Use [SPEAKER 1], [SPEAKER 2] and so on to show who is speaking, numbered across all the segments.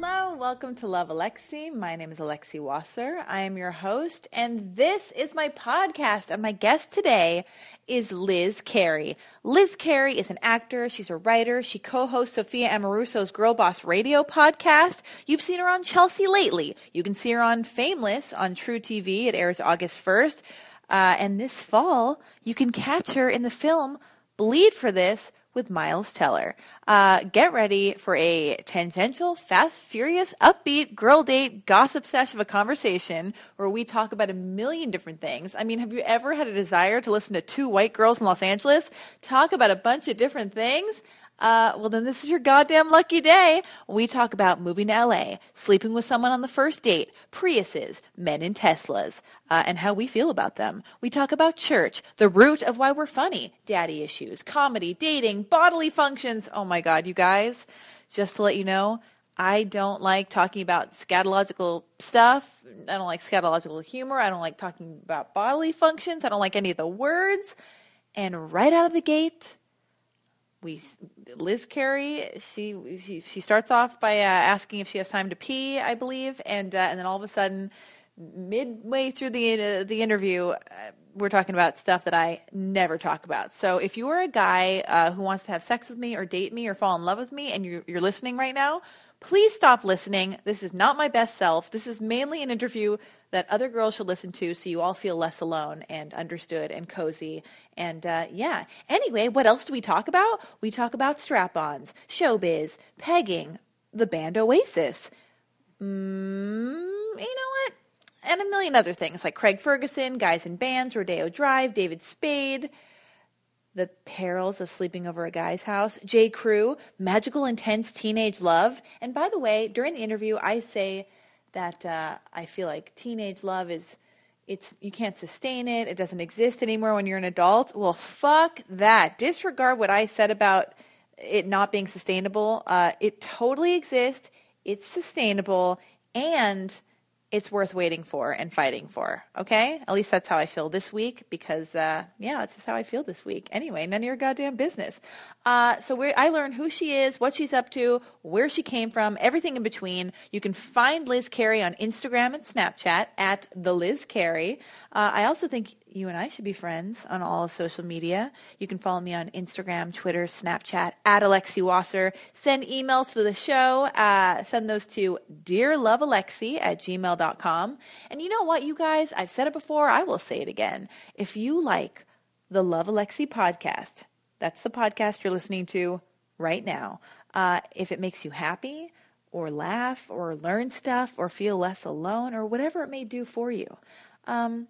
[SPEAKER 1] welcome to Love Alexi. My name is Alexi Wasser. I am your host, and this is my podcast. And my guest today is Liz Carey. Liz Carey is an actor, she's a writer, she co hosts Sophia Amoruso's Girl Boss Radio podcast. You've seen her on Chelsea lately. You can see her on Fameless on True TV. It airs August 1st. Uh, and this fall, you can catch her in the film Bleed for This with Miles Teller. Uh, get ready for a tangential, fast, furious, upbeat, girl date, gossip sesh of a conversation where we talk about a million different things. I mean, have you ever had a desire to listen to two white girls in Los Angeles talk about a bunch of different things? Uh, well, then this is your goddamn lucky day. We talk about moving to LA, sleeping with someone on the first date, Priuses, men in Teslas, uh, and how we feel about them. We talk about church, the root of why we're funny, daddy issues, comedy, dating, bodily functions. Oh my God, you guys, just to let you know, I don't like talking about scatological stuff. I don't like scatological humor. I don't like talking about bodily functions. I don't like any of the words. And right out of the gate, we Liz Carey she she, she starts off by uh, asking if she has time to pee I believe and uh, and then all of a sudden midway through the uh, the interview uh, we're talking about stuff that I never talk about so if you are a guy uh, who wants to have sex with me or date me or fall in love with me and you're, you're listening right now please stop listening this is not my best self this is mainly an interview that other girls should listen to so you all feel less alone and understood and cozy. And uh, yeah. Anyway, what else do we talk about? We talk about strap ons, showbiz, pegging, the band Oasis. Mm, you know what? And a million other things like Craig Ferguson, Guys in Bands, Rodeo Drive, David Spade the perils of sleeping over a guy's house, J. Crew, magical, intense teenage love. And by the way, during the interview, I say that uh, I feel like teenage love is it's you can't sustain it. It doesn't exist anymore when you're an adult. Well, fuck that. Disregard what I said about it not being sustainable. Uh, it totally exists. It's sustainable and it's worth waiting for and fighting for. Okay? At least that's how I feel this week because, uh, yeah, that's just how I feel this week. Anyway, none of your goddamn business. Uh, so we I learned who she is, what she's up to, where she came from, everything in between. You can find Liz Carey on Instagram and Snapchat at the Liz Carey. Uh, I also think you and I should be friends on all of social media. You can follow me on Instagram, Twitter, Snapchat at Alexi Wasser. Send emails to the show. Uh, send those to dearlovealexi at gmail.com. And you know what, you guys? I've said it before. I will say it again. If you like the Love Alexi podcast, that's the podcast you're listening to right now. Uh, if it makes you happy, or laugh, or learn stuff, or feel less alone, or whatever it may do for you. Um,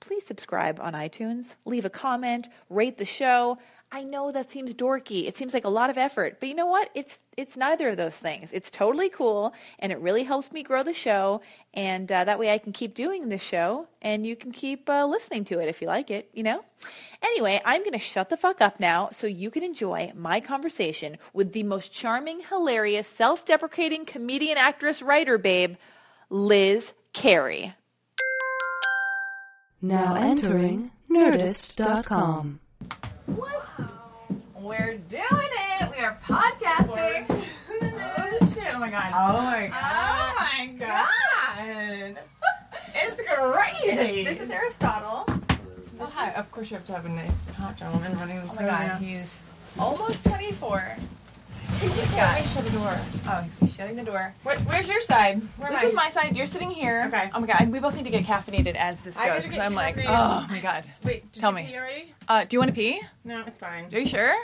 [SPEAKER 1] please subscribe on iTunes, leave a comment, rate the show. I know that seems dorky. It seems like a lot of effort, but you know what? It's it's neither of those things. It's totally cool, and it really helps me grow the show. And uh, that way, I can keep doing the show, and you can keep uh, listening to it if you like it. You know. Anyway, I'm gonna shut the fuck up now, so you can enjoy my conversation with the most charming, hilarious, self-deprecating comedian, actress, writer, babe, Liz Carey.
[SPEAKER 2] Now entering Nerdist.com.
[SPEAKER 1] What? We're doing it. We are podcasting. oh shit! Oh my god.
[SPEAKER 3] Oh my
[SPEAKER 1] Oh my god.
[SPEAKER 3] god. It's crazy.
[SPEAKER 1] This is Aristotle.
[SPEAKER 3] Oh, hi. Of course, you have to have a nice hot gentleman running the
[SPEAKER 1] Oh my
[SPEAKER 3] program.
[SPEAKER 1] God.
[SPEAKER 3] He's.
[SPEAKER 1] Almost 24.
[SPEAKER 3] He's
[SPEAKER 1] got-
[SPEAKER 3] shut the door.
[SPEAKER 1] Oh, he's he's shutting the door.
[SPEAKER 3] Where, where's your side? Where
[SPEAKER 1] This
[SPEAKER 3] am I?
[SPEAKER 1] is my side. You're sitting here.
[SPEAKER 3] Okay.
[SPEAKER 1] Oh my god. We both need to get caffeinated as this
[SPEAKER 3] I need
[SPEAKER 1] goes
[SPEAKER 3] to
[SPEAKER 1] because
[SPEAKER 3] get
[SPEAKER 1] I'm like, oh
[SPEAKER 3] caffeinated.
[SPEAKER 1] my god.
[SPEAKER 3] Wait. Did
[SPEAKER 1] Tell
[SPEAKER 3] you
[SPEAKER 1] me.
[SPEAKER 3] pee already?
[SPEAKER 1] Uh, do you want to pee?
[SPEAKER 3] No, it's fine.
[SPEAKER 1] Are you sure?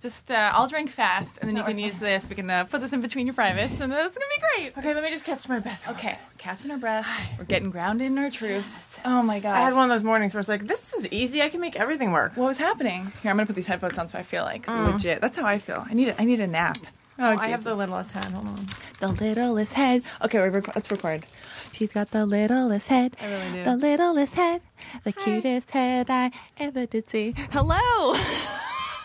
[SPEAKER 4] Just uh, I'll drink fast, and then
[SPEAKER 1] No,
[SPEAKER 4] you can
[SPEAKER 1] it's
[SPEAKER 4] use this. We can uh, put this in between your privates, and this is gonna be great.
[SPEAKER 3] Okay, let me just catch my breath.
[SPEAKER 4] Okay, catching our breath. We're getting grounded in our truth. Oh my god.
[SPEAKER 3] I had one of those mornings where it's like, this is easy. I can make everything work.
[SPEAKER 4] What was happening? Here, I'm gonna put these headphones on so I feel like legit. That's how I feel. I need a, I need a nap. Mm. Oh,
[SPEAKER 3] I have the littlest head. Hold on.
[SPEAKER 4] the littlest head. Okay, we're rec- let's record. She's got the littlest head. I
[SPEAKER 3] really do.
[SPEAKER 4] The littlest head. The cutest head I ever did see. Hello.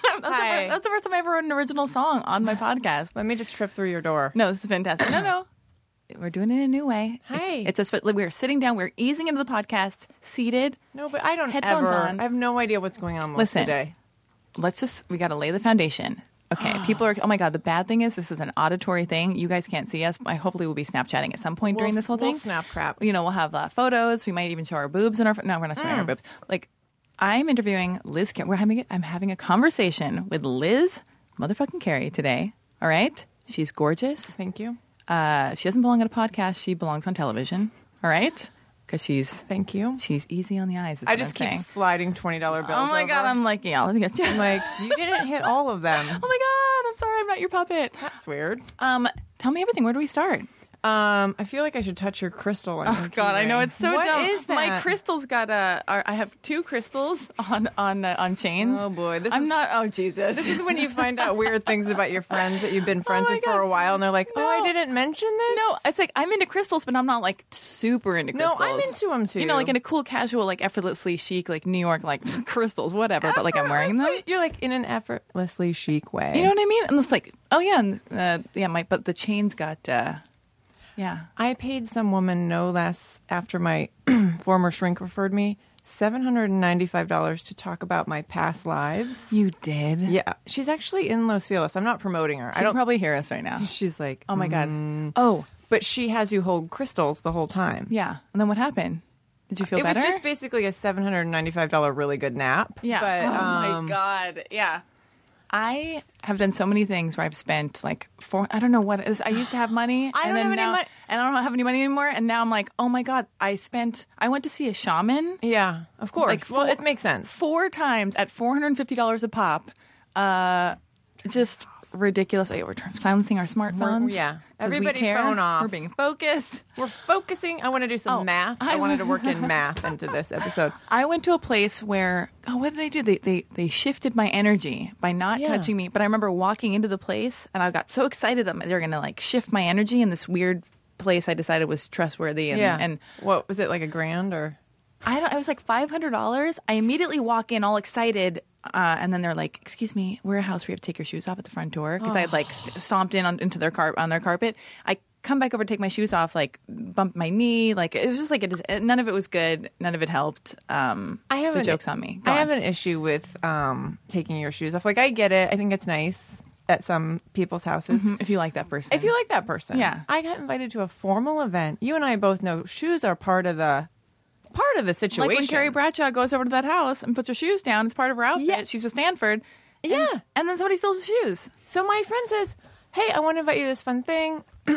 [SPEAKER 4] that's, the
[SPEAKER 3] Hi.
[SPEAKER 4] first, that's the first time I ever wrote an original song on my podcast.
[SPEAKER 3] Let me just trip through your door.
[SPEAKER 4] No, this is fantastic. No, no. We're doing it in a new way.
[SPEAKER 3] Hi.
[SPEAKER 4] It's, it's a sp- we're sitting down, we're easing into the podcast, seated.
[SPEAKER 3] No, but I don't
[SPEAKER 4] Headphones
[SPEAKER 3] ever.
[SPEAKER 4] on.
[SPEAKER 3] I have no idea what's going on most
[SPEAKER 4] Listen.
[SPEAKER 3] of the day.
[SPEAKER 4] Let's just we got to lay the foundation. Okay, people are. Oh my god, the bad thing is this is an auditory thing. You guys can't see us. I hopefully we'll be Snapchatting at some point during this whole
[SPEAKER 5] we'll
[SPEAKER 4] thing.
[SPEAKER 5] snap crap.
[SPEAKER 4] You know, we'll have uh, photos. We might even show our boobs in our. pho- No, we're not showing
[SPEAKER 5] Mm.
[SPEAKER 4] our boobs. Like, I'm interviewing Liz. Car- we're having. I'm having a conversation with Liz, motherfucking Carrie today. All right, she's gorgeous.
[SPEAKER 5] Thank you.
[SPEAKER 4] Uh, she doesn't belong on a podcast. She belongs on television. All right, because she's
[SPEAKER 5] Thank you.
[SPEAKER 4] she's easy on the eyes. Is
[SPEAKER 5] I
[SPEAKER 4] what
[SPEAKER 5] just
[SPEAKER 4] I'm
[SPEAKER 5] keep
[SPEAKER 4] saying.
[SPEAKER 5] sliding twenty dollar bills.
[SPEAKER 4] Oh my
[SPEAKER 5] over.
[SPEAKER 4] god, I'm like yeah. I'll-
[SPEAKER 5] I'm like you didn't hit all of them.
[SPEAKER 4] oh my god, I'm sorry, I'm not your puppet.
[SPEAKER 5] That's weird.
[SPEAKER 4] Um, tell me everything. Where do we start?
[SPEAKER 5] Um, I feel like I should touch your crystal. on your
[SPEAKER 4] Oh God,
[SPEAKER 5] key
[SPEAKER 4] I know
[SPEAKER 5] ring.
[SPEAKER 4] it's so
[SPEAKER 5] What
[SPEAKER 4] dumb.
[SPEAKER 5] is that?
[SPEAKER 4] My crystals got a. Are, I have two crystals on on uh, on chains.
[SPEAKER 5] Oh, boy, this
[SPEAKER 4] I'm
[SPEAKER 5] is-
[SPEAKER 4] not. Oh Jesus,
[SPEAKER 5] This is when you find out weird things about your friends that you've been friends
[SPEAKER 4] Oh my
[SPEAKER 5] with
[SPEAKER 4] God.
[SPEAKER 5] for a while, and they're like, "Oh, I
[SPEAKER 4] No.
[SPEAKER 5] didn't mention this."
[SPEAKER 4] No, it's like I'm into crystals, but I'm not like super into
[SPEAKER 5] No,
[SPEAKER 4] crystals.
[SPEAKER 5] I'm into 'em, too.
[SPEAKER 4] You know, like in a cool, casual, like effortlessly chic, like New York, like crystals, whatever. But like I'm wearing them.
[SPEAKER 5] You're like in an effortlessly chic way.
[SPEAKER 4] You know what I mean? And it's like, oh yeah, and, uh, yeah. My but the chains got. Uh, yeah.
[SPEAKER 5] I paid some woman no less after my former shrink referred me seven hundred and ninety-five dollars to talk about my past lives.
[SPEAKER 4] You did. Yeah.
[SPEAKER 5] Yeah, she's actually in Los Feliz. I'm not promoting her. I
[SPEAKER 4] I
[SPEAKER 5] don't.
[SPEAKER 4] don't probably hear us right now.
[SPEAKER 5] she's like,
[SPEAKER 4] Oh my god.
[SPEAKER 5] "Mm."
[SPEAKER 4] Oh
[SPEAKER 5] But she has you hold crystals the whole time.
[SPEAKER 4] yeah. And then what happened? Did you feel
[SPEAKER 5] it
[SPEAKER 4] better?
[SPEAKER 5] was just basically a seven hundred and ninety-five dollar really good nap.
[SPEAKER 4] Yeah.
[SPEAKER 5] But,
[SPEAKER 4] oh
[SPEAKER 5] um,
[SPEAKER 4] my god. Yeah. I have done so many things where I've spent like four. I don't know what it is. I used to have money.
[SPEAKER 5] I
[SPEAKER 4] and
[SPEAKER 5] don't
[SPEAKER 4] then
[SPEAKER 5] have any
[SPEAKER 4] now,
[SPEAKER 5] mon-
[SPEAKER 4] And I don't have any money anymore. And now I'm like, oh my god, I spent. I went to see a shaman
[SPEAKER 5] Yeah, of course.
[SPEAKER 4] Like,
[SPEAKER 5] well,
[SPEAKER 4] four-
[SPEAKER 5] it makes sense.
[SPEAKER 4] four times at four hundred and fifty dollars a pop. Uh, just ridiculous. Wait, we're tr- silencing our smartphones.
[SPEAKER 5] yeah.
[SPEAKER 4] 'Cause we
[SPEAKER 5] Everybody
[SPEAKER 4] care.
[SPEAKER 5] phone off.
[SPEAKER 4] We're being focused.
[SPEAKER 5] We're focusing. I want to do some
[SPEAKER 4] Oh,
[SPEAKER 5] math. I,
[SPEAKER 4] I-
[SPEAKER 5] wanted to work in math into this episode.
[SPEAKER 4] I went to a place where oh, what did they do? They they they shifted my energy by not
[SPEAKER 5] Yeah.
[SPEAKER 4] touching me. But I remember walking into the place and I got so excited that they're gonna like shift my energy in this weird place I decided was trustworthy and, and
[SPEAKER 5] what was it like a grand or?
[SPEAKER 4] I don't. I was like five hundred dollars. I immediately walk in all excited, uh, and then they're like, "Excuse me, we're a house. We have to take your shoes off at the front door." Because I had like st- stomped in on, into their car on their carpet. I come back over, to take my shoes off, like bump my knee. Like it was just like a, dis- none of it was good. None of it helped. Um,
[SPEAKER 5] I have
[SPEAKER 4] the
[SPEAKER 5] an-
[SPEAKER 4] jokes on me. Go
[SPEAKER 5] I
[SPEAKER 4] on.
[SPEAKER 5] have an issue with um, taking your shoes off. Like I get it. I think it's nice at some people's houses.
[SPEAKER 4] Mm, If you like that person,
[SPEAKER 5] Mm-hmm. If you like that person,
[SPEAKER 4] Yeah.
[SPEAKER 5] I got invited to a formal event. You and I both know shoes are part of the part of the situation.
[SPEAKER 4] like when Carrie Bradshaw goes over to that house and puts her shoes down, it's part of her outfit.
[SPEAKER 5] Yeah.
[SPEAKER 4] She's with Stanford. and-
[SPEAKER 5] Yeah.
[SPEAKER 4] and then somebody steals the shoes.
[SPEAKER 5] So my friend says, "Hey, I want to invite you to this fun thing."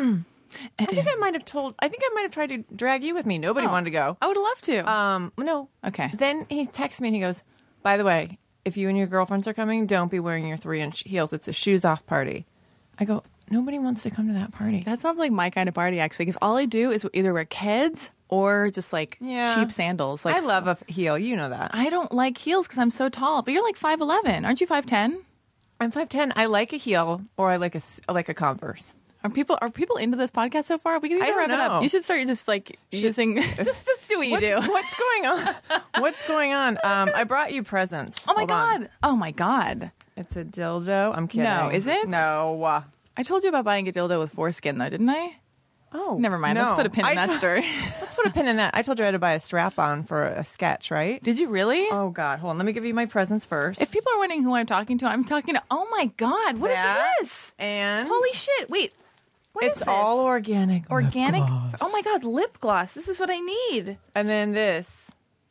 [SPEAKER 5] I think I might have told. I think I might have tried to drag you with me. Nobody wanted to go.
[SPEAKER 4] I would love to.
[SPEAKER 5] Um, no.
[SPEAKER 4] Okay.
[SPEAKER 5] Then he texts me and he goes, "By the way, if you and your girlfriends are coming, don't be wearing your three-inch heels. It's a shoes-off party." I go, "Nobody wants to come to that party."
[SPEAKER 4] That sounds like my kind of party, actually, because all I do is either wear kids or just like
[SPEAKER 5] Yeah.
[SPEAKER 4] cheap sandals. Like
[SPEAKER 5] I love a f- heel. You know that.
[SPEAKER 4] I don't like heels because I'm so tall. But you're like five eleven, aren't you? Five ten?
[SPEAKER 5] I'm five ten. I like a heel, or I like a s- I like a Converse.
[SPEAKER 4] Are people are people into this podcast so far? We can
[SPEAKER 5] I
[SPEAKER 4] either
[SPEAKER 5] don't
[SPEAKER 4] wrap it
[SPEAKER 5] know.
[SPEAKER 4] up. You should start just like choosing. just just do what you
[SPEAKER 5] What's,
[SPEAKER 4] do.
[SPEAKER 5] what's going on? what's going on? Um, I brought you presents.
[SPEAKER 4] Oh my
[SPEAKER 5] Hold on.
[SPEAKER 4] god! Oh my god!
[SPEAKER 5] It's a dildo. I'm kidding.
[SPEAKER 4] No, is it?
[SPEAKER 5] No.
[SPEAKER 4] I told you about buying a dildo with foreskin, though, didn't I?
[SPEAKER 5] Oh,
[SPEAKER 4] Never mind.
[SPEAKER 5] no.
[SPEAKER 4] Let's put a pin in
[SPEAKER 5] I
[SPEAKER 4] that
[SPEAKER 5] to-
[SPEAKER 4] story.
[SPEAKER 5] Let's put a pin in that. I told you I had to buy a strap on for a sketch, right?
[SPEAKER 4] Did you really?
[SPEAKER 5] Oh God, hold on. Let me give you my presents first.
[SPEAKER 4] Um, If people are wondering who I'm talking to, I'm talking to. Oh my god! What is
[SPEAKER 5] That
[SPEAKER 4] this?
[SPEAKER 5] and
[SPEAKER 4] Holy shit! Wait, what is
[SPEAKER 5] it's
[SPEAKER 4] this?
[SPEAKER 5] all organic.
[SPEAKER 4] organic. Oh my god, lip gloss. This is what I need.
[SPEAKER 5] and then this,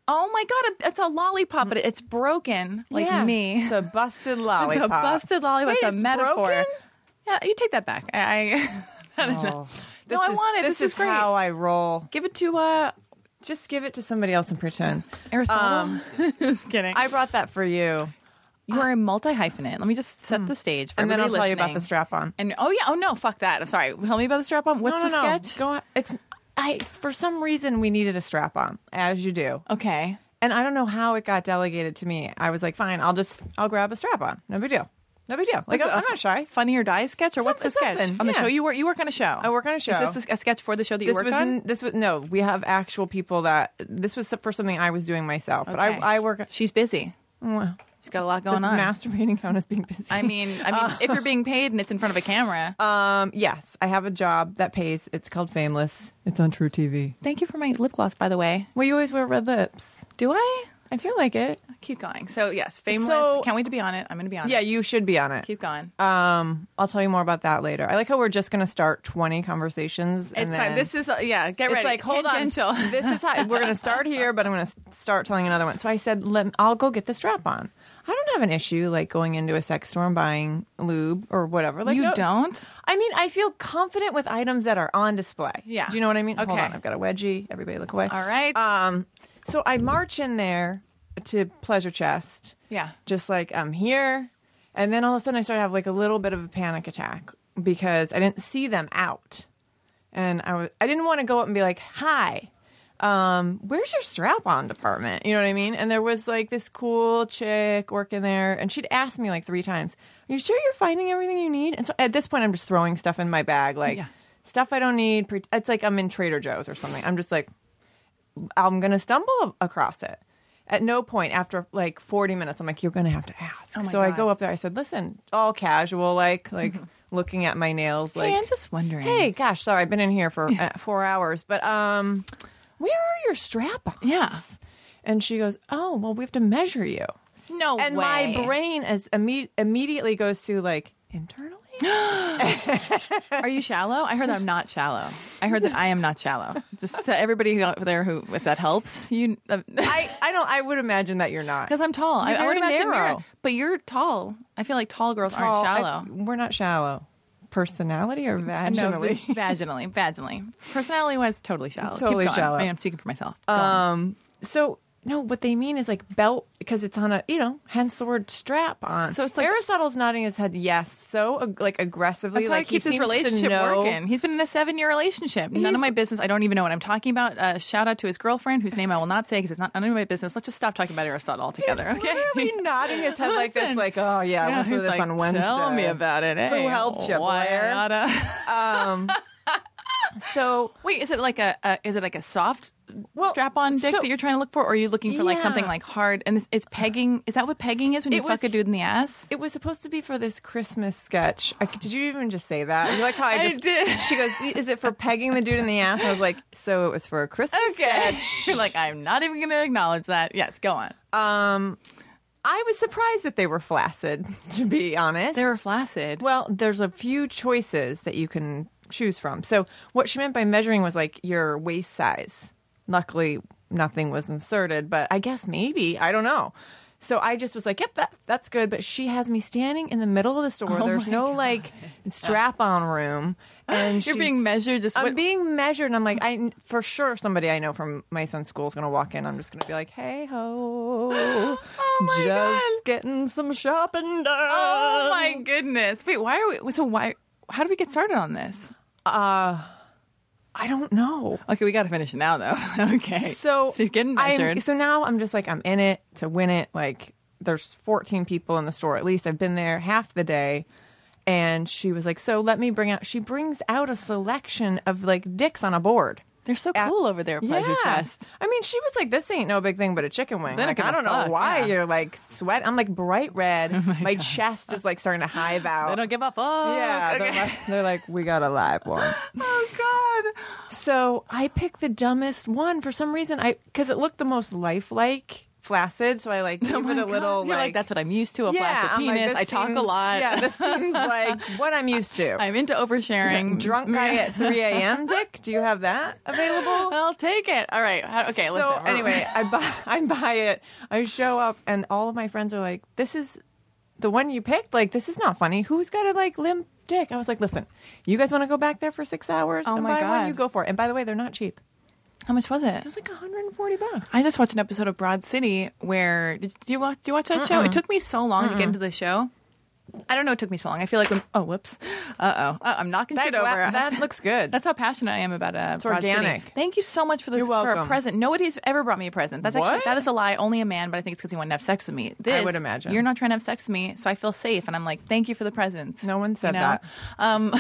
[SPEAKER 4] Oh my god, it- it's a lollipop, but it's broken like
[SPEAKER 5] Yeah.
[SPEAKER 4] me.
[SPEAKER 5] It's a busted
[SPEAKER 4] It's
[SPEAKER 5] lollipop.
[SPEAKER 4] a busted lollipop.
[SPEAKER 5] Wait,
[SPEAKER 4] it's a
[SPEAKER 5] it's
[SPEAKER 4] metaphor.
[SPEAKER 5] broken?
[SPEAKER 4] Yeah, you take that back. I, I
[SPEAKER 5] Oh.
[SPEAKER 4] No, I
[SPEAKER 5] is-
[SPEAKER 4] want it.
[SPEAKER 5] This,
[SPEAKER 4] This is great.
[SPEAKER 5] how I roll.
[SPEAKER 4] give it to uh,
[SPEAKER 5] Just give it to somebody else and pretend.
[SPEAKER 4] Aristotle.
[SPEAKER 5] Um,
[SPEAKER 4] just kidding.
[SPEAKER 5] I brought that for you,
[SPEAKER 4] you are a multi hyphenate. Let me just set the stage for
[SPEAKER 5] Hmm. and then I'll
[SPEAKER 4] everybody
[SPEAKER 5] tell you about the
[SPEAKER 4] listening.
[SPEAKER 5] strap on.
[SPEAKER 4] And oh yeah, oh no, fuck that. I'm sorry. Tell me about the strap on. What's
[SPEAKER 5] no, no,
[SPEAKER 4] the
[SPEAKER 5] no.
[SPEAKER 4] sketch?
[SPEAKER 5] Go on. It's I. For some reason, we needed a strap on, as you do.
[SPEAKER 4] Okay.
[SPEAKER 5] And I don't know how it got delegated to me. I was like, fine, I'll just I'll grab a strap on. No big deal. No big deal. Like
[SPEAKER 4] Was it
[SPEAKER 5] I'm
[SPEAKER 4] a
[SPEAKER 5] not shy.
[SPEAKER 4] Funny or die sketch, or what's the
[SPEAKER 5] Something-
[SPEAKER 4] sketch
[SPEAKER 5] something,
[SPEAKER 4] on the
[SPEAKER 5] yeah.
[SPEAKER 4] show? You work. You work on a show.
[SPEAKER 5] I work on a show.
[SPEAKER 4] Is this a sketch for the show that you
[SPEAKER 5] This
[SPEAKER 4] work
[SPEAKER 5] was
[SPEAKER 4] on?
[SPEAKER 5] n- this was no. We have actual people that this was for something I was doing myself. But
[SPEAKER 4] Okay.
[SPEAKER 5] I I work.
[SPEAKER 4] She's busy.
[SPEAKER 5] Well,
[SPEAKER 4] She's got a lot
[SPEAKER 5] does
[SPEAKER 4] going on.
[SPEAKER 5] masturbating count as being busy?
[SPEAKER 4] I mean, I mean, if you're being paid and it's in front of a camera,
[SPEAKER 5] um, yes, I have a job that pays. It's called Fameless. It's on True TV.
[SPEAKER 4] thank you for my lip gloss, by the way.
[SPEAKER 5] Well, you always wear red lips.
[SPEAKER 4] Do I?
[SPEAKER 5] I feel like it.
[SPEAKER 4] Keep going. So yes, Fameless.
[SPEAKER 5] So-
[SPEAKER 4] Can't wait to be on it. I'm going to be on
[SPEAKER 5] Yeah,
[SPEAKER 4] it.
[SPEAKER 5] you should be on it.
[SPEAKER 4] Keep going.
[SPEAKER 5] Um, I'll tell you more about that later. I like how we're just gonna start twenty conversations. and
[SPEAKER 4] it's time.
[SPEAKER 5] then-
[SPEAKER 4] This is uh, yeah. Get
[SPEAKER 5] it's
[SPEAKER 4] ready.
[SPEAKER 5] like hold on.
[SPEAKER 4] Tangential.
[SPEAKER 5] This is how we're gonna start here, but I'm gonna s- start telling another one. So I said, Let, I'll go get the strap on. I don't have an issue like going into a sex store and buying lube or whatever. Like
[SPEAKER 4] you
[SPEAKER 5] no-
[SPEAKER 4] don't.
[SPEAKER 5] I mean, I feel confident with items that are on display.
[SPEAKER 4] Yeah.
[SPEAKER 5] Do you know what I mean? Hold
[SPEAKER 4] Okay.
[SPEAKER 5] on, I've got a wedgie. Everybody look away.
[SPEAKER 4] All right.
[SPEAKER 5] Um, so I march in there to Pleasure Chest.
[SPEAKER 4] Yeah.
[SPEAKER 5] Just like I'm here, and then all of a sudden I started to have like a little bit of a panic attack because I didn't see them out, and I was I didn't want to go up and be like, "Hi, um, where's your strap-on department?" You know what I mean? And there was like this cool chick working there, and she'd asked me like three times, "Are you sure you're finding everything you need?" And so at this point, I'm just throwing stuff in my bag, like
[SPEAKER 4] Yeah.
[SPEAKER 5] stuff I don't need. pre- It's like I'm in Trader Joe's or something. I'm just like. I'm going to stumble a- across it. At no point after like 40 minutes, I'm like, you're going to have to ask.
[SPEAKER 4] Oh my
[SPEAKER 5] so I
[SPEAKER 4] God. Mm-hmm.
[SPEAKER 5] go up there. I said, listen, all casual, like, like looking at my nails, like,
[SPEAKER 4] hey, I'm just wondering.
[SPEAKER 5] hey, gosh, sorry, I've been in here for uh, four hours, but um, where are your strap-ons?
[SPEAKER 4] Yeah.
[SPEAKER 5] And she goes, oh, well, we have to measure you.
[SPEAKER 4] No
[SPEAKER 5] and
[SPEAKER 4] way.
[SPEAKER 5] my brain is imme- immediately goes to like internally.
[SPEAKER 4] Are you shallow? I heard that I'm not shallow. I heard that I am not shallow. Just to everybody out there who, if that helps, you. Because
[SPEAKER 5] I, I don't. I would imagine that you're not.
[SPEAKER 4] I'm tall. I,
[SPEAKER 5] You're
[SPEAKER 4] I would
[SPEAKER 5] very
[SPEAKER 4] imagine you're-
[SPEAKER 5] narrow.
[SPEAKER 4] but you're tall. I feel like tall girls
[SPEAKER 5] Well,
[SPEAKER 4] aren't
[SPEAKER 5] I-
[SPEAKER 4] shallow.
[SPEAKER 5] we're not shallow. Personality or
[SPEAKER 4] No,
[SPEAKER 5] vaginally?
[SPEAKER 4] vaginally, vaginally. Personality wise, totally shallow. Keep
[SPEAKER 5] Totally
[SPEAKER 4] going.
[SPEAKER 5] shallow.
[SPEAKER 4] I mean, I'm speaking for myself.
[SPEAKER 5] Um. So no, what they mean is like belt because it's on a you know, hence the word strap on.
[SPEAKER 4] So it's like-
[SPEAKER 5] Aristotle's nodding his head yes, so ag- like aggressively.
[SPEAKER 4] That's how
[SPEAKER 5] like
[SPEAKER 4] he keeps
[SPEAKER 5] he
[SPEAKER 4] his
[SPEAKER 5] seems to
[SPEAKER 4] relationship
[SPEAKER 5] know-
[SPEAKER 4] working. He's been in a seven-year relationship. None of my business. I don't even know what I'm talking about. Uh, shout out to his girlfriend, whose name I will not say because it's not none of my business. Let's just stop talking about Aristotle altogether. okay.
[SPEAKER 5] Literally nodding his head like this,
[SPEAKER 4] Listen.
[SPEAKER 5] like oh yeah, I
[SPEAKER 4] Yeah,
[SPEAKER 5] went through
[SPEAKER 4] he's
[SPEAKER 5] this
[SPEAKER 4] like,
[SPEAKER 5] on Wednesday.
[SPEAKER 4] Tell me about it. Hey,
[SPEAKER 5] helped you,
[SPEAKER 4] why
[SPEAKER 5] Blair?
[SPEAKER 4] not a-
[SPEAKER 5] So
[SPEAKER 4] Wait, is it like a, a is it like a soft
[SPEAKER 5] Well,
[SPEAKER 4] strap-on dick
[SPEAKER 5] so-
[SPEAKER 4] that you're trying to look for, or are you looking for like
[SPEAKER 5] Yeah.
[SPEAKER 4] something like hard? And is, is pegging? Is that what pegging is when you
[SPEAKER 5] It
[SPEAKER 4] fuck a
[SPEAKER 5] was-
[SPEAKER 4] dude in the ass?
[SPEAKER 5] it was supposed to be for this Christmas sketch. I, did you even just say that? You like how I
[SPEAKER 4] I
[SPEAKER 5] just
[SPEAKER 4] did.
[SPEAKER 5] She goes, "Is it for pegging the dude in the ass?" And I was like, "So it was for a Christmas sketch."
[SPEAKER 4] you're like I'm not even going to acknowledge that. Yes, go on.
[SPEAKER 5] Um, I was surprised that they were flaccid. To be honest,
[SPEAKER 4] They were flaccid.
[SPEAKER 5] Well, there's a few choices that you can choose from. So, what she meant by measuring was like your waist size. Luckily, nothing was inserted, but I guess maybe, I don't know. So I just was like, "Yep, that that's good." But she has me standing in the middle of the
[SPEAKER 4] Oh
[SPEAKER 5] store. There's no like strap-on room, and
[SPEAKER 4] You're
[SPEAKER 5] she's-
[SPEAKER 4] being measured. Just
[SPEAKER 5] I'm
[SPEAKER 4] what,
[SPEAKER 5] being measured, and I'm like, I for sure somebody I know from my son's school is gonna walk in. I'm just gonna be like, "Hey ho,
[SPEAKER 4] Oh my
[SPEAKER 5] just
[SPEAKER 4] God.
[SPEAKER 5] getting some shopping done."
[SPEAKER 4] oh my goodness! Wait, why are we? So why? How do we get started on this?
[SPEAKER 5] Uh, I don't know.
[SPEAKER 4] Okay, we got to finish it now, though. okay.
[SPEAKER 5] So,
[SPEAKER 4] you're getting
[SPEAKER 5] I'm-
[SPEAKER 4] measured.
[SPEAKER 5] so now I'm just like I'm in it to win it. Like there's 14 people in the store at least. I've been there half the day, and she was like, "So let me bring out." She brings out a selection of like dicks on a board.
[SPEAKER 4] They're so
[SPEAKER 5] at-
[SPEAKER 4] cool over there, pleasure chest.
[SPEAKER 5] I mean, she was like, "This ain't no big thing, but a chicken wing."
[SPEAKER 4] They don't
[SPEAKER 5] Like,
[SPEAKER 4] give
[SPEAKER 5] I
[SPEAKER 4] a
[SPEAKER 5] don't know
[SPEAKER 4] fuck,
[SPEAKER 5] why
[SPEAKER 4] yeah. Oh
[SPEAKER 5] you're like sweat. I'm like bright red. my chest is like starting to hive out.
[SPEAKER 4] They don't give up. Oh,
[SPEAKER 5] yeah,
[SPEAKER 4] okay.
[SPEAKER 5] they're, like, they're like, "We got a live one."
[SPEAKER 4] oh God.
[SPEAKER 5] So I picked the dumbest one for some reason. I because it looked the most lifelike, flaccid. So I like gave it a little
[SPEAKER 4] Oh You're like,
[SPEAKER 5] like
[SPEAKER 4] that's what I'm used to. A
[SPEAKER 5] yeah.
[SPEAKER 4] flaccid
[SPEAKER 5] I'm like,
[SPEAKER 4] penis.
[SPEAKER 5] this
[SPEAKER 4] I talk a
[SPEAKER 5] seems-
[SPEAKER 4] lot.
[SPEAKER 5] Yeah, this seems like what I'm used to.
[SPEAKER 4] I'm into oversharing. Mm.
[SPEAKER 5] Drunk guy at 3 a.m. Dick, do you have that available?
[SPEAKER 4] I'll take it. All right. How- Okay.
[SPEAKER 5] so
[SPEAKER 4] listen. we're-
[SPEAKER 5] anyway, I buy, I buy it. I show up, and all of my friends are like, "This is the one you picked. Like, this is not funny. Who's got a like limp dick?" I was like, "Listen, you guys want to go back there for six hours
[SPEAKER 4] Oh
[SPEAKER 5] and
[SPEAKER 4] my
[SPEAKER 5] buy one?
[SPEAKER 4] God.
[SPEAKER 5] You go for it. And by the way, they're not cheap.
[SPEAKER 4] how much was it?
[SPEAKER 5] It was like 140 bucks.
[SPEAKER 4] I just watched an episode of Broad City where did, did you watch? Do you watch that show? It took me so long to get into the show. I don't know. It took me so long. I feel like when oh whoops, uh oh, I'm knocking
[SPEAKER 5] That
[SPEAKER 4] shit
[SPEAKER 5] wa-
[SPEAKER 4] over.
[SPEAKER 5] that looks good.
[SPEAKER 4] That's how passionate I am about uh, Broad City.
[SPEAKER 5] organic.
[SPEAKER 4] Thank you so much for this
[SPEAKER 5] You're
[SPEAKER 4] for a
[SPEAKER 5] welcome.
[SPEAKER 4] present. Nobody's ever brought me a present. That's actually
[SPEAKER 5] What?
[SPEAKER 4] that is a lie. Only a man, but I think it's because he wanted to have sex with me. This,
[SPEAKER 5] would imagine.
[SPEAKER 4] you're not trying to have sex with me, so I feel safe, and I'm like, thank you for the presents.
[SPEAKER 5] No one
[SPEAKER 4] You
[SPEAKER 5] said
[SPEAKER 4] know?
[SPEAKER 5] that.
[SPEAKER 4] Um,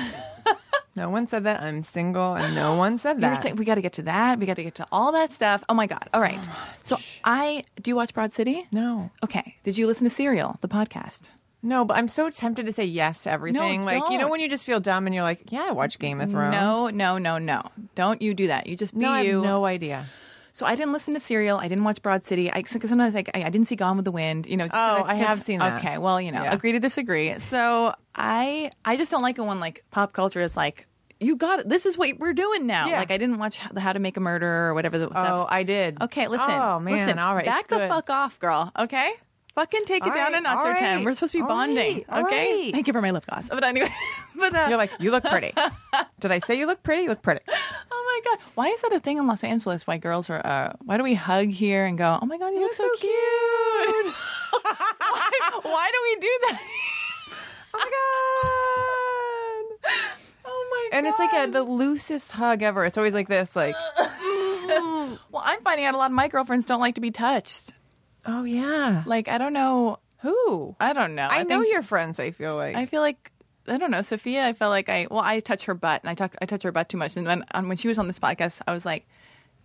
[SPEAKER 5] No one said that. I'm single, and no one said
[SPEAKER 4] you were
[SPEAKER 5] that.
[SPEAKER 4] saying we got to get to that. We got to get to all that stuff. Oh my god! All right. So I do you watch Broad City?
[SPEAKER 5] no,
[SPEAKER 4] Okay. Did you listen to Serial, the podcast?
[SPEAKER 5] no, but I'm so tempted to say yes to everything. like you know
[SPEAKER 4] don't.
[SPEAKER 5] when you just feel dumb and you're like, yeah, I watch Game of Thrones.
[SPEAKER 4] No, no, no, no. Don't you do that. You just be
[SPEAKER 5] no, I have
[SPEAKER 4] you.
[SPEAKER 5] no idea.
[SPEAKER 4] So I didn't listen to Serial. I didn't watch Broad City. I because sometimes like I, I didn't see Gone with the Wind. You know. just 'cause
[SPEAKER 5] Oh, I have
[SPEAKER 4] 'cause-
[SPEAKER 5] seen that.
[SPEAKER 4] Okay, well, you know,
[SPEAKER 5] Yeah.
[SPEAKER 4] agree to disagree. So I I just don't like it when like pop culture is like. You got it. This is what we're doing now.
[SPEAKER 5] Yeah.
[SPEAKER 4] Like I didn't watch How- the How to Make a Murder or whatever the
[SPEAKER 5] Oh,
[SPEAKER 4] stuff.
[SPEAKER 5] I did.
[SPEAKER 4] Okay, listen.
[SPEAKER 5] Oh man,
[SPEAKER 4] listen,
[SPEAKER 5] all right. it's
[SPEAKER 4] Back the
[SPEAKER 5] good.
[SPEAKER 4] fuck off, girl. Okay. Fucking take it
[SPEAKER 5] All
[SPEAKER 4] down
[SPEAKER 5] right,
[SPEAKER 4] a notch
[SPEAKER 5] all
[SPEAKER 4] or ten.
[SPEAKER 5] right,
[SPEAKER 4] We're supposed to be
[SPEAKER 5] all
[SPEAKER 4] bonding.
[SPEAKER 5] right, all
[SPEAKER 4] okay.
[SPEAKER 5] right.
[SPEAKER 4] Thank you for my lip gloss. But anyway, but uh,
[SPEAKER 5] You're like, you look pretty. Did I say you look pretty? You look pretty.
[SPEAKER 4] oh my god, why is that a thing in Los Angeles? Why girls are? Uh, why do we hug here and go? Oh my god, you look
[SPEAKER 5] That's
[SPEAKER 4] so, cute.
[SPEAKER 5] cute.
[SPEAKER 4] why, why do we do that?
[SPEAKER 5] oh my god.
[SPEAKER 4] oh my
[SPEAKER 5] And
[SPEAKER 4] god.
[SPEAKER 5] it's like a, the loosest hug ever. It's always like this, like,
[SPEAKER 4] well, I'm finding out a lot of my girlfriends don't like to be touched.
[SPEAKER 5] oh yeah,
[SPEAKER 4] Like I don't know.
[SPEAKER 5] who?
[SPEAKER 4] I don't know.
[SPEAKER 5] I, know
[SPEAKER 4] think-
[SPEAKER 5] your friends. I feel like
[SPEAKER 4] I feel like I don't know, Sophia. I felt like I well, I touch her butt, and I talk, I touch her butt too much. And when um, when she was on this podcast, I was like,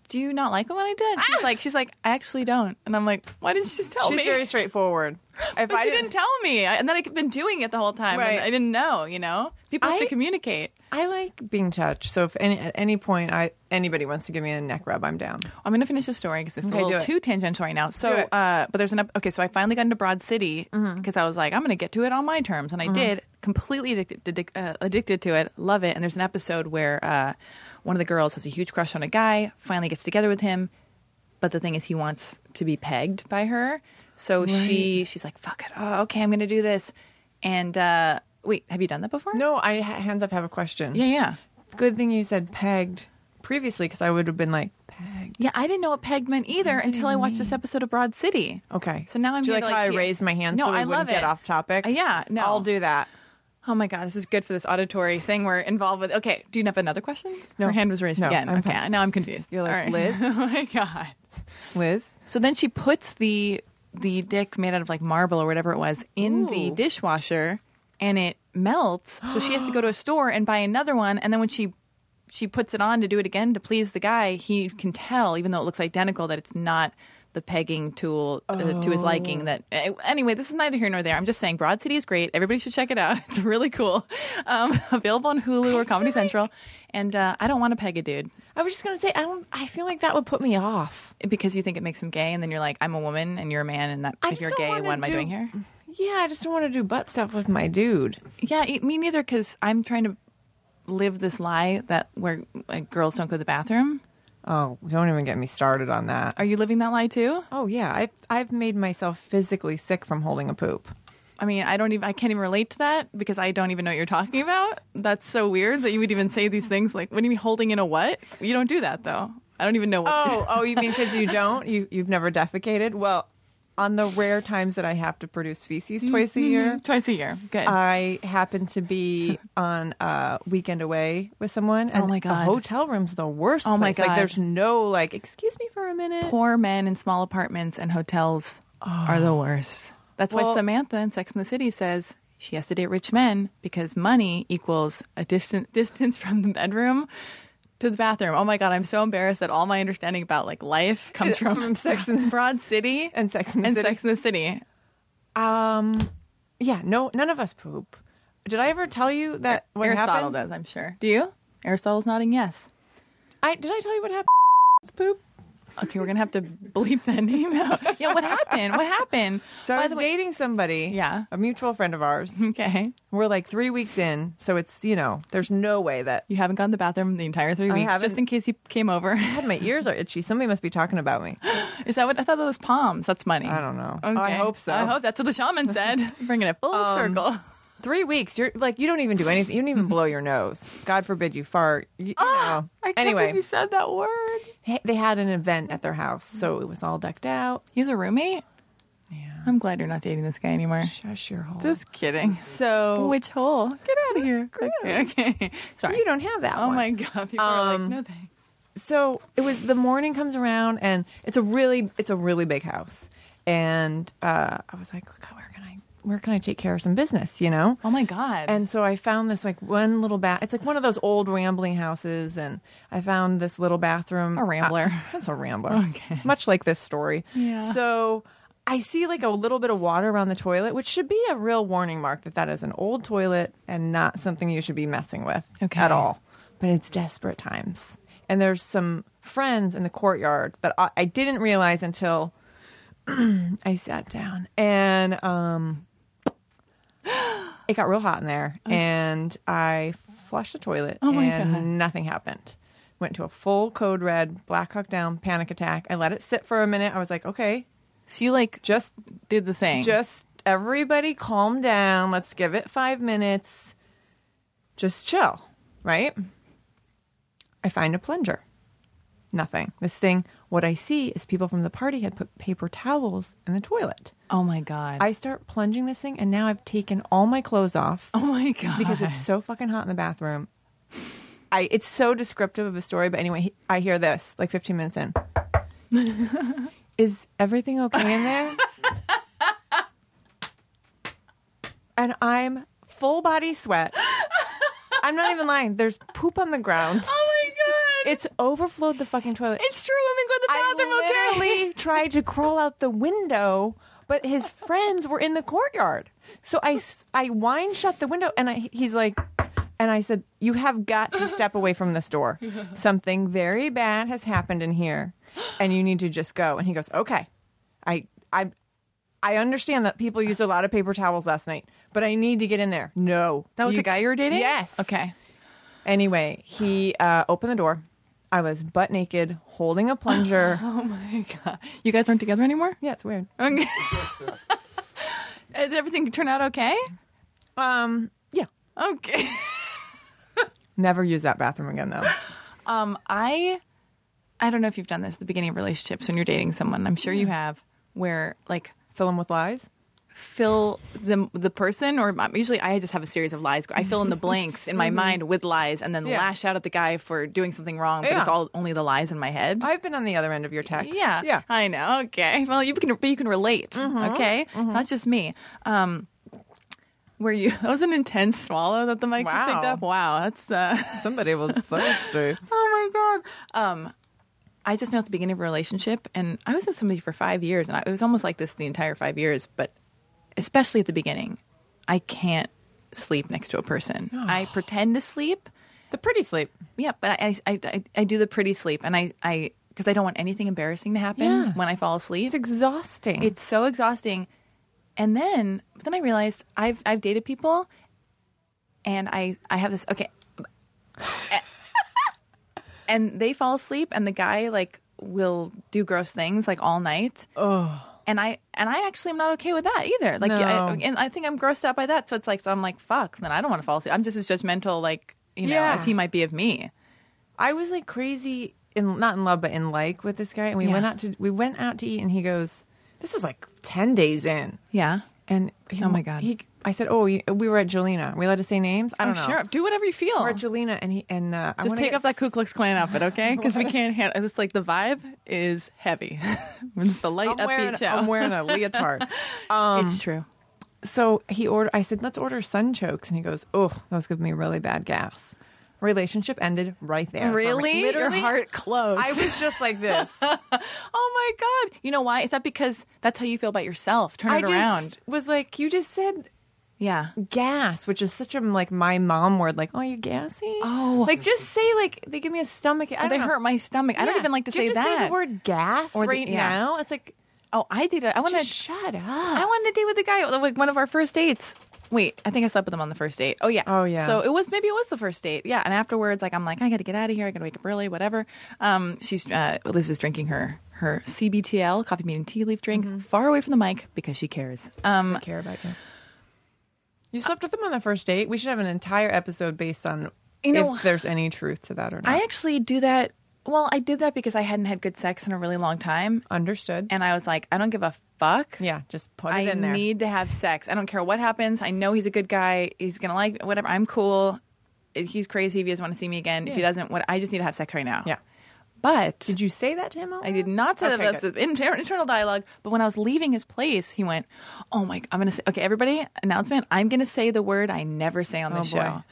[SPEAKER 4] "Do you not like it when I did?" She's like, "She's like, I actually don't." And I'm like, "Why didn't you just tell
[SPEAKER 5] she's
[SPEAKER 4] me?"
[SPEAKER 5] very straightforward. If
[SPEAKER 4] but she didn't, tell me, I, and then I've been doing it the whole time,
[SPEAKER 5] Right.
[SPEAKER 4] and I didn't know. You know, people have
[SPEAKER 5] I-
[SPEAKER 4] to communicate.
[SPEAKER 5] I like being touched. So if any, at any point I anybody wants to give me a neck rub, I'm down.
[SPEAKER 4] I'm gonna finish the story because it's
[SPEAKER 5] Okay,
[SPEAKER 4] a
[SPEAKER 5] do
[SPEAKER 4] little
[SPEAKER 5] it.
[SPEAKER 4] too tangential right now. So,
[SPEAKER 5] Do it. Mm-hmm.
[SPEAKER 4] uh, but there's an ep- okay. So I finally got into Broad City because I was like, I'm gonna get to it on my terms, and I did. Completely addicted, addic- uh, addicted to it. Love it. And there's an episode where uh, one of the girls has a huge crush on a guy. Finally gets together with him, but the thing is, he wants to be pegged by her. So she she's like, "Fuck it. Oh, okay, I'm gonna do this." And uh, wait, have you done that before?
[SPEAKER 5] No, I ha- hands up have a question.
[SPEAKER 4] Yeah, yeah,
[SPEAKER 5] Good thing you said pegged previously because I would have been like pegged.
[SPEAKER 4] yeah. I didn't know what pegged meant either until I watched this episode of Broad City.
[SPEAKER 5] Okay.
[SPEAKER 4] So now I'm
[SPEAKER 5] Do you
[SPEAKER 4] here
[SPEAKER 5] like
[SPEAKER 4] to,
[SPEAKER 5] how
[SPEAKER 4] like,
[SPEAKER 5] I
[SPEAKER 4] te-
[SPEAKER 5] raised my hand
[SPEAKER 4] No,
[SPEAKER 5] so we
[SPEAKER 4] I
[SPEAKER 5] wouldn't
[SPEAKER 4] love
[SPEAKER 5] get
[SPEAKER 4] it.
[SPEAKER 5] off topic?
[SPEAKER 4] Uh, yeah, no.
[SPEAKER 5] I'll do that.
[SPEAKER 4] Oh my god, this is good for this auditory thing we're involved with. Okay, do you have another question?
[SPEAKER 5] No.
[SPEAKER 4] Her hand was raised
[SPEAKER 5] No,
[SPEAKER 4] again.
[SPEAKER 5] I'm
[SPEAKER 4] okay,
[SPEAKER 5] fine.
[SPEAKER 4] now I'm confused.
[SPEAKER 5] You're like,
[SPEAKER 4] All
[SPEAKER 5] "Liz?"
[SPEAKER 4] oh my god.
[SPEAKER 5] Liz?
[SPEAKER 4] So then she puts the the dick made out of like marble or whatever it was in the
[SPEAKER 5] Ooh.
[SPEAKER 4] dishwasher, and it melts. So she has to go to a store and buy another one. And then when she she puts it on to do it again to please the guy, he can tell, even though it looks identical, that it's not the pegging tool uh, to his liking. That eh, anyway, this is neither here nor there. I'm just saying, Broad City is great. Everybody should check it out. It's really cool. Um, available on Hulu or Comedy Central. And uh, I don't want to peg a dude
[SPEAKER 5] I was just gonna say I don't. I feel like that would put me off.
[SPEAKER 4] because you think it makes him gay, and then you're like, I'm a woman and you're a man, and that
[SPEAKER 5] I
[SPEAKER 4] if
[SPEAKER 5] just
[SPEAKER 4] you're
[SPEAKER 5] don't
[SPEAKER 4] gay,
[SPEAKER 5] wanna
[SPEAKER 4] what am I
[SPEAKER 5] do-
[SPEAKER 4] doing here?
[SPEAKER 5] Yeah, I just don't want to do butt stuff with my dude.
[SPEAKER 4] Yeah, e- me neither, because I'm trying to live this lie that where like, girls don't go to the bathroom.
[SPEAKER 5] Oh, don't even get me started on that.
[SPEAKER 4] Are you living that lie too?
[SPEAKER 5] Oh yeah, I've I've made myself physically sick from holding a poop.
[SPEAKER 4] I mean, I don't even, I can't even relate to that because I don't even know what you're talking about. That's so weird that you would even say these things. Like, what do you mean holding in a what? You don't do that though. I don't even know what.
[SPEAKER 5] Oh, oh, you mean because you don't? You you've never defecated? Well, on the rare times that I have to produce feces twice a year,
[SPEAKER 4] twice a year. Good.
[SPEAKER 5] I happen to be on a weekend away with someone. And
[SPEAKER 4] Oh my
[SPEAKER 5] A
[SPEAKER 4] God.
[SPEAKER 5] hotel room's the worst.
[SPEAKER 4] Oh, my
[SPEAKER 5] place. Like
[SPEAKER 4] God.
[SPEAKER 5] there's no like, excuse me for a minute.
[SPEAKER 4] Poor men in small apartments and hotels are the worst. That's
[SPEAKER 5] Oh. Well-
[SPEAKER 4] why Samantha in Sex and the City says she has to date rich men because money equals a distant distance from the bedroom to the bathroom. Oh my god, I'm so embarrassed that all my understanding about like life comes from,
[SPEAKER 5] From Sex and-
[SPEAKER 4] Broad City
[SPEAKER 5] and Sex and the
[SPEAKER 4] and
[SPEAKER 5] City.
[SPEAKER 4] Sex and the City.
[SPEAKER 5] Um, yeah, no, none of us poop. Did I ever tell you that what
[SPEAKER 4] Aristotle
[SPEAKER 5] happened?
[SPEAKER 4] does, I'm sure. Do you? Aristotle's nodding yes.
[SPEAKER 5] I did I tell you what happened? with Poop.
[SPEAKER 4] Okay, we're gonna have to bleep that name out. Yeah, what happened? What happened?
[SPEAKER 5] So I
[SPEAKER 4] By
[SPEAKER 5] was
[SPEAKER 4] the way-
[SPEAKER 5] dating somebody.
[SPEAKER 4] Yeah.
[SPEAKER 5] a mutual friend of ours.
[SPEAKER 4] Okay,
[SPEAKER 5] We're like three weeks in, so it's you know, there's no way that
[SPEAKER 4] you haven't gone to the bathroom the entire three weeks, just
[SPEAKER 5] haven't-
[SPEAKER 4] in case he came over.
[SPEAKER 5] God, my ears are itchy. Somebody must be talking about me.
[SPEAKER 4] Is that what I thought? That was palms. That's money.
[SPEAKER 5] I don't know. I hope so. Um,
[SPEAKER 4] I hope that's what the shaman said. Bringing it full circle.
[SPEAKER 5] Three weeks. You're like you don't even do anything. You don't even blow your nose. God forbid you fart. You, you know.
[SPEAKER 4] Ah, I can't
[SPEAKER 5] anyway,
[SPEAKER 4] believe you said that word.
[SPEAKER 5] he- they had an event at their house, so it was all decked out.
[SPEAKER 4] He's a roommate.
[SPEAKER 5] Yeah.
[SPEAKER 4] I'm glad you're not dating this guy anymore.
[SPEAKER 5] Shush your hole.
[SPEAKER 4] Just kidding.
[SPEAKER 5] so
[SPEAKER 4] Which hole? Get out of here. Okay. Okay. Sorry.
[SPEAKER 5] you don't Um, have that.
[SPEAKER 4] Oh
[SPEAKER 5] one.
[SPEAKER 4] my god. People are like, no thanks.
[SPEAKER 5] so it was the morning comes around and it's a really it's a really big house and uh, i was like "God, where can i where can i take care of some business you know
[SPEAKER 4] Oh my god.
[SPEAKER 5] and so i found this like one little bath it's like one of those old rambling houses and i found this little bathroom
[SPEAKER 4] A rambler.
[SPEAKER 5] Uh, that's a rambler
[SPEAKER 4] Okay.
[SPEAKER 5] much like this story
[SPEAKER 4] Yeah.
[SPEAKER 5] so i see like a little bit of water around the toilet which should be a real warning mark that that is an old toilet and not something you should be messing with
[SPEAKER 4] Okay.
[SPEAKER 5] at all but it's desperate times. And there's some friends in the courtyard that I, I didn't realize until I sat down and um, it got real hot in there and I flushed the toilet
[SPEAKER 4] Oh my
[SPEAKER 5] and
[SPEAKER 4] God.
[SPEAKER 5] nothing happened. Went to a full code red, black hawk down, panic attack. I let it sit for a minute. I was like, okay,
[SPEAKER 4] So you like
[SPEAKER 5] just
[SPEAKER 4] did the thing.
[SPEAKER 5] just everybody calm down. Let's give it five minutes. Just chill, right? I find a plunger. Nothing. This thing, what I see is people from the party had put paper towels in the toilet.
[SPEAKER 4] oh my god.
[SPEAKER 5] I start plunging this thing, and now I've taken all my clothes off
[SPEAKER 4] oh my god.
[SPEAKER 5] because it's so fucking hot in the bathroom. I it's so descriptive of a story, but anyway, he- I hear this like 15 minutes in. Is everything okay in there? and I'm full body sweat. I'm not even lying. There's poop on the ground.
[SPEAKER 4] oh my god.
[SPEAKER 5] It's overflowed the fucking toilet.
[SPEAKER 4] it's true. Women go to the bathroom.
[SPEAKER 5] I
[SPEAKER 4] okay.
[SPEAKER 5] literally tried to crawl out the window, but his friends were in the courtyard. So I, s- I wine shut the window, and I, he's like, and I said, "You have got to step away from this door. Something very bad has happened in here, and you need to just go." And he goes, "Okay, I, I." I understand that people used a lot of paper towels last night, but I need to get in there. No.
[SPEAKER 4] That was
[SPEAKER 5] you-
[SPEAKER 4] the guy you were dating.
[SPEAKER 5] Yes.
[SPEAKER 4] Okay.
[SPEAKER 5] Anyway, he uh, opened the door. I was butt naked, holding a plunger.
[SPEAKER 4] Oh my god. You guys aren't together anymore.
[SPEAKER 5] yeah, it's weird.
[SPEAKER 4] Okay. Did everything turn out okay?
[SPEAKER 5] Um, yeah.
[SPEAKER 4] Okay.
[SPEAKER 5] Never use that bathroom again, though.
[SPEAKER 4] Um, I, I don't know if you've done this at the beginning of relationships when you're dating someone. I'm sure you have, where like
[SPEAKER 5] Fill them with lies.
[SPEAKER 4] fill the the person or usually I just have a series of lies. I fill in the blanks in my mind with lies and then
[SPEAKER 5] Yeah.
[SPEAKER 4] lash out at the guy for doing something wrong, but it's
[SPEAKER 5] Yeah.
[SPEAKER 4] all only the lies in my head.
[SPEAKER 5] I've been on the other end of your text.
[SPEAKER 4] yeah,
[SPEAKER 5] Yeah.
[SPEAKER 4] I know. Okay, well you can, but you can relate. Okay, it's not just me. Um, were you? That was an intense swallow that the mic just picked
[SPEAKER 5] Wow.
[SPEAKER 4] up. Wow, that's uh,
[SPEAKER 5] Somebody was thirsty.
[SPEAKER 4] Oh my god. Um, I just know at the beginning of a relationship, and I was with somebody for five years, and I, it was almost like this the entire five years, but especially at the beginning, I can't sleep next to a person. I pretend to sleep.
[SPEAKER 5] the pretty sleep.
[SPEAKER 4] Yeah, but I I, I, I do the pretty sleep, and I I because I don't want anything embarrassing to happen
[SPEAKER 5] Yeah.
[SPEAKER 4] when I fall asleep.
[SPEAKER 5] It's exhausting.
[SPEAKER 4] It's so exhausting. And then, but then I realized I've I've dated people, and I I have this okay, and they fall asleep, and the guy like will do gross things like all night. Oh. And I and I actually am not okay with that either. Like, yeah, I,
[SPEAKER 5] No.
[SPEAKER 4] and I think I'm grossed out by that. So it's like, so I'm like, fuck. Then I don't want to fall asleep. I'm just as judgmental, like you know,
[SPEAKER 5] Yeah.
[SPEAKER 4] as he might be of me.
[SPEAKER 5] I was like crazy in not in love, but in like with this guy, and we
[SPEAKER 4] Yeah.
[SPEAKER 5] went out to we went out to eat, and he goes, "This was like ten days in."
[SPEAKER 4] Yeah.
[SPEAKER 5] And he,
[SPEAKER 4] Oh my God.
[SPEAKER 5] he, I said, "Oh, you- we were at Jolina. Are we allowed to say names? I
[SPEAKER 4] Oh,
[SPEAKER 5] don't know.
[SPEAKER 4] sure. Do whatever you feel.
[SPEAKER 5] We're at Jolina, and he and uh, I
[SPEAKER 4] Just
[SPEAKER 5] wanna
[SPEAKER 4] take
[SPEAKER 5] get
[SPEAKER 4] off that Ku Klux Klan outfit, okay? Because we can't handle. It's like the vibe is heavy. it's the light
[SPEAKER 5] I'm wearing,
[SPEAKER 4] upbeat show.
[SPEAKER 5] I'm wearing um, a leotard.
[SPEAKER 4] it's true.
[SPEAKER 5] so he ordered i said let's order sunchokes and he goes oh that was giving me really bad gas relationship ended right there for me.
[SPEAKER 4] Really,
[SPEAKER 5] Literally,
[SPEAKER 4] your heart closed.
[SPEAKER 5] i was just like this
[SPEAKER 4] oh my god! You know why? Is that because that's how you feel about yourself? Turn
[SPEAKER 5] i
[SPEAKER 4] it
[SPEAKER 5] just
[SPEAKER 4] around.
[SPEAKER 5] was like you just said
[SPEAKER 4] Yeah.
[SPEAKER 5] gas which is such a like my mom word like oh you're gassy
[SPEAKER 4] Oh.
[SPEAKER 5] like just say like they give me a stomach I
[SPEAKER 4] Oh, they
[SPEAKER 5] don't know.
[SPEAKER 4] hurt my stomach. I don't
[SPEAKER 5] Yeah.
[SPEAKER 4] even like to
[SPEAKER 5] Do you
[SPEAKER 4] say
[SPEAKER 5] have
[SPEAKER 4] that.
[SPEAKER 5] say the word gas
[SPEAKER 4] Or the-
[SPEAKER 5] right
[SPEAKER 4] yeah.
[SPEAKER 5] now it's like
[SPEAKER 4] Oh, I did it. I want
[SPEAKER 5] just
[SPEAKER 4] to.
[SPEAKER 5] shut up
[SPEAKER 4] I wanted to date with a guy like one of our first dates. Wait, I think I slept with him on the first date. Oh yeah.
[SPEAKER 5] Oh, yeah.
[SPEAKER 4] So it was maybe it was the first date. Yeah. And afterwards, like I'm like I got to get out of here. I got to wake up early. Whatever. Um, she's uh, Liz is drinking her her CBTL coffee bean and tea leaf drink far away from the mic because she cares. Um,
[SPEAKER 5] Mm-hmm. care about you you slept with him on the first date we should have an entire episode based on
[SPEAKER 4] You know-
[SPEAKER 5] if there's any truth to that or not
[SPEAKER 4] I actually do that. Well, I did that because I hadn't had good sex in a really long time,
[SPEAKER 5] Understood.
[SPEAKER 4] and I was like, I don't give a fuck.
[SPEAKER 5] yeah, just put it
[SPEAKER 4] I
[SPEAKER 5] in there.
[SPEAKER 4] need to have sex. I don't care what happens. I know he's a good guy. He's gonna like whatever. I'm cool. If He's crazy if he doesn't want to see me again. If he doesn't, what I just need to have sex right now.
[SPEAKER 5] Yeah.
[SPEAKER 4] But
[SPEAKER 5] Did you say that to him?
[SPEAKER 4] I did not say
[SPEAKER 5] Okay,
[SPEAKER 4] that. That's inter- internal dialogue. But when I was leaving his place, he went, "Oh my! I'm gonna say okay, everybody, announcement. I'm gonna say the word I never say on the
[SPEAKER 5] Oh, boy.
[SPEAKER 4] show.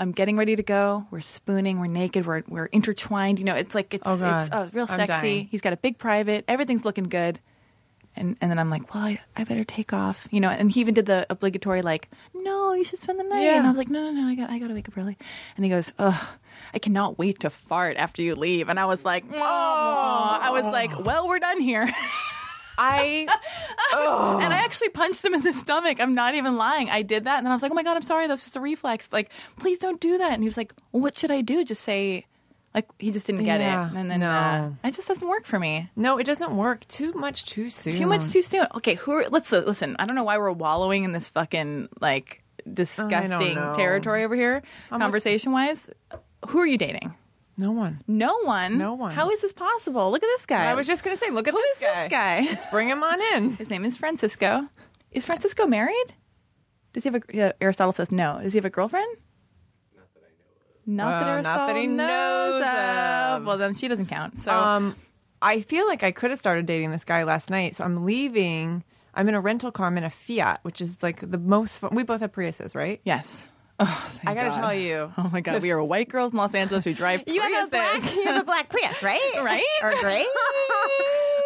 [SPEAKER 4] I'm getting ready to go. We're spooning. We're naked. We're we're intertwined. You know, it's like it's
[SPEAKER 5] Oh, God.
[SPEAKER 4] it's uh, real
[SPEAKER 5] I'm
[SPEAKER 4] sexy.
[SPEAKER 5] dying.
[SPEAKER 4] He's got a big private. Everything's looking good. And, and then I'm like, well, I, I better take off, you know. And he even did the obligatory like, no, you should spend the night. And
[SPEAKER 5] Yeah.
[SPEAKER 4] I was like, no, no, no, I got I got to wake up early. And he goes, ugh, I cannot wait to fart after you leave. And I was like, oh, I was like, well, we're done here.
[SPEAKER 5] I
[SPEAKER 4] And I actually punched him in the stomach. I'm not even lying. I did that, and then I was like, "Oh my god, I'm sorry. That was just a reflex. Like, please don't do that." And he was like, well, "What should I do? Just say." Like he just didn't get
[SPEAKER 5] Yeah,
[SPEAKER 4] it, and then
[SPEAKER 5] no.
[SPEAKER 4] uh, it just doesn't work for me.
[SPEAKER 5] no, it doesn't work. Too much too soon.
[SPEAKER 4] Too much too soon. Okay, who? Are, let's uh, listen. I don't know why we're wallowing in this fucking like disgusting
[SPEAKER 5] know.
[SPEAKER 4] territory over here, conversation wise. Who are you dating?
[SPEAKER 5] No one.
[SPEAKER 4] No one.
[SPEAKER 5] No one.
[SPEAKER 4] How is this possible? Look at this guy.
[SPEAKER 5] I was just gonna say, look at
[SPEAKER 4] Who
[SPEAKER 5] this,
[SPEAKER 4] is
[SPEAKER 5] guy.
[SPEAKER 4] this guy?
[SPEAKER 5] Let's bring him on in.
[SPEAKER 4] His name is Francisco. Is Francisco married? Does he have a? Uh, Aristotle says no. Does he have a girlfriend? Not that
[SPEAKER 5] Well, not that
[SPEAKER 4] Aristotle
[SPEAKER 5] he
[SPEAKER 4] knows
[SPEAKER 5] knows
[SPEAKER 4] of.
[SPEAKER 5] of.
[SPEAKER 4] Well, then she doesn't count. So
[SPEAKER 5] Um, I feel like I could have started dating this guy last night, so I'm leaving. I'm in a rental car. I'm in a Fiat, which is like the most fun. We both have Priuses, right?
[SPEAKER 4] yes, oh, thank
[SPEAKER 5] I gotta
[SPEAKER 4] God.
[SPEAKER 5] tell you.
[SPEAKER 4] Oh my God, we are white girls in Los Angeles who drive Priuses.
[SPEAKER 5] you have a black Prius, right?
[SPEAKER 4] right?
[SPEAKER 5] Or gray?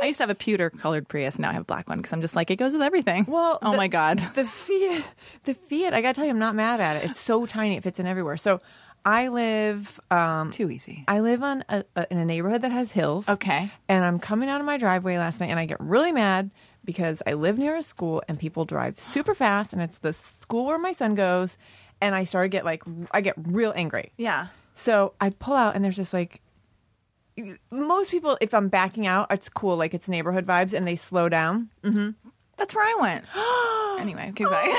[SPEAKER 4] I used to have a pewter colored Prius. Now I have a black one because I'm just like it goes with everything.
[SPEAKER 5] Well,
[SPEAKER 4] oh
[SPEAKER 5] the-
[SPEAKER 4] my God.
[SPEAKER 5] the Fiat, the Fiat. I gotta tell you, I'm not mad at it. It's so tiny; it fits in everywhere. So, I live, um,
[SPEAKER 4] Too easy.
[SPEAKER 5] I live on a, a, in a neighborhood that has hills.
[SPEAKER 4] Okay.
[SPEAKER 5] And I'm coming out of my driveway last night, and I get really mad because I live near a school, and people drive super fast, and it's the school where my son goes, and I started get like, I get real angry.
[SPEAKER 4] Yeah.
[SPEAKER 5] So I pull out, and there's just like most people. If I'm backing out, it's cool, like it's neighborhood vibes, and they slow down.
[SPEAKER 4] That's where I went. anyway, keep going.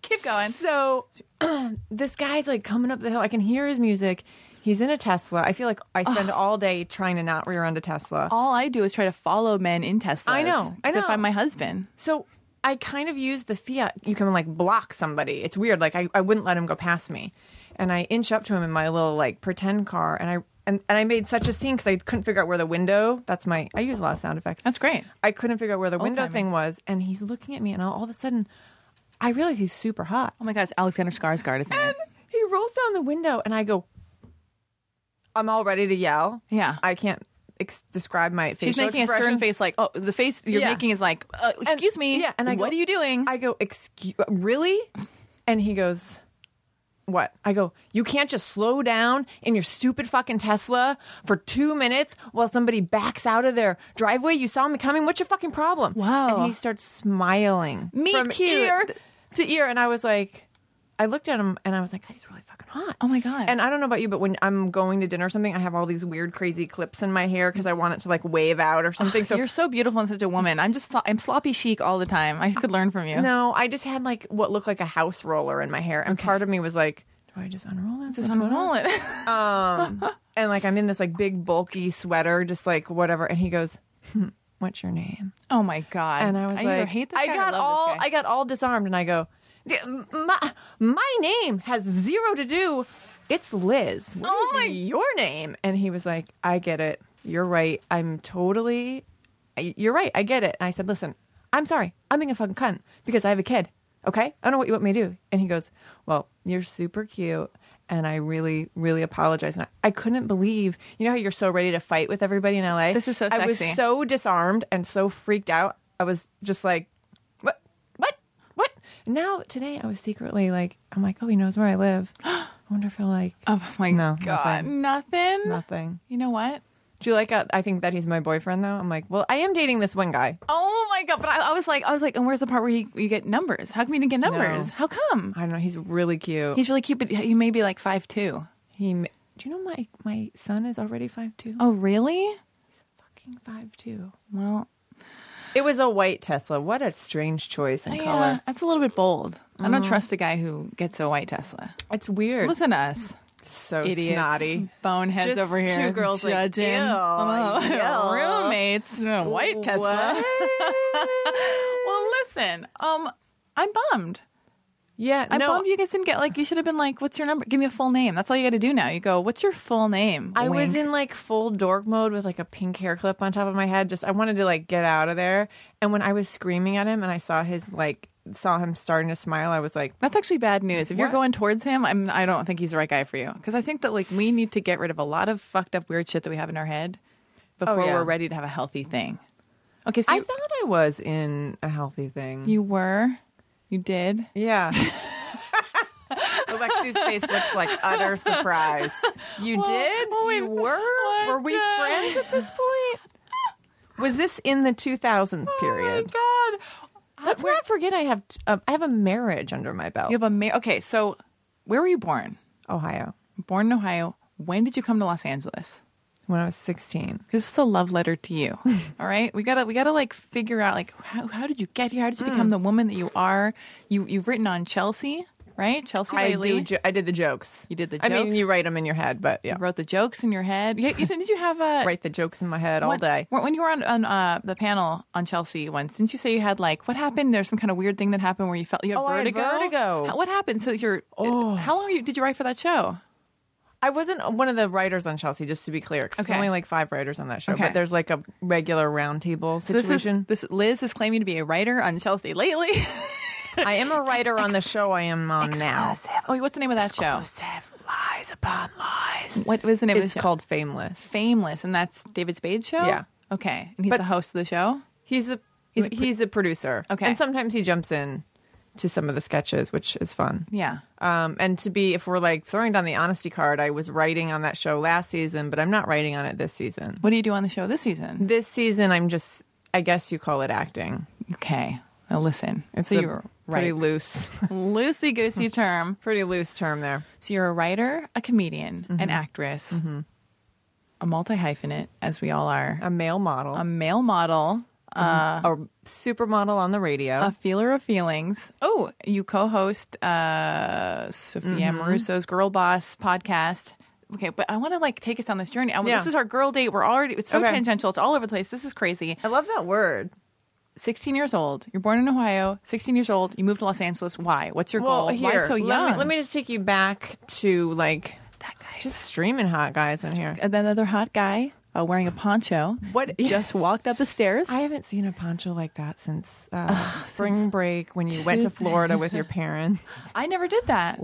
[SPEAKER 4] keep going.
[SPEAKER 5] So this guy's like coming up the hill. I can hear his music. He's in a Tesla. I feel like I spend all day trying to not rear end a Tesla.
[SPEAKER 4] all I do is try to follow men in Teslas.
[SPEAKER 5] I know, I
[SPEAKER 4] To
[SPEAKER 5] know.
[SPEAKER 4] find my husband.
[SPEAKER 5] So I kind of use the Fiat. You can like block somebody. It's weird. Like I, I wouldn't let him go past me. And I inch up to him in my little like pretend car. And I and, and I made such a scene because I couldn't figure out where the window. That's my. I use a lot of sound effects.
[SPEAKER 4] That's great.
[SPEAKER 5] I couldn't figure out where the window thing was. And he's looking at me. And all, all of a sudden, I realize he's super hot.
[SPEAKER 4] Oh my gosh, Alexander Skarsgård is in it.
[SPEAKER 5] He rolls down the window, and I go. I'm all ready to yell.
[SPEAKER 4] Yeah.
[SPEAKER 5] I can't ex- describe my facial
[SPEAKER 4] She's making a stern
[SPEAKER 5] expressions.
[SPEAKER 4] face, like, oh, the face you're
[SPEAKER 5] Yeah.
[SPEAKER 4] making is like, uh,
[SPEAKER 5] And-
[SPEAKER 4] excuse me.
[SPEAKER 5] Yeah, and I
[SPEAKER 4] what
[SPEAKER 5] go-
[SPEAKER 4] are you doing?
[SPEAKER 5] I go, excuse, really? And he goes, what? I go, you can't just slow down in your stupid fucking Tesla for two minutes while somebody backs out of their driveway. You saw me coming. What's your fucking problem?
[SPEAKER 4] Wow.
[SPEAKER 5] And he starts smiling
[SPEAKER 4] Meet
[SPEAKER 5] from
[SPEAKER 4] cute.
[SPEAKER 5] ear to ear, and I was like. I looked at him and I was like, God, he's really fucking hot.
[SPEAKER 4] Oh my God.
[SPEAKER 5] And I don't know about you, but when I'm going to dinner or something, I have all these weird, crazy clips in my hair because I want it to like wave out or something. so
[SPEAKER 4] you're so beautiful and such a woman. I'm just, slo- I'm sloppy chic all the time. I could learn from you.
[SPEAKER 5] Uh, No, I just had like what looked like a house roller in my hair, and part of me was like, "Do I just unroll that?
[SPEAKER 4] Just unroll it.
[SPEAKER 5] Um, and like I'm in this like big bulky sweater, just like whatever. And he goes, hmm, "What's your name?"
[SPEAKER 4] oh my God.
[SPEAKER 5] And I was
[SPEAKER 4] either
[SPEAKER 5] like,
[SPEAKER 4] hate this
[SPEAKER 5] "I
[SPEAKER 4] guy or
[SPEAKER 5] got
[SPEAKER 4] love
[SPEAKER 5] all,
[SPEAKER 4] this guy.
[SPEAKER 5] I got all disarmed," and I go, "The- "My my name has zero to do. It's Liz. What is
[SPEAKER 4] Oh my-
[SPEAKER 5] your name?" And he was like, "I get it. You're right. I'm totally. I- You're right. I get it." And I said, "Listen, I'm sorry. I'm being a fucking cunt because I have a kid. Okay, I don't know what you want me to do." And he goes, "Well, you're super cute." And I really, really apologize. And I, I couldn't believe, you know how you're so ready to fight with everybody in LA?
[SPEAKER 4] This is so
[SPEAKER 5] I was
[SPEAKER 4] sexy.
[SPEAKER 5] so disarmed and so freaked out. I was just like, what? What? What? Now today, I was secretly like, I'm like, oh, he knows where I live. I wonder if he'll like
[SPEAKER 4] Oh my
[SPEAKER 5] No,
[SPEAKER 4] God. Nothing.
[SPEAKER 5] nothing.
[SPEAKER 4] You know what?
[SPEAKER 5] Do you like? How, I think that he's my boyfriend though. I'm like, well, I am dating this one guy.
[SPEAKER 4] Oh my God. But I, I was like, I was like, and where's the part where you, you get numbers? How come you didn't get numbers? How come?
[SPEAKER 5] I don't know. He's really cute.
[SPEAKER 4] He's really cute, but he may be like five two.
[SPEAKER 5] he. ma- Do you know my my son is already five two?
[SPEAKER 4] Oh, really?
[SPEAKER 5] Fucking five two.
[SPEAKER 4] Well,
[SPEAKER 5] It was a white Tesla. What a strange choice in
[SPEAKER 4] yeah,
[SPEAKER 5] color.
[SPEAKER 4] that's a little bit bold. I
[SPEAKER 5] Mm-hmm.
[SPEAKER 4] don't trust a guy who gets a white Tesla.
[SPEAKER 5] It's weird.
[SPEAKER 4] Listen to us,
[SPEAKER 5] so
[SPEAKER 4] idiots,
[SPEAKER 5] snotty.
[SPEAKER 4] boneheads
[SPEAKER 5] Just
[SPEAKER 4] over here,
[SPEAKER 5] two girls like,
[SPEAKER 4] judging
[SPEAKER 5] ew,
[SPEAKER 4] Oh, roommates, No, white Tesla. well, listen, um, I'm bummed.
[SPEAKER 5] Yeah,
[SPEAKER 4] I'm
[SPEAKER 5] no,
[SPEAKER 4] bummed you guys didn't get like you should have been like, what's your number? Give me a full name. That's all you got to do now. You go, what's your full name?
[SPEAKER 5] I was
[SPEAKER 4] Wink.
[SPEAKER 5] in like full dork mode with like a pink hair clip on top of my head. Just I wanted to like get out of there. And when I was screaming at him and I saw his like saw him starting to smile, I was like,
[SPEAKER 4] That's actually bad news. If you're
[SPEAKER 5] What?
[SPEAKER 4] going towards him, I'm. I don't think he's the right guy for you. Because I think that like we need to get rid of a lot of fucked up weird shit that we have in our head before
[SPEAKER 5] Oh, yeah.
[SPEAKER 4] we're ready to have a healthy thing. Okay, so
[SPEAKER 5] I
[SPEAKER 4] you,
[SPEAKER 5] thought I was in a healthy thing.
[SPEAKER 4] you were, you did.
[SPEAKER 5] yeah. Alexi's face looks like utter surprise. You did?
[SPEAKER 4] well, wait,
[SPEAKER 5] you were?
[SPEAKER 4] what
[SPEAKER 5] Were we
[SPEAKER 4] the-
[SPEAKER 5] friends at this point? Was this in the 2000s period?
[SPEAKER 4] Oh my god!
[SPEAKER 5] Let's not forget I have t- um, I have a marriage under my belt.
[SPEAKER 4] You have a ma- okay. So, where were you born?
[SPEAKER 5] Ohio.
[SPEAKER 4] Born in Ohio. When did you come to Los Angeles?
[SPEAKER 5] When I was 16.
[SPEAKER 4] This is a love letter to you. All right, we gotta we gotta like figure out like how how did you get here? How did you become
[SPEAKER 5] Mm.
[SPEAKER 4] the woman that you are? You you've written on Chelsea, right? Chelsea
[SPEAKER 5] I
[SPEAKER 4] lately.
[SPEAKER 5] do. Jo- I did the jokes.
[SPEAKER 4] You did the
[SPEAKER 5] I mean,
[SPEAKER 4] jokes?
[SPEAKER 5] you write them in your head, but yeah,
[SPEAKER 4] You wrote the jokes in your head. Yeah, Ethan, did you have a
[SPEAKER 5] write the jokes in my head all
[SPEAKER 4] when-
[SPEAKER 5] day.
[SPEAKER 4] When, when you were on, on uh, the panel on Chelsea once, didn't you say you had like what happened? There's some kind of weird thing that happened where you felt you had
[SPEAKER 5] Oh, I had
[SPEAKER 4] vertigo.
[SPEAKER 5] vertigo.
[SPEAKER 4] How- what happened? So you're. Oh. How long you, did you write for that show?
[SPEAKER 5] I wasn't one of the writers on Chelsea, just to be clear. 'cause
[SPEAKER 4] Okay.
[SPEAKER 5] There's only like five writers on that show,
[SPEAKER 4] Okay.
[SPEAKER 5] but there's like a regular roundtable
[SPEAKER 4] So this is
[SPEAKER 5] situation.
[SPEAKER 4] this Liz is claiming to be a writer on Chelsea lately.
[SPEAKER 5] I am a writer on the show I am on now.
[SPEAKER 4] oh, what's the name of that show?
[SPEAKER 5] lies upon lies.
[SPEAKER 4] What was the name of
[SPEAKER 5] It's
[SPEAKER 4] the show?
[SPEAKER 5] called Fameless.
[SPEAKER 4] Fameless, and that's David Spade's show.
[SPEAKER 5] Yeah.
[SPEAKER 4] Okay, and he's
[SPEAKER 5] But-
[SPEAKER 4] the host of the show.
[SPEAKER 5] He's the
[SPEAKER 4] He's
[SPEAKER 5] he's
[SPEAKER 4] a
[SPEAKER 5] a,
[SPEAKER 4] pro-
[SPEAKER 5] producer.
[SPEAKER 4] Okay.
[SPEAKER 5] and sometimes he jumps in to some of the sketches, which is fun.
[SPEAKER 4] Yeah.
[SPEAKER 5] Um, and to be, if we're like throwing down the honesty card, I was writing on that show last season, but I'm not writing on it this season.
[SPEAKER 4] What do you do on the show this season?
[SPEAKER 5] This season, I'm just, I guess you call it acting.
[SPEAKER 4] Okay. Now listen.
[SPEAKER 5] It's
[SPEAKER 4] so
[SPEAKER 5] a
[SPEAKER 4] you're
[SPEAKER 5] pretty
[SPEAKER 4] right.
[SPEAKER 5] loose,
[SPEAKER 4] Loosey goosey term.
[SPEAKER 5] pretty loose term there.
[SPEAKER 4] So you're a writer, a comedian, an actress, a multi hyphenate, as we all are,
[SPEAKER 5] A male model,
[SPEAKER 4] a male model,
[SPEAKER 5] a supermodel on the radio.
[SPEAKER 4] a feeler of feelings. Oh, you co host uh, Sophia
[SPEAKER 5] Mm-hmm.
[SPEAKER 4] Marusso's Girl Boss podcast. Okay, but I want to like take us on this journey. I,
[SPEAKER 5] Yeah.
[SPEAKER 4] This is our girl date. We're already, it's so
[SPEAKER 5] Okay.
[SPEAKER 4] tangential. It's all over the place. This is crazy.
[SPEAKER 5] I love that word.
[SPEAKER 4] 16 years old. You're born in Ohio. 16 years old. You moved to Los Angeles. Why? What's your
[SPEAKER 5] Well,
[SPEAKER 4] goal?
[SPEAKER 5] here,
[SPEAKER 4] Why so young?
[SPEAKER 5] Let me, let me just take you back to like
[SPEAKER 4] that guy.
[SPEAKER 5] just streaming hot guys in here.
[SPEAKER 4] And then another hot guy uh, wearing a poncho.
[SPEAKER 5] What-
[SPEAKER 4] Just walked up the stairs.
[SPEAKER 5] I haven't seen a poncho like that since uh, spring break when you went to Florida with your parents.
[SPEAKER 4] I never did that.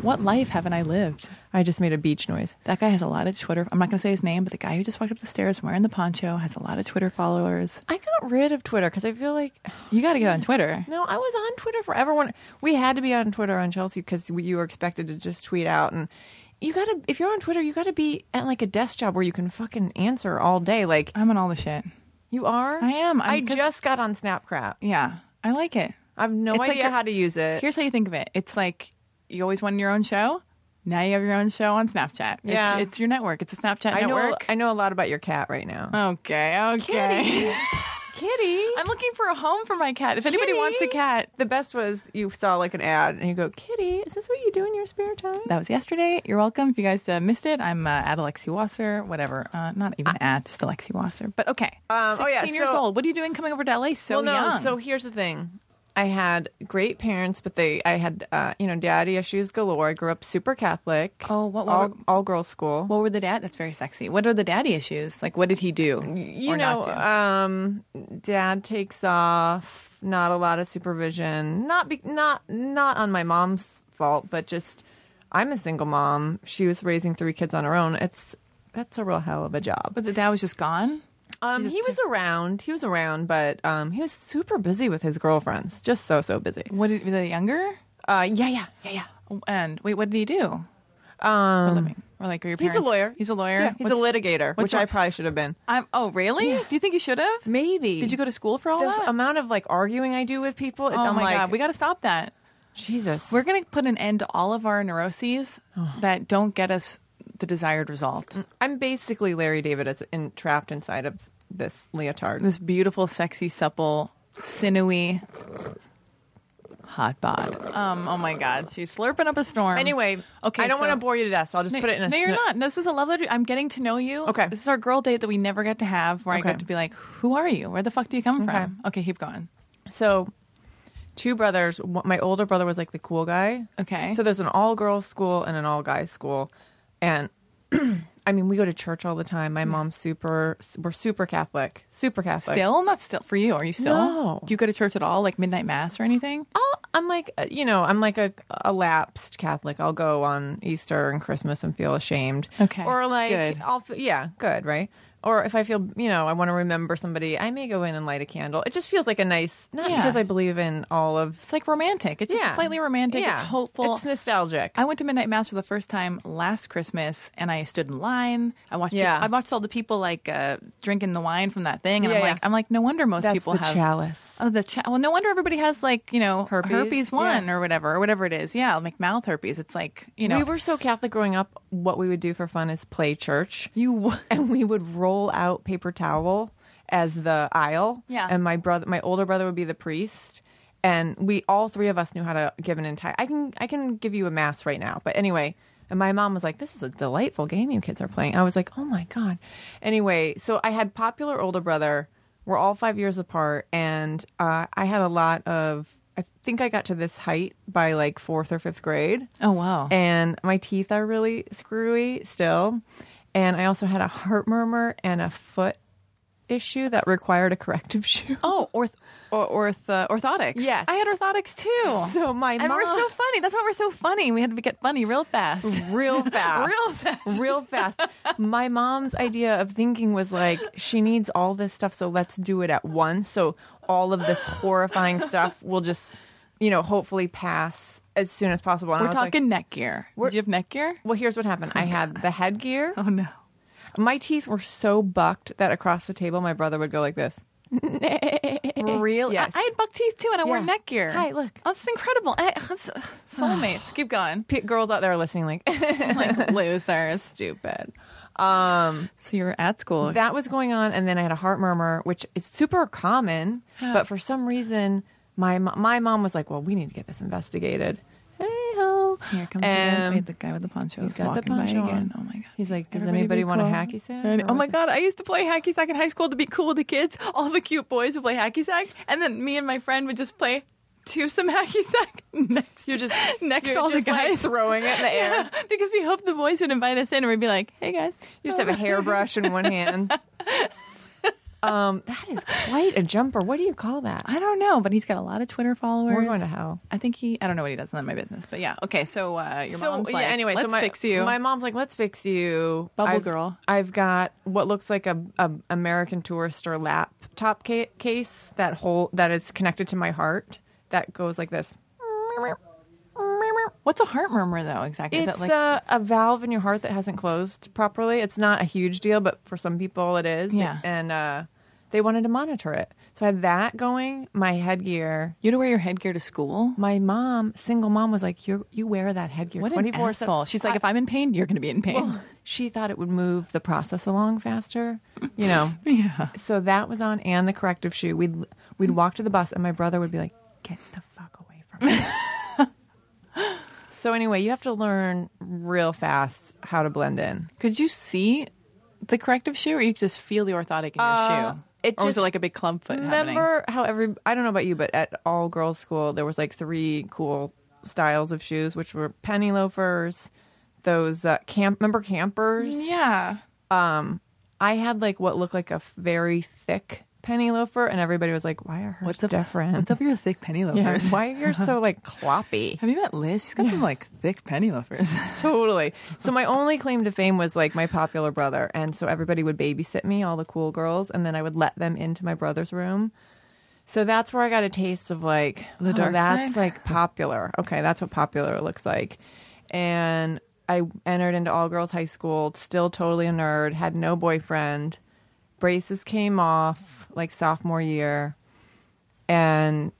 [SPEAKER 4] What life haven't I lived?
[SPEAKER 5] I just made a beach noise.
[SPEAKER 4] That guy has a lot of Twitter. I'm not going to say his name, but the guy who just walked up the stairs wearing the poncho has a lot of Twitter followers.
[SPEAKER 5] I got rid of Twitter because I feel like
[SPEAKER 4] You got to get on Twitter.
[SPEAKER 5] no, I was on Twitter for everyone. We had to be on Twitter on Chelsea because you were expected to just tweet out and you gotta if you're on Twitter, you gotta be at like a desk job where you can fucking answer all day. Like
[SPEAKER 4] I'm on all the shit.
[SPEAKER 5] you are.
[SPEAKER 4] I am. I'm
[SPEAKER 5] i
[SPEAKER 4] just-
[SPEAKER 5] just got on Snapchat.
[SPEAKER 4] Yeah, I like it.
[SPEAKER 5] I have no
[SPEAKER 4] It's like
[SPEAKER 5] idea
[SPEAKER 4] you're-
[SPEAKER 5] how to use it.
[SPEAKER 4] Here's how you think of it. It's like you always wanted your own show. Now you have your own show on Snapchat.
[SPEAKER 5] Yeah.
[SPEAKER 4] It's, it's your network. It's a Snapchat
[SPEAKER 5] I know.
[SPEAKER 4] network.
[SPEAKER 5] I know a lot about your cat right now.
[SPEAKER 4] Okay, okay.
[SPEAKER 5] Kitty.
[SPEAKER 4] I'm looking for a home for my cat. If anybody wants a
[SPEAKER 5] Kitty.
[SPEAKER 4] cat,
[SPEAKER 5] The best was you saw like an ad and you go, Kitty, is this what you do in your spare time?
[SPEAKER 4] that was yesterday. You're welcome. If you guys uh, missed it, I'm uh, at Alexi Wasser, whatever. Uh, not even at, just Alexi Wasser. But okay.
[SPEAKER 5] Um,
[SPEAKER 4] 16
[SPEAKER 5] oh, yeah,
[SPEAKER 4] years
[SPEAKER 5] so-
[SPEAKER 4] old. What are you doing coming over to LA so
[SPEAKER 5] well, no.
[SPEAKER 4] young?
[SPEAKER 5] So here's the thing. I had great parents, but they, I had, uh, you know, daddy issues galore. I grew up super Catholic.
[SPEAKER 4] Oh, what- what
[SPEAKER 5] all,
[SPEAKER 4] were-
[SPEAKER 5] all girls school.
[SPEAKER 4] what were the dad? That's very sexy. What are the daddy issues? Like, what did he do?
[SPEAKER 5] you
[SPEAKER 4] or
[SPEAKER 5] know,
[SPEAKER 4] not do?
[SPEAKER 5] um, dad takes off. Not a lot of supervision. Not be, not not on my mom's fault, but just I'm a single mom. She was raising three kids on her own. It's that's a real hell of a job.
[SPEAKER 4] but the dad was just gone.
[SPEAKER 5] Um, he was around. He was around, but um, he was super busy with his girlfriends. Just so so busy.
[SPEAKER 4] What did, was he younger?
[SPEAKER 5] Uh, yeah, yeah, yeah, yeah.
[SPEAKER 4] And wait, what did he do?
[SPEAKER 5] Um,
[SPEAKER 4] For a living? Or like, are your
[SPEAKER 5] he's
[SPEAKER 4] parents?
[SPEAKER 5] a lawyer.
[SPEAKER 4] He's a lawyer.
[SPEAKER 5] Yeah, he's
[SPEAKER 4] What's-
[SPEAKER 5] a litigator,
[SPEAKER 4] what's
[SPEAKER 5] which
[SPEAKER 4] wrong-
[SPEAKER 5] I probably should have been.
[SPEAKER 4] I'm, oh, really? Do you think you should have?
[SPEAKER 5] Maybe.
[SPEAKER 4] Did you go to school for all
[SPEAKER 5] The
[SPEAKER 4] that?
[SPEAKER 5] amount of like arguing I do with people.
[SPEAKER 4] oh
[SPEAKER 5] I'm
[SPEAKER 4] my
[SPEAKER 5] like,
[SPEAKER 4] god, we got to stop that.
[SPEAKER 5] Jesus.
[SPEAKER 4] We're going to put an end to all of our neuroses
[SPEAKER 5] Oh.
[SPEAKER 4] that don't get us the desired result.
[SPEAKER 5] I'm basically Larry David as in, trapped inside of this leotard.
[SPEAKER 4] This beautiful, sexy, supple, sinewy hot bod. Um, oh my god, she's slurping up a storm.
[SPEAKER 5] Anyway,
[SPEAKER 4] Okay,
[SPEAKER 5] I don't
[SPEAKER 4] so-
[SPEAKER 5] want to bore you to death, so I'll just
[SPEAKER 4] No,
[SPEAKER 5] put it in a.
[SPEAKER 4] no, you're
[SPEAKER 5] sno-
[SPEAKER 4] not. No, this is a love letter. I'm getting to know you.
[SPEAKER 5] Okay.
[SPEAKER 4] This is our girl date that we never get to have where
[SPEAKER 5] Okay.
[SPEAKER 4] I get to be like, who are you? Where the fuck do you come from? Okay, keep going.
[SPEAKER 5] So, two brothers. one- My older brother was like the cool guy.
[SPEAKER 4] Okay.
[SPEAKER 5] So there's an all girls school and an all guys school, and I mean we go to church all the time. My mom's super. We're super Catholic. Super Catholic.
[SPEAKER 4] Mm. Still? Not still. For you. Are you still?
[SPEAKER 5] No.
[SPEAKER 4] Do you go to church at all? Like midnight mass or anything?
[SPEAKER 5] I'll, I'm like, uh, you know, I'm like a, a lapsed Catholic. I'll go on Easter and Christmas and feel ashamed.
[SPEAKER 4] Okay,
[SPEAKER 5] Or like,
[SPEAKER 4] good.
[SPEAKER 5] I'll, f- yeah, good, right? Or if I feel, you know, I want to remember somebody, I may go in and light a candle. It just feels like a nice, not
[SPEAKER 4] Yeah.
[SPEAKER 5] because I believe in all of.
[SPEAKER 4] It's like romantic. It's just
[SPEAKER 5] Yeah.
[SPEAKER 4] slightly romantic.
[SPEAKER 5] Yeah.
[SPEAKER 4] It's hopeful.
[SPEAKER 5] It's nostalgic.
[SPEAKER 4] I went to midnight mass for the first time last Christmas, and I stood in line. I watched.
[SPEAKER 5] Yeah.
[SPEAKER 4] I watched all the people like uh, drinking the wine from that thing, and I'm
[SPEAKER 5] Yeah,
[SPEAKER 4] like,
[SPEAKER 5] yeah.
[SPEAKER 4] I'm like, no wonder most
[SPEAKER 5] That's
[SPEAKER 4] people
[SPEAKER 5] the
[SPEAKER 4] have
[SPEAKER 5] chalice.
[SPEAKER 4] Oh, the cha- well, no wonder everybody has like you know herpes,
[SPEAKER 5] Herpes,
[SPEAKER 4] one
[SPEAKER 5] yeah.
[SPEAKER 4] or whatever or whatever it is. Yeah, like mouth herpes. It's like you know
[SPEAKER 5] We were so Catholic growing up. What we would do for fun is play church.
[SPEAKER 4] you.
[SPEAKER 5] and we would roll out paper towel as the aisle.
[SPEAKER 4] Yeah.
[SPEAKER 5] And my brother, my older brother, would be the priest, and we all three of us knew how to give an entire. I can I can give you a mass right now, but anyway. And my mom was like, "This is a delightful game you kids are playing." I was like, "Oh my god!" Anyway, so I had popular older brother. We're all five years apart, and uh, I had a lot of. I think I got to this height by like fourth or fifth grade
[SPEAKER 4] Oh wow.
[SPEAKER 5] and my teeth are really screwy still. And I also had a heart murmur and a foot issue that required a corrective shoe.
[SPEAKER 4] oh, orth or, orth uh, orthotics.
[SPEAKER 5] Yes.
[SPEAKER 4] I had orthotics too.
[SPEAKER 5] So my
[SPEAKER 4] and we're
[SPEAKER 5] mom-
[SPEAKER 4] so funny. That's why we're so funny. We had to get funny real fast.
[SPEAKER 5] Real fast.
[SPEAKER 4] Real fast.
[SPEAKER 5] Real fast. My mom's idea of thinking was like, she needs all this stuff, so let's do it at once. So all of this horrifying stuff will just, you know, hopefully pass as soon as possible. And I
[SPEAKER 4] We're
[SPEAKER 5] was like,
[SPEAKER 4] talking neck gear. Did you have neck gear?
[SPEAKER 5] well, here's what happened. I had the headgear.
[SPEAKER 4] Oh no.
[SPEAKER 5] My teeth were so bucked that across the table, my brother would go like this.
[SPEAKER 4] Real?
[SPEAKER 5] Eh, Yes.
[SPEAKER 4] I, I had buck teeth too, and I wore
[SPEAKER 5] Yeah.
[SPEAKER 4] neck gear.
[SPEAKER 5] Hi, look.
[SPEAKER 4] Oh, it's incredible. I, soulmates. Keep going.
[SPEAKER 5] P- girls out there listening, like
[SPEAKER 4] Like losers.
[SPEAKER 5] stupid. Um,
[SPEAKER 4] So you were at school.
[SPEAKER 5] that was going on, and then I had a heart murmur, which is super common, but for some reason, my mo- my mom was like, "Well, we need to get this investigated." Hey-ho.
[SPEAKER 4] Here
[SPEAKER 5] Um,
[SPEAKER 4] comes the, wait, the guy with the poncho.
[SPEAKER 5] he's
[SPEAKER 4] is
[SPEAKER 5] got the
[SPEAKER 4] walking by
[SPEAKER 5] poncho on.
[SPEAKER 4] again. Oh my god.
[SPEAKER 5] He's like, "Does
[SPEAKER 4] Everybody
[SPEAKER 5] anybody
[SPEAKER 4] be
[SPEAKER 5] want a
[SPEAKER 4] cool."
[SPEAKER 5] hacky sack?"
[SPEAKER 4] And-
[SPEAKER 5] Or
[SPEAKER 4] oh my
[SPEAKER 5] was it-
[SPEAKER 4] god, I used to play hacky sack in high school to be cool with the kids. All the cute boys would play hacky sack, and then me and my friend would just play twosome hacky sack next.
[SPEAKER 5] You're just
[SPEAKER 4] next to
[SPEAKER 5] you're
[SPEAKER 4] all
[SPEAKER 5] just,
[SPEAKER 4] the
[SPEAKER 5] like,
[SPEAKER 4] guys.
[SPEAKER 5] throwing it in the air.
[SPEAKER 4] because we hoped the boys would invite us in, and we'd be like, "Hey guys,
[SPEAKER 5] You just have
[SPEAKER 4] Oh
[SPEAKER 5] a hairbrush in one hand. Um, that is quite a jumper. What do you call that?
[SPEAKER 4] I don't know, but he's got a lot of Twitter followers.
[SPEAKER 5] We're going to hell.
[SPEAKER 4] I think he. I don't know what he does. Not my business. But yeah. Okay. So uh, your
[SPEAKER 5] so
[SPEAKER 4] mom's
[SPEAKER 5] yeah,
[SPEAKER 4] like,
[SPEAKER 5] anyway,
[SPEAKER 4] let's
[SPEAKER 5] so my,
[SPEAKER 4] fix you.
[SPEAKER 5] My mom's like, let's fix you,
[SPEAKER 4] Bubble
[SPEAKER 5] I've-
[SPEAKER 4] girl.
[SPEAKER 5] I've got what looks like a, a American Tourister laptop ca- case that whole that is connected to my heart that goes like this.
[SPEAKER 4] What's a heart murmur though? Exactly.
[SPEAKER 5] It's uh,
[SPEAKER 4] Is it like
[SPEAKER 5] a, a valve in your heart that hasn't closed properly. It's not a huge deal, but for some people it is.
[SPEAKER 4] Yeah.
[SPEAKER 5] and uh, they wanted to monitor it, so I had that going. My headgear.
[SPEAKER 4] you had to wear your headgear to school?
[SPEAKER 5] My mom, single mom, was like, "You you wear that headgear
[SPEAKER 4] What an
[SPEAKER 5] 24
[SPEAKER 4] asshole! She's like, if I'm in pain, you're going to be in pain.
[SPEAKER 5] she thought it would move the process along faster, you know.
[SPEAKER 4] yeah.
[SPEAKER 5] so that was on, and the corrective shoe. We'd we'd walk to the bus, and my brother would be like, "Get the fuck away from me." so anyway, you have to learn real fast how to blend in.
[SPEAKER 4] Could you see the corrective shoe, or you just feel the orthotic in your
[SPEAKER 5] Uh,
[SPEAKER 4] shoe?
[SPEAKER 5] it
[SPEAKER 4] or was it
[SPEAKER 5] just-
[SPEAKER 4] like a big club foot? happening?
[SPEAKER 5] Remember how every I don't know about you, but at all girls school there was like three cool styles of shoes, which were penny loafers, those uh, camp remember campers,
[SPEAKER 4] Yeah.
[SPEAKER 5] um I had like what looked like a f- very thick penny loafer, and everybody was like, "Why are hers
[SPEAKER 4] What's up?
[SPEAKER 5] different?
[SPEAKER 4] What's up with your thick penny
[SPEAKER 5] Yeah,
[SPEAKER 4] loafers?
[SPEAKER 5] why are yours so like cloppy?"
[SPEAKER 4] Have you met Liz? She's got some like thick penny loafers.
[SPEAKER 5] totally. So my only claim to fame was like my popular brother, and so everybody would babysit me, all the cool girls, and then I would let them into my brother's room. So that's where I got a taste of like
[SPEAKER 4] The
[SPEAKER 5] oh,
[SPEAKER 4] dark
[SPEAKER 5] that's
[SPEAKER 4] side?
[SPEAKER 5] like popular. Okay, that's what popular looks like. And I entered into all girls high school, still totally a nerd, had no boyfriend. Braces came off like sophomore year and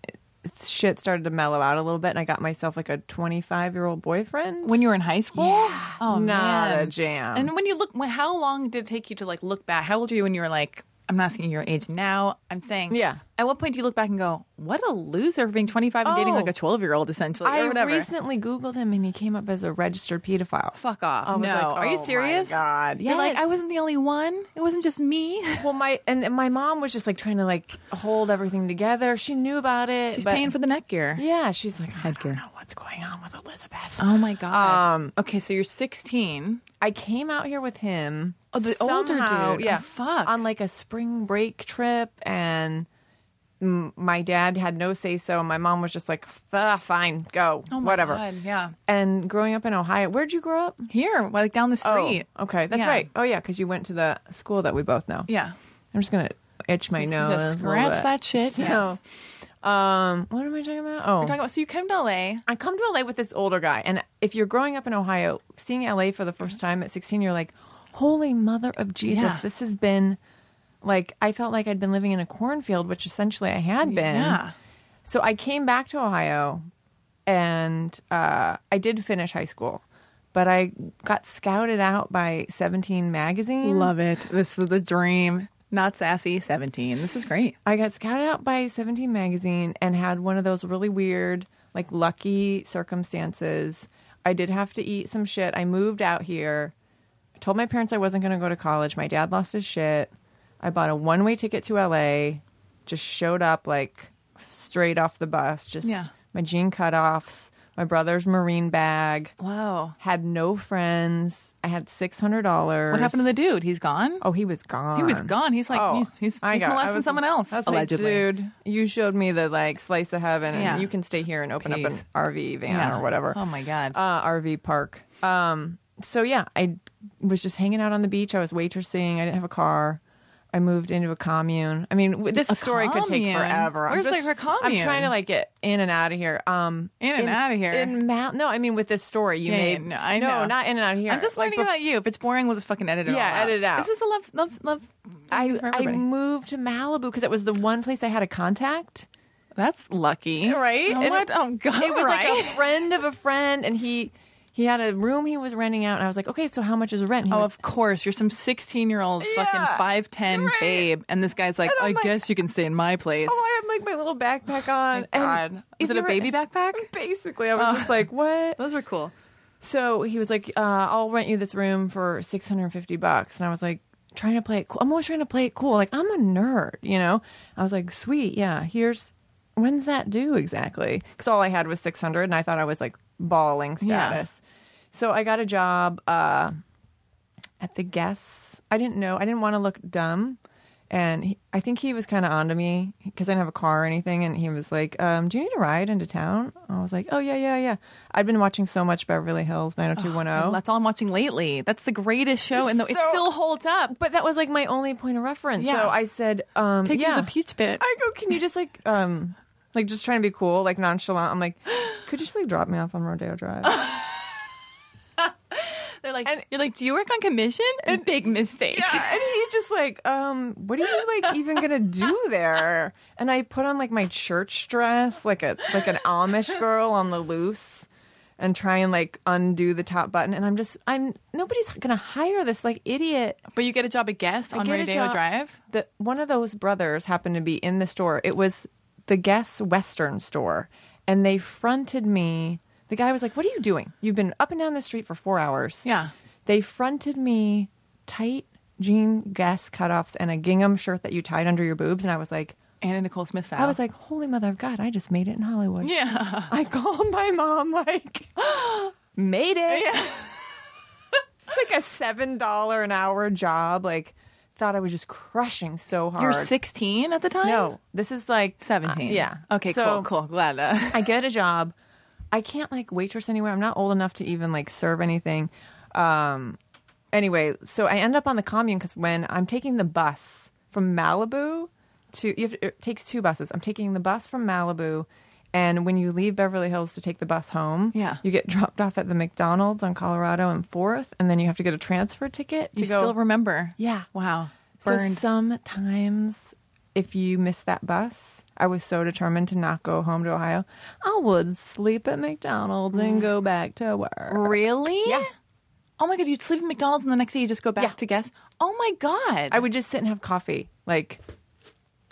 [SPEAKER 5] shit started to mellow out a little bit and I got myself like a 25-year-old boyfriend.
[SPEAKER 4] when you were in high school? Yeah. Oh,
[SPEAKER 5] Not
[SPEAKER 4] man.
[SPEAKER 5] a jam.
[SPEAKER 4] And when you look, when, how long did it take you to like look back? How old were you when you were like, I'm not asking your age now. I'm saying,
[SPEAKER 5] Yeah.
[SPEAKER 4] At what point do you look back and go, what a loser for being 25 and dating
[SPEAKER 5] Oh.
[SPEAKER 4] like a 12 year old essentially
[SPEAKER 5] I
[SPEAKER 4] or whatever?
[SPEAKER 5] recently Googled him and he came up as a registered pedophile.
[SPEAKER 4] Fuck off.
[SPEAKER 5] I
[SPEAKER 4] No.
[SPEAKER 5] was like,
[SPEAKER 4] Are
[SPEAKER 5] "Oh
[SPEAKER 4] you
[SPEAKER 5] my
[SPEAKER 4] serious?
[SPEAKER 5] God.
[SPEAKER 4] You're like,
[SPEAKER 5] Yes.
[SPEAKER 4] I wasn't the only one. It wasn't just me.
[SPEAKER 5] Well, my and, and my mom was just like trying to like hold everything together. She knew about it.
[SPEAKER 4] She's
[SPEAKER 5] but-
[SPEAKER 4] paying for the neck gear.
[SPEAKER 5] Yeah, she's like, I
[SPEAKER 4] Headgear.
[SPEAKER 5] don't know what's going on with Elizabeth.
[SPEAKER 4] Oh my God.
[SPEAKER 5] Um,
[SPEAKER 4] okay, so you're 16.
[SPEAKER 5] I came out here with him.
[SPEAKER 4] Oh, the older
[SPEAKER 5] somehow,
[SPEAKER 4] dude.
[SPEAKER 5] Yeah,
[SPEAKER 4] Oh, fuck.
[SPEAKER 5] On like a spring break trip, and m- my dad had no say so. My mom was just like, "F- ah, fine, go,
[SPEAKER 4] Oh my
[SPEAKER 5] whatever.
[SPEAKER 4] God, yeah.
[SPEAKER 5] And growing up in Ohio, where'd you grow up?
[SPEAKER 4] Here, like down the street.
[SPEAKER 5] Oh, okay, that's
[SPEAKER 4] Yeah.
[SPEAKER 5] right. Oh yeah, because you went to the school that we both know.
[SPEAKER 4] Yeah.
[SPEAKER 5] I'm just gonna itch my
[SPEAKER 4] Just-
[SPEAKER 5] nose.
[SPEAKER 4] just
[SPEAKER 5] a little
[SPEAKER 4] scratch
[SPEAKER 5] bit.
[SPEAKER 4] that shit,
[SPEAKER 5] So, um, what am I talking about? Oh,
[SPEAKER 4] We're talking about so you come to LA.
[SPEAKER 5] I come to LA with this older guy, and if you're growing up in Ohio, seeing LA for the first time at 16, you're like, "Holy mother of Jesus!
[SPEAKER 4] Yeah.
[SPEAKER 5] This has been like I felt like I'd been living in a cornfield, which essentially I had been."
[SPEAKER 4] Yeah.
[SPEAKER 5] So I came back to Ohio, and uh, I did finish high school, but I got scouted out by 17 magazine.
[SPEAKER 4] Love it. This is the dream. Not sassy, 17. This is great.
[SPEAKER 5] I got scouted out by 17 magazine and had one of those really weird, like lucky circumstances. I did have to eat some shit. I moved out here. I told my parents I wasn't going to go to college. My dad lost his shit. I bought a one way ticket to LA, just showed up like straight off the bus, just
[SPEAKER 4] Yeah.
[SPEAKER 5] my jean cutoffs, my brother's marine bag.
[SPEAKER 4] Wow.
[SPEAKER 5] Had no friends. I had $600.
[SPEAKER 4] What happened to the dude? He's gone?
[SPEAKER 5] Oh, he was gone.
[SPEAKER 4] He was gone. He's like- he's- he's-
[SPEAKER 5] Oh, I
[SPEAKER 4] he's
[SPEAKER 5] got- I
[SPEAKER 4] molesting
[SPEAKER 5] was-
[SPEAKER 4] someone else,
[SPEAKER 5] I was
[SPEAKER 4] allegedly.
[SPEAKER 5] Like, Dude, you showed me the like slice of heaven, and
[SPEAKER 4] Yeah.
[SPEAKER 5] you can stay here and open up
[SPEAKER 4] Peace.
[SPEAKER 5] an RV van
[SPEAKER 4] Yeah.
[SPEAKER 5] or whatever.
[SPEAKER 4] Oh, my God.
[SPEAKER 5] uh, RV park. Um, so yeah, I was just hanging out on the beach. I was waitressing. I didn't have a car. I moved into a commune. I mean, w- this
[SPEAKER 4] A
[SPEAKER 5] story could take
[SPEAKER 4] commune?
[SPEAKER 5] forever. I'm
[SPEAKER 4] Where's,
[SPEAKER 5] just-
[SPEAKER 4] like, her
[SPEAKER 5] I'm
[SPEAKER 4] commune?
[SPEAKER 5] trying to like get in and out of here. Um,
[SPEAKER 4] In and outta here.
[SPEAKER 5] In Mount. no, I mean with this story you
[SPEAKER 4] Yeah, yeah,
[SPEAKER 5] made.
[SPEAKER 4] no, I know.
[SPEAKER 5] not in and out of here.
[SPEAKER 4] I'm just
[SPEAKER 5] like,
[SPEAKER 4] learning about you. If it's boring, we'll just fucking edit it
[SPEAKER 5] Yeah,
[SPEAKER 4] all out.
[SPEAKER 5] edit it out.
[SPEAKER 4] This is a love, love, love.
[SPEAKER 5] I,
[SPEAKER 4] I, for
[SPEAKER 5] I
[SPEAKER 4] everybody.
[SPEAKER 5] moved to Malibu because it was the one place I had a contact.
[SPEAKER 4] That's lucky.
[SPEAKER 5] Right?
[SPEAKER 4] Oh,
[SPEAKER 5] And
[SPEAKER 4] what? Oh, God.
[SPEAKER 5] It was
[SPEAKER 4] right?
[SPEAKER 5] like a friend of a friend, and he he had a room he was renting out, and I was like, okay, so how much is rent? And he
[SPEAKER 4] Oh,
[SPEAKER 5] was-
[SPEAKER 4] of course. You're some 16 year old
[SPEAKER 5] Yeah,
[SPEAKER 4] fucking 5'10
[SPEAKER 5] right.
[SPEAKER 4] babe. And this guy's like,
[SPEAKER 5] And I'm
[SPEAKER 4] I
[SPEAKER 5] like-
[SPEAKER 4] guess you can stay in my place.
[SPEAKER 5] oh, I had like Oh my little backpack on. and
[SPEAKER 4] God. Is
[SPEAKER 5] if
[SPEAKER 4] it a
[SPEAKER 5] you were-
[SPEAKER 4] baby backpack?
[SPEAKER 5] Basically, I was just like, what?
[SPEAKER 4] Those were cool.
[SPEAKER 5] So he was like, uh, I'll rent you this room for 650 bucks. And I was like, trying to play it cool. I'm always trying to play it cool. Like, I'm a nerd, you know? I was like, sweet, yeah, here's, when's that due exactly? Because all I had was 600 and I thought I was like bawling
[SPEAKER 4] Yeah.
[SPEAKER 5] status. So I got a job uh, at the guess. I didn't know, I didn't want to look dumb. And he, I think he was kind of onto me because I didn't have a car or anything. And he was like, um, Do you need a ride into town? I was like, Oh, yeah, yeah, yeah. I'd been watching so much Beverly Hills 90210.
[SPEAKER 4] That's all I'm watching lately. That's the greatest show, and the, it
[SPEAKER 5] So-
[SPEAKER 4] still holds up.
[SPEAKER 5] but that was like my only point of reference.
[SPEAKER 4] Yeah.
[SPEAKER 5] So I said, um,
[SPEAKER 4] Take me to
[SPEAKER 5] yeah.
[SPEAKER 4] the peach pit.
[SPEAKER 5] I go, Can you just like, um, like just trying to be cool, like nonchalant? I'm like, Could you just like drop me off on Rodeo Drive?
[SPEAKER 4] They're like,
[SPEAKER 5] And-
[SPEAKER 4] you're like, do you work on commission? Big mistake.
[SPEAKER 5] and he's just like, um, what are you like even gonna do there? And I put on like my church dress, like a like an Amish girl on the loose, and try and like undo the top button. And I'm just, I'm nobody's gonna hire this like idiot.
[SPEAKER 4] But you get a job at Guess on
[SPEAKER 5] Get a
[SPEAKER 4] Rodeo
[SPEAKER 5] job-
[SPEAKER 4] Drive.
[SPEAKER 5] The one of those brothers happened to be in the store. It was the Guess Western store, and they fronted me. The guy was like, "What are you doing? You've been up and down the street for four hours."
[SPEAKER 4] Yeah.
[SPEAKER 5] They fronted me tight jean gas cutoffs and a gingham shirt that you tied under your boobs, and I was like,
[SPEAKER 4] Anna Nicole Smith style.
[SPEAKER 5] I was like, "Holy mother of God! I just made it in Hollywood."
[SPEAKER 4] yeah.
[SPEAKER 5] I called my mom like, "Made it." it's like a seven dollar an hour job. Like, thought I was just crushing so hard.
[SPEAKER 4] You're 16 at the time?
[SPEAKER 5] No, this is like
[SPEAKER 4] 17.
[SPEAKER 5] uh, yeah.
[SPEAKER 4] Okay,
[SPEAKER 5] So-
[SPEAKER 4] cool, cool. Glad. Uh,
[SPEAKER 5] I get a job. I can't like waitress anywhere. I'm not old enough to even like serve anything. Um, anyway, so I end up on the commune because when I'm taking the bus from Malibu to, you have to, it takes two buses. I'm taking the bus from Malibu, and when you leave Beverly Hills to take the bus home,
[SPEAKER 4] Yeah.
[SPEAKER 5] you get dropped off at the McDonald's on Colorado and Fourth, and then you have to get a transfer ticket to
[SPEAKER 4] you
[SPEAKER 5] go.
[SPEAKER 4] still remember.
[SPEAKER 5] yeah,
[SPEAKER 4] Wow.
[SPEAKER 5] so sometimes, if you miss that bus, I was so determined to not go home to Ohio, I would sleep at McDonald's and
[SPEAKER 4] Mm.
[SPEAKER 5] go back to work.
[SPEAKER 4] really?
[SPEAKER 5] Yeah.
[SPEAKER 4] Oh my god, you'd sleep at McDonald's and the next day you just go back
[SPEAKER 5] Yeah.
[SPEAKER 4] to Guess. Oh my god.
[SPEAKER 5] I would just sit and have coffee. Like,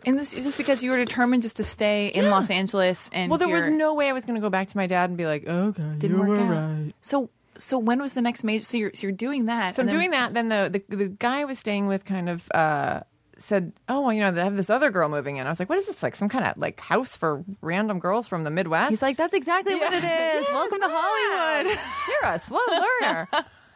[SPEAKER 4] and this is just because you were determined just to stay in Los Angeles and
[SPEAKER 5] well, there was
[SPEAKER 4] your-
[SPEAKER 5] no way I was going to go back to my dad and be like, okay,
[SPEAKER 4] didn't
[SPEAKER 5] you
[SPEAKER 4] work
[SPEAKER 5] were
[SPEAKER 4] out.
[SPEAKER 5] right.
[SPEAKER 4] So so when was the next major so you're so you're doing that.
[SPEAKER 5] So I'm
[SPEAKER 4] and then-
[SPEAKER 5] doing that. Then the, the the guy I was staying with kind of uh, said, "Oh, well, you know, they have this other girl moving in." I was like, "What is this? Like some kind of like house for random girls from the Midwest?"
[SPEAKER 4] He's like, that's exactly what it
[SPEAKER 5] Yeah.
[SPEAKER 4] is. Welcome to
[SPEAKER 5] Yeah.
[SPEAKER 4] Hollywood.
[SPEAKER 5] You're a slow learner.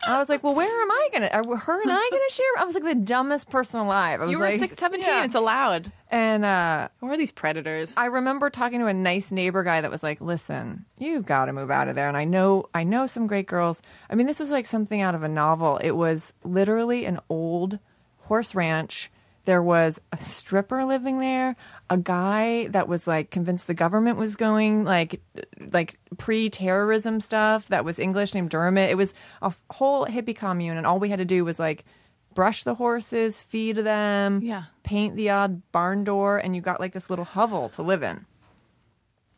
[SPEAKER 5] I was like, well, where am I gonna? Are her and I gonna share? I was like the dumbest person alive. I was
[SPEAKER 4] You were
[SPEAKER 5] like,
[SPEAKER 4] six, 17.
[SPEAKER 5] yeah.
[SPEAKER 4] It's allowed.
[SPEAKER 5] and uh,
[SPEAKER 4] Who are these predators?
[SPEAKER 5] I remember talking to a nice neighbor guy that was like, "Listen, you've got to move out of there." And I know, I know some great girls. I mean, this was like something out of a novel. It was literally an old horse ranch. There was a stripper living there, a guy that was like convinced the government was going like like pre-terrorism stuff that was English named Dermot. It was a f- whole hippie commune and all we had to do was like brush the horses, feed them,
[SPEAKER 4] Yeah.
[SPEAKER 5] paint the odd barn door, and you got like this little hovel to live in.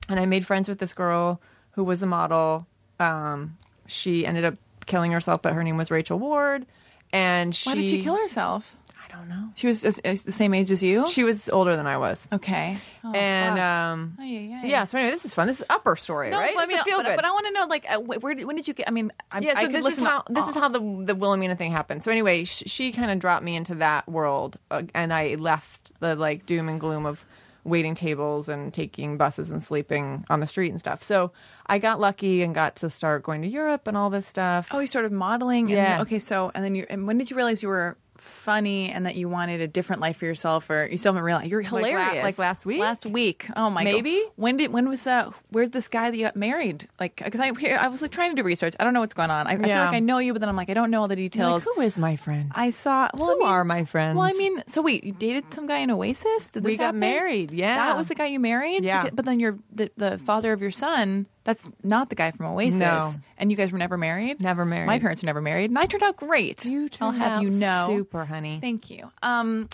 [SPEAKER 5] And I made friends with this girl who was a model. Um, she ended up killing herself, but her name was Rachel Ward. And she,
[SPEAKER 4] Why did she kill herself?
[SPEAKER 5] I don't know.
[SPEAKER 4] She was as, as the same age as you.
[SPEAKER 5] She was older than I was.
[SPEAKER 4] okay. Oh,
[SPEAKER 5] and
[SPEAKER 4] fuck.
[SPEAKER 5] um,
[SPEAKER 4] Ay, ay, ay.
[SPEAKER 5] yeah. So anyway, this is fun. This is upper story,
[SPEAKER 4] No,
[SPEAKER 5] right?
[SPEAKER 4] but I
[SPEAKER 5] This
[SPEAKER 4] mean,
[SPEAKER 5] is feel
[SPEAKER 4] but,
[SPEAKER 5] good.
[SPEAKER 4] but I want to know, like, uh, wh- where did, when did you get? I mean, I'm,
[SPEAKER 5] yeah,
[SPEAKER 4] I
[SPEAKER 5] so
[SPEAKER 4] could
[SPEAKER 5] this is
[SPEAKER 4] listen to
[SPEAKER 5] how this is
[SPEAKER 4] all-
[SPEAKER 5] how the the Wilhelmina thing happened. So anyway, sh- she kind of dropped me into that world, uh, and I left the like doom and gloom of waiting tables and taking buses and sleeping on the street and stuff. So I got lucky and got to start going to Europe and all this stuff.
[SPEAKER 4] Oh, you started modeling. And,
[SPEAKER 5] Yeah.
[SPEAKER 4] Okay, so and then you and when did you realize you were funny and that you wanted a different life for yourself, or you still haven't realized you're
[SPEAKER 5] la-
[SPEAKER 4] hilarious?
[SPEAKER 5] like last week?
[SPEAKER 4] Last week. Oh my. God.
[SPEAKER 5] Maybe?
[SPEAKER 4] When did when was that? Where'd this guy that you got married? Like, because I here- I was like trying to do research. I don't know what's going on. I, I feel
[SPEAKER 5] Yeah.
[SPEAKER 4] like I know you, but then I'm like I don't know all the
[SPEAKER 5] You're
[SPEAKER 4] details.
[SPEAKER 5] like, who is my friend?
[SPEAKER 4] I saw. Well, I
[SPEAKER 5] Who
[SPEAKER 4] mean-
[SPEAKER 5] are my friends?
[SPEAKER 4] Well, I mean, so wait, you dated some guy in Oasis? Did this
[SPEAKER 5] We got
[SPEAKER 4] happen?
[SPEAKER 5] married, yeah.
[SPEAKER 4] that was the guy you married.
[SPEAKER 5] Yeah.
[SPEAKER 4] Beca- but then your the, the father of your son. That's not the guy from Oasis.
[SPEAKER 5] No.
[SPEAKER 4] and you guys were never married.
[SPEAKER 5] Never married.
[SPEAKER 4] My parents were never married, and I turned out great.
[SPEAKER 5] You
[SPEAKER 4] I'll
[SPEAKER 5] turned
[SPEAKER 4] have you
[SPEAKER 5] out
[SPEAKER 4] know,
[SPEAKER 5] super, honey.
[SPEAKER 4] Thank you. Um,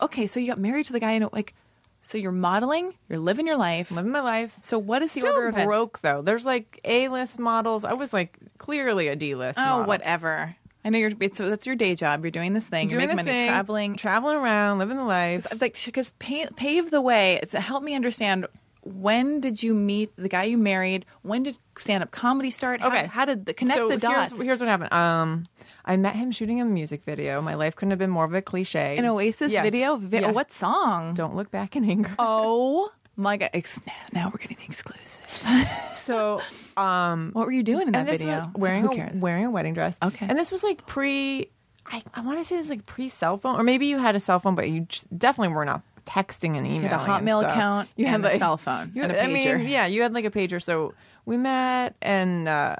[SPEAKER 4] okay, so you got married to the guy in like, so you're modeling, you're living your life.
[SPEAKER 5] living my life.
[SPEAKER 4] so what is the
[SPEAKER 5] Still
[SPEAKER 4] order of events?
[SPEAKER 5] broke though. There's like A list models. I was like clearly a D list.
[SPEAKER 4] Oh, whatever. I know you're. So that's your day job. You're doing this thing.
[SPEAKER 5] Doing
[SPEAKER 4] you're making
[SPEAKER 5] this
[SPEAKER 4] money,
[SPEAKER 5] thing,
[SPEAKER 4] traveling,
[SPEAKER 5] traveling around, living the life.
[SPEAKER 4] I was like, because pave, pave the way. It's help me understand. When did you meet the guy you married? When did stand up comedy start? How-
[SPEAKER 5] Okay.
[SPEAKER 4] how, did the, connect
[SPEAKER 5] so
[SPEAKER 4] the dots?
[SPEAKER 5] Here's, here's what happened. Um, I met him shooting a music video. My life couldn't have been more of a cliche.
[SPEAKER 4] An Oasis
[SPEAKER 5] Yes.
[SPEAKER 4] video. Vi-
[SPEAKER 5] Yeah.
[SPEAKER 4] What song?
[SPEAKER 5] Don't look back in anger.
[SPEAKER 4] Oh my god! Ex- now we're getting exclusive.
[SPEAKER 5] So, um,
[SPEAKER 4] What were you doing in that
[SPEAKER 5] and this
[SPEAKER 4] video?
[SPEAKER 5] was
[SPEAKER 4] So
[SPEAKER 5] wearing
[SPEAKER 4] who
[SPEAKER 5] a,
[SPEAKER 4] cares?
[SPEAKER 5] wearing a wedding dress.
[SPEAKER 4] Okay.
[SPEAKER 5] And this was like pre. I, I want to say this is like pre cell phone, or maybe you had a cell phone, but you j- definitely were not texting and emailing.
[SPEAKER 4] had a
[SPEAKER 5] and
[SPEAKER 4] Hotmail
[SPEAKER 5] stuff.
[SPEAKER 4] account
[SPEAKER 5] You had
[SPEAKER 4] and a
[SPEAKER 5] like,
[SPEAKER 4] cell phone
[SPEAKER 5] You
[SPEAKER 4] and
[SPEAKER 5] had,
[SPEAKER 4] a
[SPEAKER 5] I
[SPEAKER 4] pager.
[SPEAKER 5] mean, yeah, you had like a pager. So we met, and uh,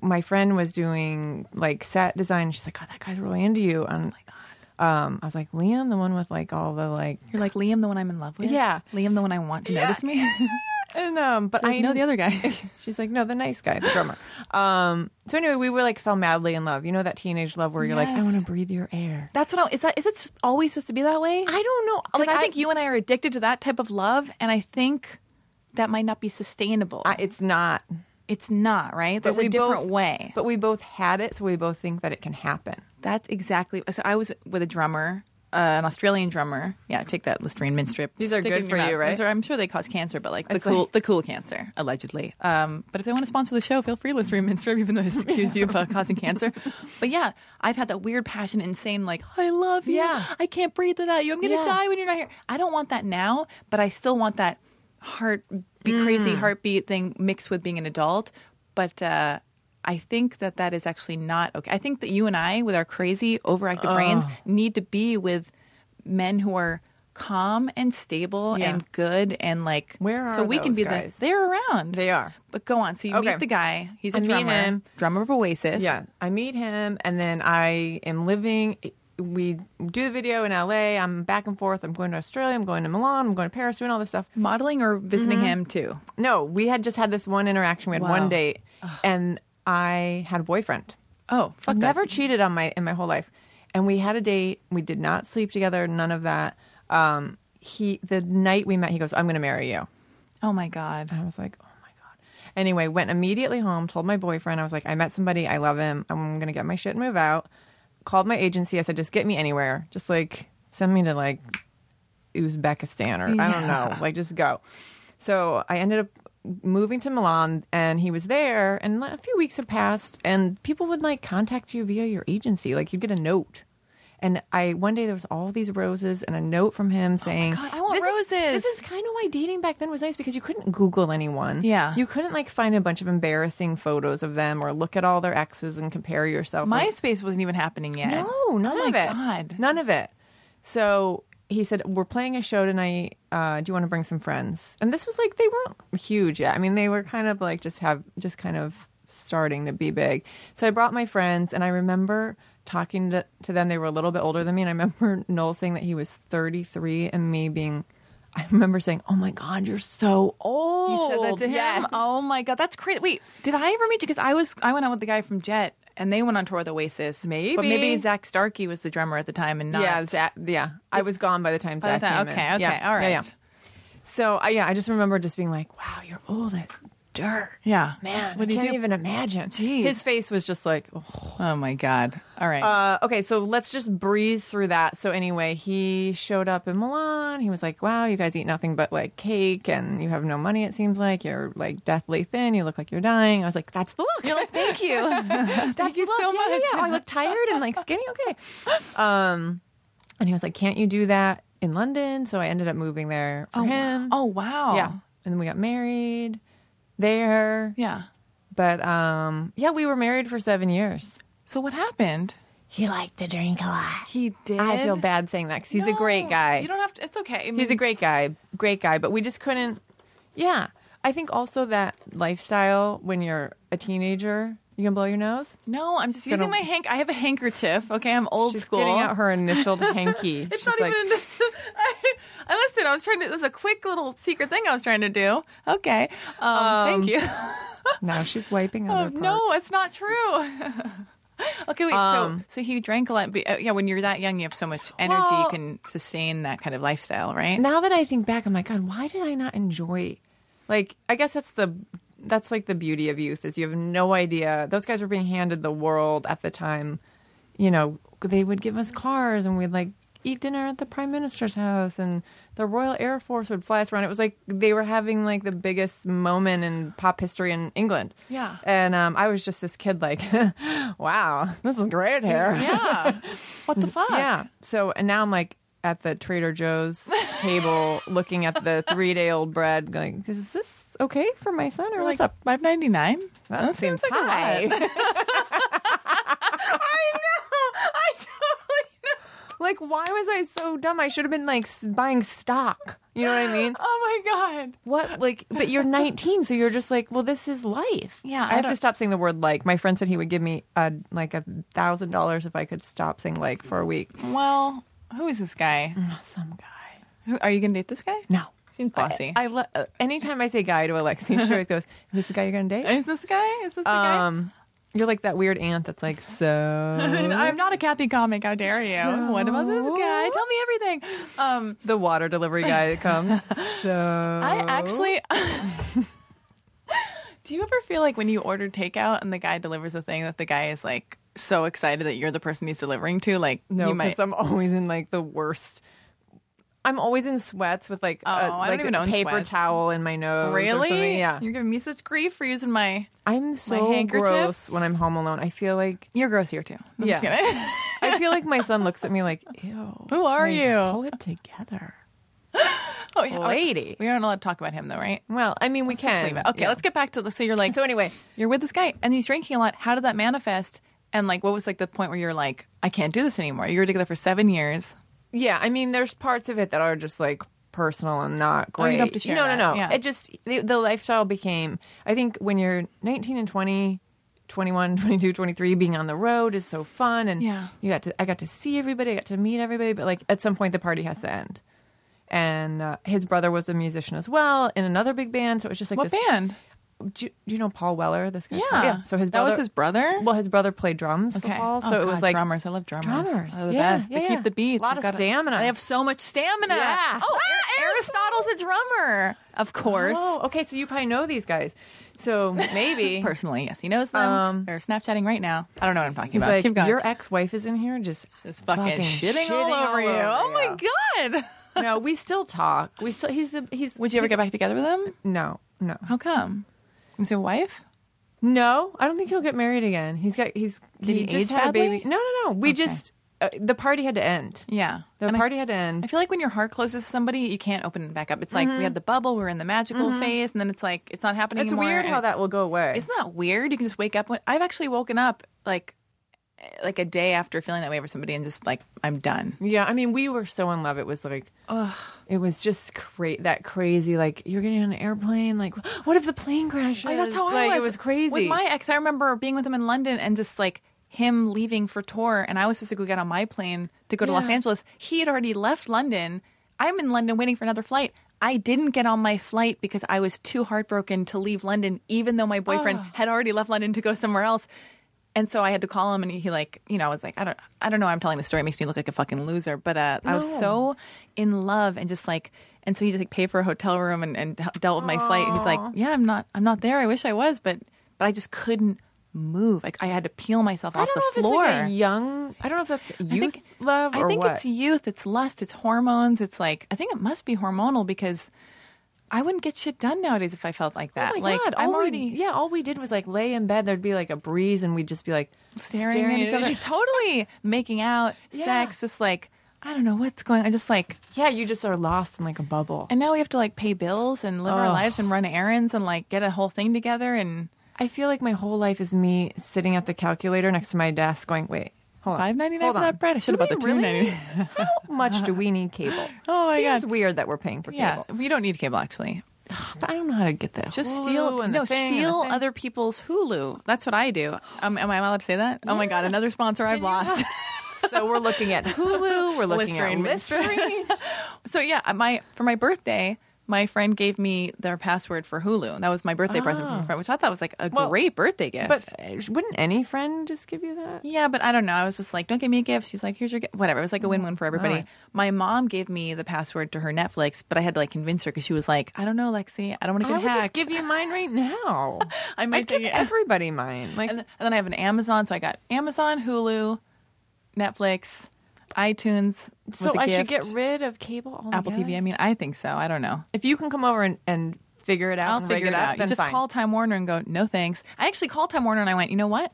[SPEAKER 5] my friend was doing like set design. She's like, "God, that guy's really into you." And, oh my god. Um, I was like, Liam, the one with like all the like,
[SPEAKER 4] You're like Liam, the one I'm in love with.
[SPEAKER 5] Yeah.
[SPEAKER 4] Liam, the one I want to notice me.
[SPEAKER 5] and um, but I
[SPEAKER 4] I know the other guy.
[SPEAKER 5] She's like, no, the nice guy, the drummer. Um, so anyway, we were like fell madly in love. You know that teenage love where you're like, I
[SPEAKER 4] Yes.
[SPEAKER 5] want to breathe your air.
[SPEAKER 4] That's what I, is that is it always supposed to be that way?
[SPEAKER 5] I don't know.
[SPEAKER 4] Because I think you and I are addicted to that type of love, and I think that might not be sustainable.
[SPEAKER 5] I, it's not.
[SPEAKER 4] it's not right. There's
[SPEAKER 5] we
[SPEAKER 4] a different
[SPEAKER 5] both-
[SPEAKER 4] way.
[SPEAKER 5] But we both had it, so we both think that it can happen.
[SPEAKER 4] That's exactly. So I was with a drummer, uh, an Australian drummer. Yeah, take that Listerine mint strip.
[SPEAKER 5] These are
[SPEAKER 4] Stick it
[SPEAKER 5] good
[SPEAKER 4] in your
[SPEAKER 5] for
[SPEAKER 4] mouth.
[SPEAKER 5] you, right?
[SPEAKER 4] Those are- I'm sure they cause cancer, but like the cool, the cool cancer, allegedly. Um, but if they want to sponsor the show, feel free, Listerine mint strip, even though it's accused you of uh, causing cancer. But yeah, I've had that weird passion, insane, like I love you.
[SPEAKER 5] Yeah.
[SPEAKER 4] I can't breathe without you. I'm gonna
[SPEAKER 5] Yeah.
[SPEAKER 4] die when you're not here. I don't want that now, but I still want that heart, be crazy
[SPEAKER 5] Mm.
[SPEAKER 4] heartbeat thing mixed with being an adult. But uh, I think that that is actually not okay. I think that you and I, with our crazy, overactive brains, need to be with men who are calm and stable
[SPEAKER 5] Yeah.
[SPEAKER 4] and good and like
[SPEAKER 5] Where are
[SPEAKER 4] so we can
[SPEAKER 5] those
[SPEAKER 4] be
[SPEAKER 5] guys?
[SPEAKER 4] the they're around
[SPEAKER 5] They are.
[SPEAKER 4] but go on so you
[SPEAKER 5] Okay.
[SPEAKER 4] meet the guy he's a
[SPEAKER 5] I meet
[SPEAKER 4] drummer
[SPEAKER 5] him.
[SPEAKER 4] drummer of oasis
[SPEAKER 5] Yeah, I meet him, and then I am living. We do the video in LA. I'm back and forth. I'm going to Australia. I'm going to Milan. I'm going to Paris. Doing all this stuff.
[SPEAKER 4] modeling or
[SPEAKER 5] Mm-hmm.
[SPEAKER 4] visiting him too
[SPEAKER 5] No, we had just had this one interaction. We had
[SPEAKER 4] Wow.
[SPEAKER 5] one date, and I had a boyfriend.
[SPEAKER 4] oh fuck that.
[SPEAKER 5] never cheated on my in my whole life and we had a date we did not sleep together none of that um he the night we met he goes i'm gonna marry you
[SPEAKER 4] oh my god
[SPEAKER 5] and i was like oh my god anyway went immediately home told my boyfriend i was like i met somebody i love him i'm gonna get my shit and move out called my agency i said just get me anywhere just like send me to like uzbekistan or i don't know like just go so i ended up moving to milan and he was there and a few weeks had passed and people would like contact you via your agency like you'd get a note And I one day there was all these roses and a note from him saying,
[SPEAKER 4] Oh God, I want
[SPEAKER 5] this is-
[SPEAKER 4] roses."
[SPEAKER 5] this is kind of why dating back then was nice because you couldn't Google anyone.
[SPEAKER 4] Yeah.
[SPEAKER 5] you couldn't like find a bunch of embarrassing photos of them or look at all their exes and compare yourself. Like,
[SPEAKER 4] MySpace wasn't even happening yet.
[SPEAKER 5] no, none
[SPEAKER 4] Oh
[SPEAKER 5] of
[SPEAKER 4] my
[SPEAKER 5] it.
[SPEAKER 4] God.
[SPEAKER 5] None of it. So he said, We're playing a show tonight. Uh, do you want to bring some friends? And this was like they weren't huge yet. I mean, they were kind of like just have just kind of starting to be big. So I brought my friends and I remember talking to, to them. They were a little bit older than me, and I remember Noel saying that he was thirty three and me being I remember saying, "Oh my God, you're so old."
[SPEAKER 4] You said that to him.
[SPEAKER 5] Yes.
[SPEAKER 4] Oh my god, that's crazy. Wait, did I ever meet you? Because I was I went out with the guy from Jet, and they went on tour with Oasis. but maybe
[SPEAKER 5] Maybe.
[SPEAKER 4] Zach Starkey was the drummer at the time, and not
[SPEAKER 5] Yeah, Zach, yeah. I was gone by the time
[SPEAKER 4] By
[SPEAKER 5] Zach
[SPEAKER 4] the
[SPEAKER 5] came
[SPEAKER 4] time-
[SPEAKER 5] in.
[SPEAKER 4] okay, okay,
[SPEAKER 5] Yeah,
[SPEAKER 4] all right.
[SPEAKER 5] yeah, yeah. So I yeah, I just remember just being like, "Wow, you're old as dirt."
[SPEAKER 4] Yeah.
[SPEAKER 5] man,
[SPEAKER 4] What
[SPEAKER 5] I
[SPEAKER 4] do you
[SPEAKER 5] can't
[SPEAKER 4] do?
[SPEAKER 5] even imagine.
[SPEAKER 4] Jeez.
[SPEAKER 5] His face was just like, "Oh."
[SPEAKER 4] Oh my god. All right.
[SPEAKER 5] uh, okay. So let's just breeze through that. So anyway, he showed up in Milan. He was like, "Wow, you guys eat nothing but like cake, and you have no money. It seems like you're like deathly thin. You look like you're dying." I was like, "That's the look."
[SPEAKER 4] You're like, thank you.
[SPEAKER 5] Thank
[SPEAKER 4] you so
[SPEAKER 5] yeah, yeah,
[SPEAKER 4] much.
[SPEAKER 5] yeah. Oh, I look tired and like skinny. Okay. Um, and he was like, "Can't you do that in London?" So I ended up moving there for
[SPEAKER 4] oh,
[SPEAKER 5] him.
[SPEAKER 4] Oh wow.
[SPEAKER 5] yeah. And then we got married there.
[SPEAKER 4] Yeah.
[SPEAKER 5] But um, yeah, we were married for seven years.
[SPEAKER 4] So what happened?
[SPEAKER 5] He liked to drink a lot.
[SPEAKER 4] He did.
[SPEAKER 5] I feel bad saying that because he's a great
[SPEAKER 4] No,
[SPEAKER 5] guy.
[SPEAKER 4] You don't have to. It's okay. I
[SPEAKER 5] he's
[SPEAKER 4] mean,
[SPEAKER 5] a great guy, great guy. But we just couldn't. Yeah, I think also that lifestyle when you're a teenager, you can blow your nose.
[SPEAKER 4] no. I'm just
[SPEAKER 5] gonna-
[SPEAKER 4] using my hank. I have a handkerchief. Okay, I'm old
[SPEAKER 5] She's
[SPEAKER 4] school.
[SPEAKER 5] getting out her initial hanky.
[SPEAKER 4] It's
[SPEAKER 5] She's
[SPEAKER 4] not
[SPEAKER 5] like,
[SPEAKER 4] even. I, I listen. I was trying to. It was a quick little secret thing I was trying to do. Okay. Um, thank you.
[SPEAKER 5] now she's wiping
[SPEAKER 4] oh
[SPEAKER 5] other
[SPEAKER 4] no,
[SPEAKER 5] parts.
[SPEAKER 4] it's not true. okay, wait.
[SPEAKER 5] Um,
[SPEAKER 4] so, so he drank a lot. But, uh, yeah, when you're that young, you have so much energy. you
[SPEAKER 5] Well-
[SPEAKER 4] can sustain that kind of lifestyle, right?
[SPEAKER 5] Now that I think back, I'm like, God, why did I not enjoy? Like, I guess that's the that's like the beauty of youth is you have no idea. Those guys were being handed the world at the time. You know, they would give us cars and we'd like eat dinner at the prime minister's house and the Royal Air Force would fly us around. It was like they were having like the biggest moment in pop history in England.
[SPEAKER 4] Yeah.
[SPEAKER 5] And um, I was just this kid like, wow, this is great here.
[SPEAKER 4] Yeah. what the fuck?
[SPEAKER 5] Yeah. So and now I'm like at the Trader Joe's table looking at the three day old bread, going, "Is this okay for my son or
[SPEAKER 4] We're
[SPEAKER 5] what's
[SPEAKER 4] like
[SPEAKER 5] up?"
[SPEAKER 4] up five ninety nine.
[SPEAKER 5] That, seems, high.
[SPEAKER 4] I totally know.
[SPEAKER 5] like, why was I so dumb? I should have been like s- buying stock. You know what I mean?
[SPEAKER 4] Oh my god.
[SPEAKER 5] What like? But you're 19, so you're just like, well, this is life.
[SPEAKER 4] Yeah,
[SPEAKER 5] I,
[SPEAKER 4] I
[SPEAKER 5] have
[SPEAKER 4] don't-
[SPEAKER 5] to stop saying the word like. My friend said he would give me uh, like a thousand dollars if I could stop saying like for a week.
[SPEAKER 4] Well, who is this guy?
[SPEAKER 5] Mm. Some guy.
[SPEAKER 4] Who, are you gonna date this guy?
[SPEAKER 5] No.
[SPEAKER 4] Seems bossy.
[SPEAKER 5] I, I lo- uh, anytime I say guy to Alexi, she always goes, "Is this the guy you're gonna date?"
[SPEAKER 4] is this guy? Is this the guy?
[SPEAKER 5] Um, you're like that weird aunt that's like, "So
[SPEAKER 4] I'm not a Kathy comic. How dare you? What about this guy? Tell me everything. Um,
[SPEAKER 5] the water delivery guy comes." So
[SPEAKER 4] I actually. Do you ever feel like when you order takeout and the guy delivers a thing that the guy is like so excited that you're the person he's delivering to? Like,
[SPEAKER 5] no,
[SPEAKER 4] you might.
[SPEAKER 5] because I'm always in like the worst. I'm always in sweats with like
[SPEAKER 4] Oh, I
[SPEAKER 5] a,
[SPEAKER 4] don't
[SPEAKER 5] like
[SPEAKER 4] even
[SPEAKER 5] a
[SPEAKER 4] own
[SPEAKER 5] paper
[SPEAKER 4] sweats.
[SPEAKER 5] towel in my nose. or something.
[SPEAKER 4] Really?
[SPEAKER 5] Yeah.
[SPEAKER 4] You're giving me such grief for using my.
[SPEAKER 5] I'm so
[SPEAKER 4] handkerchief?
[SPEAKER 5] gross when I'm home alone. I feel like
[SPEAKER 4] You're gross here too. I'm just
[SPEAKER 5] Yeah.
[SPEAKER 4] kidding.
[SPEAKER 5] I feel like my son looks at me like, "Ew,
[SPEAKER 4] Who are
[SPEAKER 5] like,
[SPEAKER 4] you?
[SPEAKER 5] Pull it together,
[SPEAKER 4] Oh, yeah.
[SPEAKER 5] lady."
[SPEAKER 4] We aren't allowed to talk about him though, right?
[SPEAKER 5] Well, I mean, we
[SPEAKER 4] Let's
[SPEAKER 5] can.
[SPEAKER 4] just leave it. Okay,
[SPEAKER 5] yeah.
[SPEAKER 4] let's get back to the. So you're like.
[SPEAKER 5] So anyway,
[SPEAKER 4] you're with this guy and he's drinking a lot. How did that manifest? And like, what was like the point where you're like, I can't do this anymore? You were together for seven years.
[SPEAKER 5] Yeah, I mean, there's parts of it that are just like personal and not
[SPEAKER 4] Oh,
[SPEAKER 5] great.
[SPEAKER 4] you don't have to share
[SPEAKER 5] no,
[SPEAKER 4] that.
[SPEAKER 5] no, no.
[SPEAKER 4] Yeah.
[SPEAKER 5] It just the, the lifestyle became. I think when you're 19 and 20. 21 22 23 being on the road is so fun and
[SPEAKER 4] Yeah.
[SPEAKER 5] you got to i got to see everybody i got to meet everybody but like at some point the party has to end and uh, his brother was a musician as well in another big band so it was just like
[SPEAKER 4] What
[SPEAKER 5] this,
[SPEAKER 4] band?
[SPEAKER 5] do you, do you know paul weller this guy
[SPEAKER 4] Yeah.
[SPEAKER 5] so his
[SPEAKER 4] that
[SPEAKER 5] brother
[SPEAKER 4] was his brother.
[SPEAKER 5] well his brother played drums for
[SPEAKER 4] okay.
[SPEAKER 5] paul so
[SPEAKER 4] Oh,
[SPEAKER 5] it was
[SPEAKER 4] God,
[SPEAKER 5] like
[SPEAKER 4] drummers. I love drummers.
[SPEAKER 5] Drummers.
[SPEAKER 4] They're the
[SPEAKER 5] Yeah,
[SPEAKER 4] best.
[SPEAKER 5] yeah,
[SPEAKER 4] they keep
[SPEAKER 5] yeah.
[SPEAKER 4] the beat.
[SPEAKER 5] Lot
[SPEAKER 4] They've
[SPEAKER 5] of
[SPEAKER 4] got
[SPEAKER 5] stamina.
[SPEAKER 4] They have so much stamina.
[SPEAKER 5] Yeah.
[SPEAKER 4] Oh, Ar- Aristotle's a drummer, of course.
[SPEAKER 5] Oh, okay. So you probably know these guys. So maybe
[SPEAKER 4] Personally, yes, he knows them.
[SPEAKER 5] Um,
[SPEAKER 4] They're Snapchatting right now. I don't know what I'm talking
[SPEAKER 5] he's
[SPEAKER 4] about.
[SPEAKER 5] like,
[SPEAKER 4] Keep going.
[SPEAKER 5] your ex-wife is in here, just
[SPEAKER 4] Just fucking, shitting, all
[SPEAKER 5] shitting
[SPEAKER 4] over you. oh my
[SPEAKER 5] you."
[SPEAKER 4] god.
[SPEAKER 5] no, we still talk. We still. He's the. He's.
[SPEAKER 4] Would you ever get back together with him?
[SPEAKER 5] No, no,
[SPEAKER 4] How come? Is he a wife?
[SPEAKER 5] no. I don't think he'll get married again. He's got. He's.
[SPEAKER 4] Did he
[SPEAKER 5] just
[SPEAKER 4] age
[SPEAKER 5] had a
[SPEAKER 4] badly?
[SPEAKER 5] baby. No, no, no. We
[SPEAKER 4] Okay.
[SPEAKER 5] just. uh, the party had to end.
[SPEAKER 4] Yeah.
[SPEAKER 5] The
[SPEAKER 4] And I-
[SPEAKER 5] party had to end.
[SPEAKER 4] I feel like when your heart closes to somebody, you can't open it back up. It's like we had the bubble, we are in the magical phase, and then it's like Mm-hmm. it's not happening
[SPEAKER 5] it's
[SPEAKER 4] anymore.
[SPEAKER 5] weird
[SPEAKER 4] and
[SPEAKER 5] how
[SPEAKER 4] it's-
[SPEAKER 5] that will go away.
[SPEAKER 4] It's not weird. You can just wake up. When, I've actually woken up like like a day after feeling that way for somebody and just like I'm done.
[SPEAKER 5] Yeah, I mean, we were so in love. It was like, it was just cra- that crazy. Like you're getting on an airplane. Like, what if the plane crashes?
[SPEAKER 4] Oh, that's how
[SPEAKER 5] like,
[SPEAKER 4] I was.
[SPEAKER 5] It was crazy.
[SPEAKER 4] With my ex, I remember being with him in London and just like him leaving for tour, and I was supposed to go get on my plane to go to Los Angeles. He had already left London. I'm in London waiting for another flight. I didn't get on my flight because I was too heartbroken to leave London, even though my boyfriend
[SPEAKER 5] Ah.
[SPEAKER 4] had already left London to go somewhere else. And so I had to call him, and he like, you know, I was like, I don't, I don't know. why I'm telling the story. It makes me look like a fucking loser, but uh, I was so in love and just like, and so he just like paid for a hotel room and, and hel- dealt with my flight. And he's like, yeah, I'm not, I'm not there. I wish I was, but, but I just couldn't move. Like I had to peel myself
[SPEAKER 5] I
[SPEAKER 4] off
[SPEAKER 5] don't
[SPEAKER 4] the
[SPEAKER 5] know if
[SPEAKER 4] floor.
[SPEAKER 5] it's like a young. I don't know if that's
[SPEAKER 4] I
[SPEAKER 5] youth
[SPEAKER 4] think,
[SPEAKER 5] love or
[SPEAKER 4] I think
[SPEAKER 5] what.
[SPEAKER 4] it's youth. It's lust. It's hormones. It's like I think it must be hormonal because I wouldn't get shit done nowadays if I felt like
[SPEAKER 5] Oh
[SPEAKER 4] that.
[SPEAKER 5] my
[SPEAKER 4] like
[SPEAKER 5] god!
[SPEAKER 4] I'm
[SPEAKER 5] all
[SPEAKER 4] already
[SPEAKER 5] we, yeah. All we did was like lay in bed. There'd be like a breeze, and we'd just be like
[SPEAKER 4] staring, at each other, totally making out, sex, just like I don't know what's going. I just like,
[SPEAKER 5] Yeah, you just are lost in like a bubble.
[SPEAKER 4] and now we have to like pay bills and live our
[SPEAKER 5] Ugh.
[SPEAKER 4] lives and run errands and like get a whole thing together. And
[SPEAKER 5] I feel like my whole life is me sitting at the calculator next to my desk, going, "Wait, hold on, hold
[SPEAKER 4] $5.99 for
[SPEAKER 5] on.
[SPEAKER 4] that bread? I should
[SPEAKER 5] Do
[SPEAKER 4] have bought
[SPEAKER 5] we
[SPEAKER 4] the
[SPEAKER 5] really
[SPEAKER 4] $2.99.
[SPEAKER 5] need- How much do we need cable?
[SPEAKER 4] Oh my
[SPEAKER 5] Seems
[SPEAKER 4] God.
[SPEAKER 5] weird that we're paying for
[SPEAKER 4] yeah,
[SPEAKER 5] cable.
[SPEAKER 4] we don't need cable actually.
[SPEAKER 5] But I don't know how to get that.
[SPEAKER 4] Just
[SPEAKER 5] Hulu
[SPEAKER 4] steal,
[SPEAKER 5] and the
[SPEAKER 4] no,
[SPEAKER 5] thing and the
[SPEAKER 4] steal
[SPEAKER 5] thing.
[SPEAKER 4] other people's Hulu. That's what I do. Um, am I allowed to say that? Oh my god, another sponsor I've lost.
[SPEAKER 5] so we're looking at Hulu. We're looking
[SPEAKER 4] Listerine
[SPEAKER 5] at
[SPEAKER 4] Minstrel.
[SPEAKER 5] Listerine.
[SPEAKER 4] so yeah, my for my birthday, my friend gave me their password for Hulu. That was my birthday present from a friend, which I thought was like a
[SPEAKER 5] Ah. Well,
[SPEAKER 4] great birthday gift.
[SPEAKER 5] but uh, wouldn't any friend just give you that?
[SPEAKER 4] Yeah, but I don't know. I was just like, don't give me a gift. She's like, here's your gift. Whatever. It was like a win win for everybody.
[SPEAKER 5] right.
[SPEAKER 4] My mom gave me the password to her Netflix, but I had to like convince her because she was like, I don't know, Lexi. I don't want to
[SPEAKER 5] I
[SPEAKER 4] get
[SPEAKER 5] would
[SPEAKER 4] hacked.
[SPEAKER 5] just give you mine right now.
[SPEAKER 4] I
[SPEAKER 5] I'd
[SPEAKER 4] might
[SPEAKER 5] give
[SPEAKER 4] take it.
[SPEAKER 5] everybody mine. Like
[SPEAKER 4] and, th- and then I have an Amazon. So I got Amazon, Hulu, Netflix, iTunes. was
[SPEAKER 5] so,
[SPEAKER 4] a
[SPEAKER 5] I should
[SPEAKER 4] gift,
[SPEAKER 5] get rid of cable. Altogether?
[SPEAKER 4] Apple TV. I mean, I think so. I don't know.
[SPEAKER 5] If you can come over and, and figure it out,
[SPEAKER 4] I'll
[SPEAKER 5] and
[SPEAKER 4] figure
[SPEAKER 5] rig
[SPEAKER 4] it
[SPEAKER 5] up,
[SPEAKER 4] out. You
[SPEAKER 5] then
[SPEAKER 4] just
[SPEAKER 5] fine.
[SPEAKER 4] call Time Warner and go, no thanks. I actually called Time Warner and I went, you know what?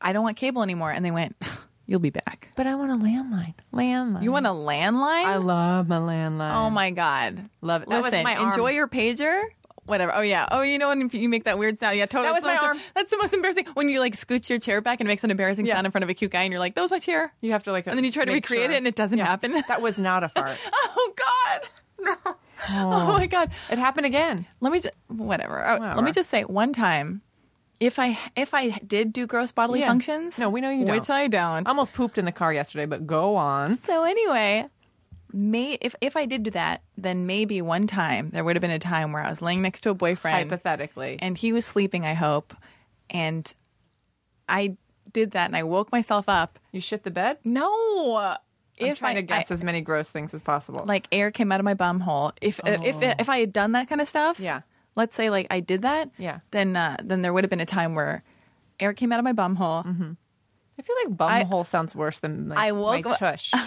[SPEAKER 4] I don't want cable anymore. And they went, you'll be back.
[SPEAKER 5] But I want a landline. Landline.
[SPEAKER 4] You want a landline?
[SPEAKER 5] I love my landline.
[SPEAKER 4] Oh my god,
[SPEAKER 5] Love it. That was
[SPEAKER 4] Listen,
[SPEAKER 5] my arm.
[SPEAKER 4] enjoy your pager. Whatever. Oh yeah. Oh, you know when you make that weird sound. Yeah, totally.
[SPEAKER 5] That was
[SPEAKER 4] That's the
[SPEAKER 5] my
[SPEAKER 4] most-
[SPEAKER 5] arm.
[SPEAKER 4] That's the most embarrassing when you like scoot your chair back and it makes an embarrassing
[SPEAKER 5] Yeah.
[SPEAKER 4] sound in front of a cute guy, and you're like, "That was my chair."
[SPEAKER 5] You have to like.
[SPEAKER 4] And then you try to
[SPEAKER 5] make
[SPEAKER 4] recreate
[SPEAKER 5] sure.
[SPEAKER 4] it, and it doesn't happen.
[SPEAKER 5] That was not a fart.
[SPEAKER 4] oh god. No. Oh. my god.
[SPEAKER 5] it happened again.
[SPEAKER 4] Let me just whatever. Uh, Let
[SPEAKER 5] Whatever.
[SPEAKER 4] me just say one time. If I if I did do gross bodily
[SPEAKER 5] Yeah.
[SPEAKER 4] functions,
[SPEAKER 5] No, we know you don't.
[SPEAKER 4] which I don't.
[SPEAKER 5] I almost pooped in the car yesterday, but go on.
[SPEAKER 4] So anyway, may if if I did do that, then maybe one time there would have been a time where I was laying next to a boyfriend
[SPEAKER 5] Hypothetically,
[SPEAKER 4] and he was sleeping, I hope, and I did that and I woke myself up.
[SPEAKER 5] you shit the bed.
[SPEAKER 4] No.
[SPEAKER 5] I'm
[SPEAKER 4] if
[SPEAKER 5] trying
[SPEAKER 4] I,
[SPEAKER 5] to guess
[SPEAKER 4] I-
[SPEAKER 5] as many gross things as possible.
[SPEAKER 4] like air came out of my bum hole. If if if I had done that kind of stuff,
[SPEAKER 5] Oh. Yeah.
[SPEAKER 4] Let's say like I did that,
[SPEAKER 5] Yeah.
[SPEAKER 4] Then uh, then there would have been a time where air came out of my bum hole.
[SPEAKER 5] Mm-hmm. I feel like bumhole sounds worse than like,
[SPEAKER 4] I woke
[SPEAKER 5] my
[SPEAKER 4] up-
[SPEAKER 5] tush.
[SPEAKER 4] I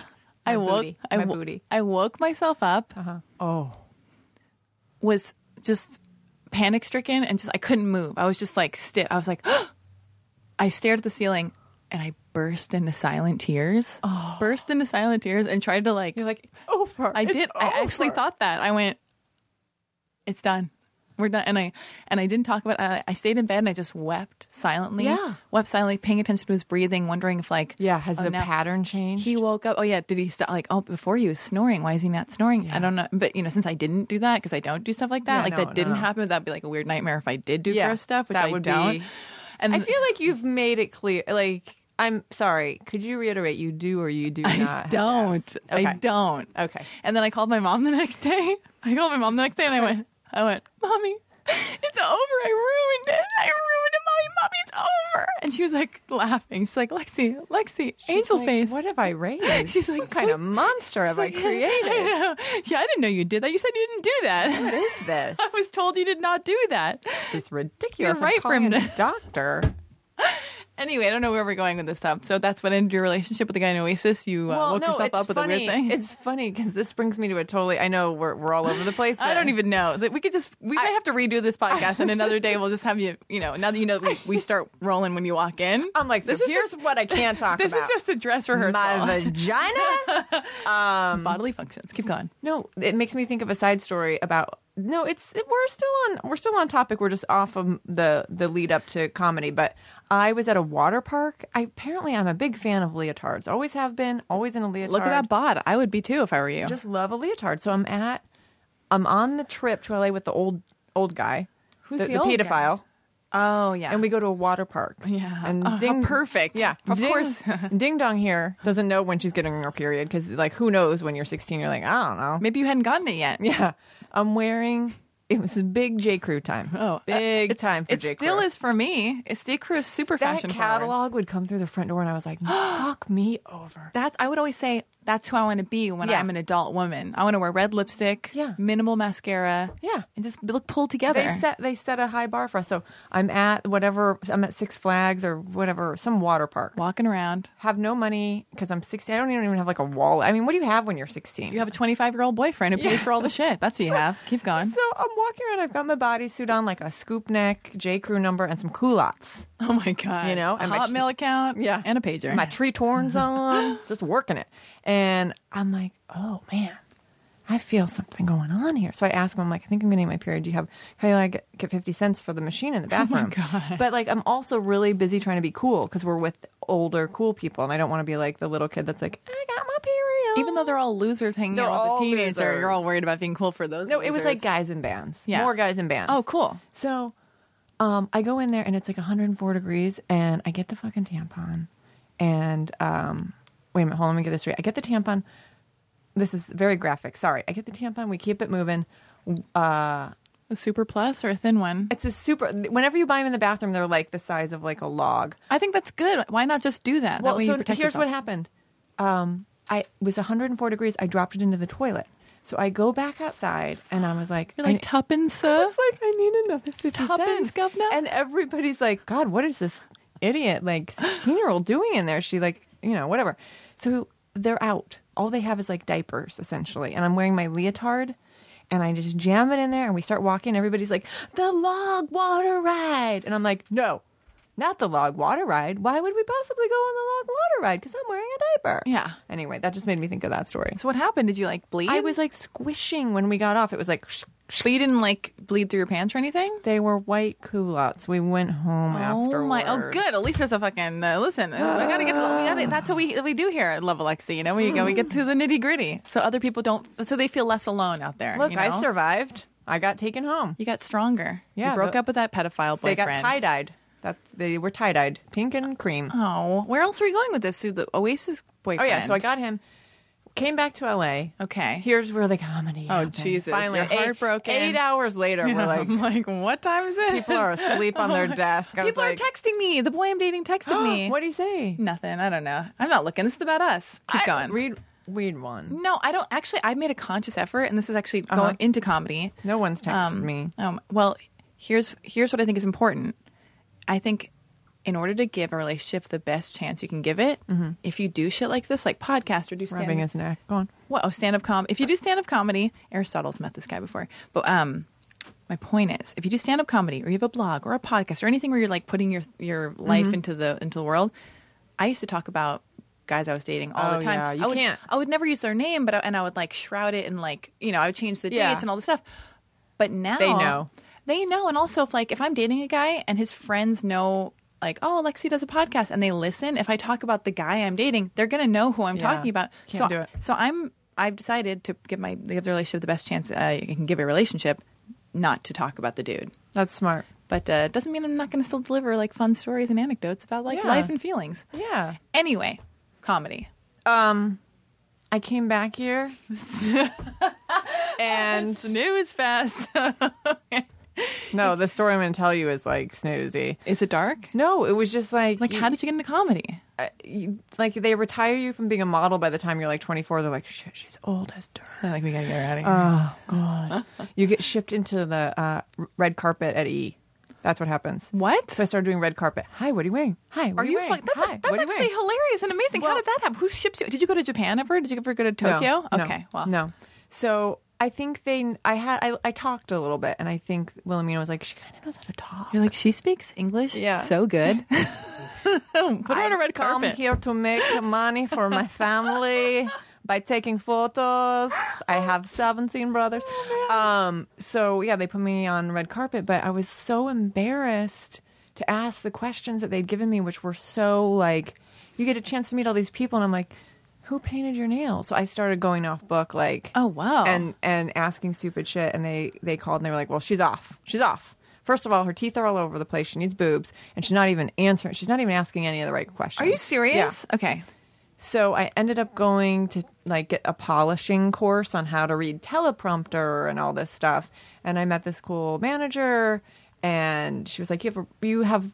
[SPEAKER 5] My
[SPEAKER 4] woke
[SPEAKER 5] booty.
[SPEAKER 4] I
[SPEAKER 5] My
[SPEAKER 4] wo-
[SPEAKER 5] booty.
[SPEAKER 4] I woke myself up.
[SPEAKER 5] Oh,
[SPEAKER 4] was just panic stricken and just I couldn't move. I was just like stiff. I was like, I stared at the ceiling and I burst into silent tears. Burst into silent tears and tried to like.
[SPEAKER 5] Oh. you're like it's over.
[SPEAKER 4] I
[SPEAKER 5] It's
[SPEAKER 4] did. I actually
[SPEAKER 5] over."
[SPEAKER 4] thought that. I went, it's done. We're done. And I and I didn't talk about. I, I stayed in bed and I just wept silently.
[SPEAKER 5] Yeah.
[SPEAKER 4] wept silently, paying attention to his breathing, wondering if like
[SPEAKER 5] Yeah, has
[SPEAKER 4] oh,
[SPEAKER 5] the
[SPEAKER 4] now-
[SPEAKER 5] pattern changed?
[SPEAKER 4] he woke up. Oh yeah, did he stop? Like oh, before he was snoring. Why is he not snoring? I don't know. But you know, since I didn't do that because I don't do stuff like that,
[SPEAKER 5] Yeah,
[SPEAKER 4] like
[SPEAKER 5] no,
[SPEAKER 4] that didn't
[SPEAKER 5] no.
[SPEAKER 4] happen. That'd be like a weird nightmare if I did do
[SPEAKER 5] Yeah,
[SPEAKER 4] gross stuff, which
[SPEAKER 5] that
[SPEAKER 4] I
[SPEAKER 5] would
[SPEAKER 4] don't.
[SPEAKER 5] be-
[SPEAKER 4] And
[SPEAKER 5] I feel like you've made it clear. Like I'm sorry. Could you reiterate? You do or you do
[SPEAKER 4] I
[SPEAKER 5] not? have
[SPEAKER 4] don't.
[SPEAKER 5] ass? uh, Okay.
[SPEAKER 4] I don't.
[SPEAKER 5] Okay.
[SPEAKER 4] And then I called my mom the next day. I called my mom the next day and I went, I went, mommy, it's over. I ruined it. I ruined it, mommy. Mommy, it's over. And she was like laughing. She's like, Lexi, Lexi, angel
[SPEAKER 5] Like,
[SPEAKER 4] face.
[SPEAKER 5] What have I raised?
[SPEAKER 4] She's like,
[SPEAKER 5] what kind of monster have I
[SPEAKER 4] She's like, I
[SPEAKER 5] created?
[SPEAKER 4] know. Yeah, I didn't know you did that. You said you didn't do that.
[SPEAKER 5] What is this?
[SPEAKER 4] I was told you did not do that.
[SPEAKER 5] This is ridiculous.
[SPEAKER 4] You're right
[SPEAKER 5] I'm
[SPEAKER 4] for
[SPEAKER 5] calling
[SPEAKER 4] him
[SPEAKER 5] a
[SPEAKER 4] to-
[SPEAKER 5] doctor.
[SPEAKER 4] Anyway, I don't know where we're going with this stuff. So that's what ended your relationship with the guy in Oasis. You uh, woke yourself up with
[SPEAKER 5] funny.
[SPEAKER 4] a weird thing.
[SPEAKER 5] It's funny because this brings me to a totally. I know we're we're all over the place. But
[SPEAKER 4] I don't even know that we could just we may have to redo this podcast and another day we'll just have you you know now that you know that we, we start rolling when you walk in.
[SPEAKER 5] I'm like, so
[SPEAKER 4] this is
[SPEAKER 5] here's
[SPEAKER 4] just,
[SPEAKER 5] what I can't talk
[SPEAKER 4] this
[SPEAKER 5] about.
[SPEAKER 4] is just a dress rehearsal.
[SPEAKER 5] my vagina.
[SPEAKER 4] bodily functions. Keep going.
[SPEAKER 5] No, it makes me think of a side story about. No, it's it- we're still on we're still on topic. We're just off of the the lead up to comedy. But I was at a water park. I apparently I'm a big fan of leotards. Always have been. Always in a leotard.
[SPEAKER 4] Look at that bod. I would be too if I were you.
[SPEAKER 5] just love a leotard. So I'm at, I'm on the trip to LA with the old old guy,
[SPEAKER 4] Who's
[SPEAKER 5] the,
[SPEAKER 4] the old
[SPEAKER 5] pedophile,
[SPEAKER 4] oh yeah.
[SPEAKER 5] and we go to a water park.
[SPEAKER 4] Yeah.
[SPEAKER 5] and
[SPEAKER 4] Oh, how perfect.
[SPEAKER 5] Yeah,
[SPEAKER 4] Of
[SPEAKER 5] Ding-
[SPEAKER 4] course.
[SPEAKER 5] Ding Dong here doesn't know when she's getting her period because like who knows when you're 16? You're like I don't know.
[SPEAKER 4] Maybe you hadn't gotten it yet.
[SPEAKER 5] Yeah, I'm wearing. It was a big J Crew time.
[SPEAKER 4] Oh, uh,
[SPEAKER 5] big time for
[SPEAKER 4] It
[SPEAKER 5] J Crew.
[SPEAKER 4] still is for me. It's J Crew is super
[SPEAKER 5] That
[SPEAKER 4] fashion
[SPEAKER 5] catalog
[SPEAKER 4] forward.
[SPEAKER 5] would come through the front door, and I was like, "Fuck me over."
[SPEAKER 4] That's I would always say that's who I want to be when
[SPEAKER 5] Yeah.
[SPEAKER 4] I'm an adult woman. I want to wear red lipstick,
[SPEAKER 5] Yeah.
[SPEAKER 4] minimal mascara,
[SPEAKER 5] Yeah.
[SPEAKER 4] and just look pulled together.
[SPEAKER 5] They set they set a high bar for us. So I'm at whatever I'm at Six Flags or whatever some water park.
[SPEAKER 4] Walking around,
[SPEAKER 5] Have no money because I'm 16. I don't even have like a wallet. I mean, what do you have when you're 16?
[SPEAKER 4] you have a 25 year old boyfriend who pays for all the shit. That's what you have. Keep going.
[SPEAKER 5] so I'm walking around. I've got my bodysuit on, like a scoop neck, J Crew number, and some culottes.
[SPEAKER 4] Oh my god!
[SPEAKER 5] You know,
[SPEAKER 4] a
[SPEAKER 5] and my-
[SPEAKER 4] Hotmail account,
[SPEAKER 5] Yeah.
[SPEAKER 4] and a pager.
[SPEAKER 5] My tree torns
[SPEAKER 4] Mm-hmm.
[SPEAKER 5] on, just working it. And I'm like, oh man, I feel something going on here. So I ask him, I'm like, I think I'm getting my period. Do you have, can I like get 50 cents for the machine in the bathroom?
[SPEAKER 4] Oh God.
[SPEAKER 5] But like, I'm also really busy trying to be cool because we're with older, cool people. And I don't want to be like the little kid that's like, I got my period.
[SPEAKER 4] Even though they're all losers hanging
[SPEAKER 5] They're
[SPEAKER 4] out
[SPEAKER 5] all
[SPEAKER 4] with a teenager, you're all
[SPEAKER 5] losers.
[SPEAKER 4] worried about being cool for those.
[SPEAKER 5] no, it was
[SPEAKER 4] losers.
[SPEAKER 5] like guys in bands.
[SPEAKER 4] Yeah.
[SPEAKER 5] More guys in bands.
[SPEAKER 4] Oh, cool.
[SPEAKER 5] So um, I go in there and it's like 104 degrees and I get the fucking tampon. And um, wait a minute, hold on, let me get this straight. I get the tampon. This is very graphic. Sorry. I get the tampon. We keep it moving. Uh,
[SPEAKER 4] A super plus or a thin one?
[SPEAKER 5] it's a super. Whenever you buy them in the bathroom, they're like the size of like a log.
[SPEAKER 4] I think that's good. Why not just do that? that
[SPEAKER 5] Well,
[SPEAKER 4] way
[SPEAKER 5] so
[SPEAKER 4] you protect
[SPEAKER 5] here's
[SPEAKER 4] yourself.
[SPEAKER 5] what happened. Um, I it was 104 degrees. I dropped it into the toilet. So I go back outside and I was like,
[SPEAKER 4] You're
[SPEAKER 5] I-
[SPEAKER 4] like tuppence,
[SPEAKER 5] I
[SPEAKER 4] sir.
[SPEAKER 5] was like, I need another 50
[SPEAKER 4] Tuppence,
[SPEAKER 5] cents.
[SPEAKER 4] governor.
[SPEAKER 5] And everybody's like, God, what is this idiot, like 16 year old doing in there? She, like, you know, whatever. So they're out. All they have is like diapers, essentially. And I'm wearing my leotard and I just jam it in there and we start walking. Everybody's like, the log water ride. And I'm like, no. Not the log water ride. Why would we possibly go on the log water ride? Because I'm wearing a diaper.
[SPEAKER 4] Yeah.
[SPEAKER 5] Anyway, that just made me think of that story.
[SPEAKER 4] So what happened? Did you like bleed?
[SPEAKER 5] I was like squishing when we got off. It was like
[SPEAKER 4] But you didn't like bleed through your pants or anything.
[SPEAKER 5] They were white culottes. We went home afterward.
[SPEAKER 4] Oh my! Oh, good. At least there's a fucking uh, listen. uh, we gotta get to. We gotta, that's what we we do here at Love Alexi. You know, we go. We get to the
[SPEAKER 5] Hmm.
[SPEAKER 4] nitty gritty. So other people don't. So they feel less alone out there.
[SPEAKER 5] Look,
[SPEAKER 4] you know?
[SPEAKER 5] I survived. I got taken home.
[SPEAKER 4] You got stronger.
[SPEAKER 5] Yeah,
[SPEAKER 4] you broke
[SPEAKER 5] the-
[SPEAKER 4] up with that pedophile
[SPEAKER 5] They got
[SPEAKER 4] boyfriend.
[SPEAKER 5] tie dyed. That they were tie dyed, pink and cream.
[SPEAKER 4] Oh, where else are we going with this? Through the Oasis
[SPEAKER 5] Oh
[SPEAKER 4] boyfriend.
[SPEAKER 5] yeah, so I got him. Came back to L.A.
[SPEAKER 4] Okay.
[SPEAKER 5] Here's where the comedy.
[SPEAKER 4] Oh,
[SPEAKER 5] happened.
[SPEAKER 4] Jesus.
[SPEAKER 5] Finally,
[SPEAKER 4] You're
[SPEAKER 5] eight-
[SPEAKER 4] heartbroken.
[SPEAKER 5] Eight, hours later, we're like,
[SPEAKER 4] I'm like, what time is it?
[SPEAKER 5] people are asleep on their desk. I was
[SPEAKER 4] People
[SPEAKER 5] like,
[SPEAKER 4] are texting me. The boy I'm dating texted me.
[SPEAKER 5] What do you say?
[SPEAKER 4] Nothing. I don't know. I'm not looking. This is about us. Keep
[SPEAKER 5] I-
[SPEAKER 4] going.
[SPEAKER 5] Read, read one.
[SPEAKER 4] no, I don't. Actually, I made a conscious effort, and this is actually going into comedy.
[SPEAKER 5] Uh-huh. No one's texted me.
[SPEAKER 4] Um, well, here's here's what I think is important. I think in order to give a relationship the best chance you can give it, if you do shit like this, like podcast or do stand
[SPEAKER 5] Mm-hmm. Rubbing his neck. Go on.
[SPEAKER 4] what oh stand up com if you do stand up comedy aristotle's met this guy before but um my point is if you do stand up comedy or you have a blog or a podcast or anything where you're like putting your your life
[SPEAKER 5] Mm-hmm.
[SPEAKER 4] into the into the world i used to talk about guys i was dating all
[SPEAKER 5] Oh,
[SPEAKER 4] the time
[SPEAKER 5] yeah, you
[SPEAKER 4] I would,
[SPEAKER 5] can't.
[SPEAKER 4] i would never use their name but I, and i would like shroud it and like you know i would change the
[SPEAKER 5] Yeah.
[SPEAKER 4] dates and all the stuff but now
[SPEAKER 5] They know.
[SPEAKER 4] they know and also if like if i'm dating a guy and his friends know like oh lexi does a podcast and they listen if i talk about the guy i'm dating they're gonna know who i'm
[SPEAKER 5] Yeah.
[SPEAKER 4] talking about
[SPEAKER 5] Can't
[SPEAKER 4] so,
[SPEAKER 5] do it.
[SPEAKER 4] so I'm I've decided to give my give the relationship the best chance I can give a relationship, not to talk about the dude.
[SPEAKER 5] That's smart.
[SPEAKER 4] But uh, doesn't mean I'm not going to still deliver like fun stories and anecdotes about like
[SPEAKER 5] Yeah.
[SPEAKER 4] life and feelings.
[SPEAKER 5] Yeah.
[SPEAKER 4] Anyway, comedy.
[SPEAKER 5] Um, I came back here, and
[SPEAKER 4] Snooze fast.
[SPEAKER 5] no, the story I'm going to tell you is like snoozy.
[SPEAKER 4] Is it dark?
[SPEAKER 5] No, it was just like
[SPEAKER 4] Like,
[SPEAKER 5] you-
[SPEAKER 4] how did you get into comedy?
[SPEAKER 5] I- you- like they retire you from being a model by the time you're like 24. They're like, shit, she's old as dirt.
[SPEAKER 4] I think we Um, gotta get her out of here.
[SPEAKER 5] Oh God, you get shipped into the uh, r- red carpet at E. That's what happens.
[SPEAKER 4] What?
[SPEAKER 5] So I started doing red carpet. Hi, what are you wearing? Hi, what
[SPEAKER 4] Are you?
[SPEAKER 5] wearing?
[SPEAKER 4] fuck- that's
[SPEAKER 5] Hi,
[SPEAKER 4] that's
[SPEAKER 5] what are you
[SPEAKER 4] actually
[SPEAKER 5] wearing?
[SPEAKER 4] hilarious and amazing. How
[SPEAKER 5] Well-
[SPEAKER 4] did that happen? Who shipped you? Did you go to Japan ever? Did you ever go to
[SPEAKER 5] No,
[SPEAKER 4] Tokyo?
[SPEAKER 5] no,
[SPEAKER 4] okay. Well,
[SPEAKER 5] no. So I think they. I had. I, I talked a little bit, and I think Wilhelmina was like, she kind of knows how to talk.
[SPEAKER 4] You're like she speaks English
[SPEAKER 5] Yeah.
[SPEAKER 4] so good. Put her on a red
[SPEAKER 5] I'm
[SPEAKER 4] carpet.
[SPEAKER 5] here to make money for my family by taking photos. I have 17 brothers. um, so yeah, they put me on red carpet, but I was so embarrassed to ask the questions that they'd given me, which were so like, you get a chance to meet all these people, and I'm like, who painted your nails? So I started going off book, like,
[SPEAKER 4] Oh, wow.
[SPEAKER 5] and and asking stupid shit, and they they called and they were like, well, she's off, she's off. First of all, her teeth are all over the place. She needs boobs, and she's not even answering. She's not even asking any of the right questions.
[SPEAKER 4] Are you serious? Okay.
[SPEAKER 5] So I ended up going to like get a polishing course on how to read teleprompter and all this stuff. And I met this cool manager, and she was like, "You have a, you have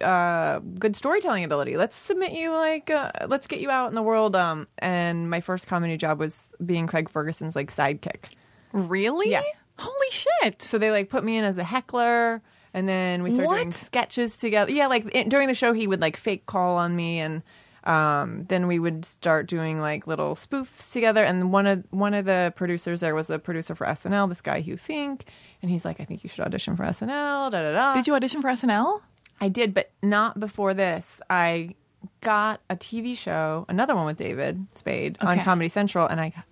[SPEAKER 5] uh, good storytelling ability. Let's submit you like uh, let's get you out in the world." Um, and my first comedy job was being Craig Ferguson's like sidekick.
[SPEAKER 4] Really?
[SPEAKER 5] Yeah.
[SPEAKER 4] Holy shit.
[SPEAKER 5] So they like put me in as a heckler, and then we started doing
[SPEAKER 4] What?
[SPEAKER 5] sketches together. Yeah, like it, during the show, he would like fake call on me, and um, then we would start doing like little spoofs together. And one of one of the producers there was a producer for SNL, this guy Hugh Fink, and he's like, I think you should audition for SNL. Da da da.
[SPEAKER 4] Did you audition for SNL?
[SPEAKER 5] I did, but not before this. I got a TV show, another one with David Spade on
[SPEAKER 4] Okay.
[SPEAKER 5] Comedy Central, and I got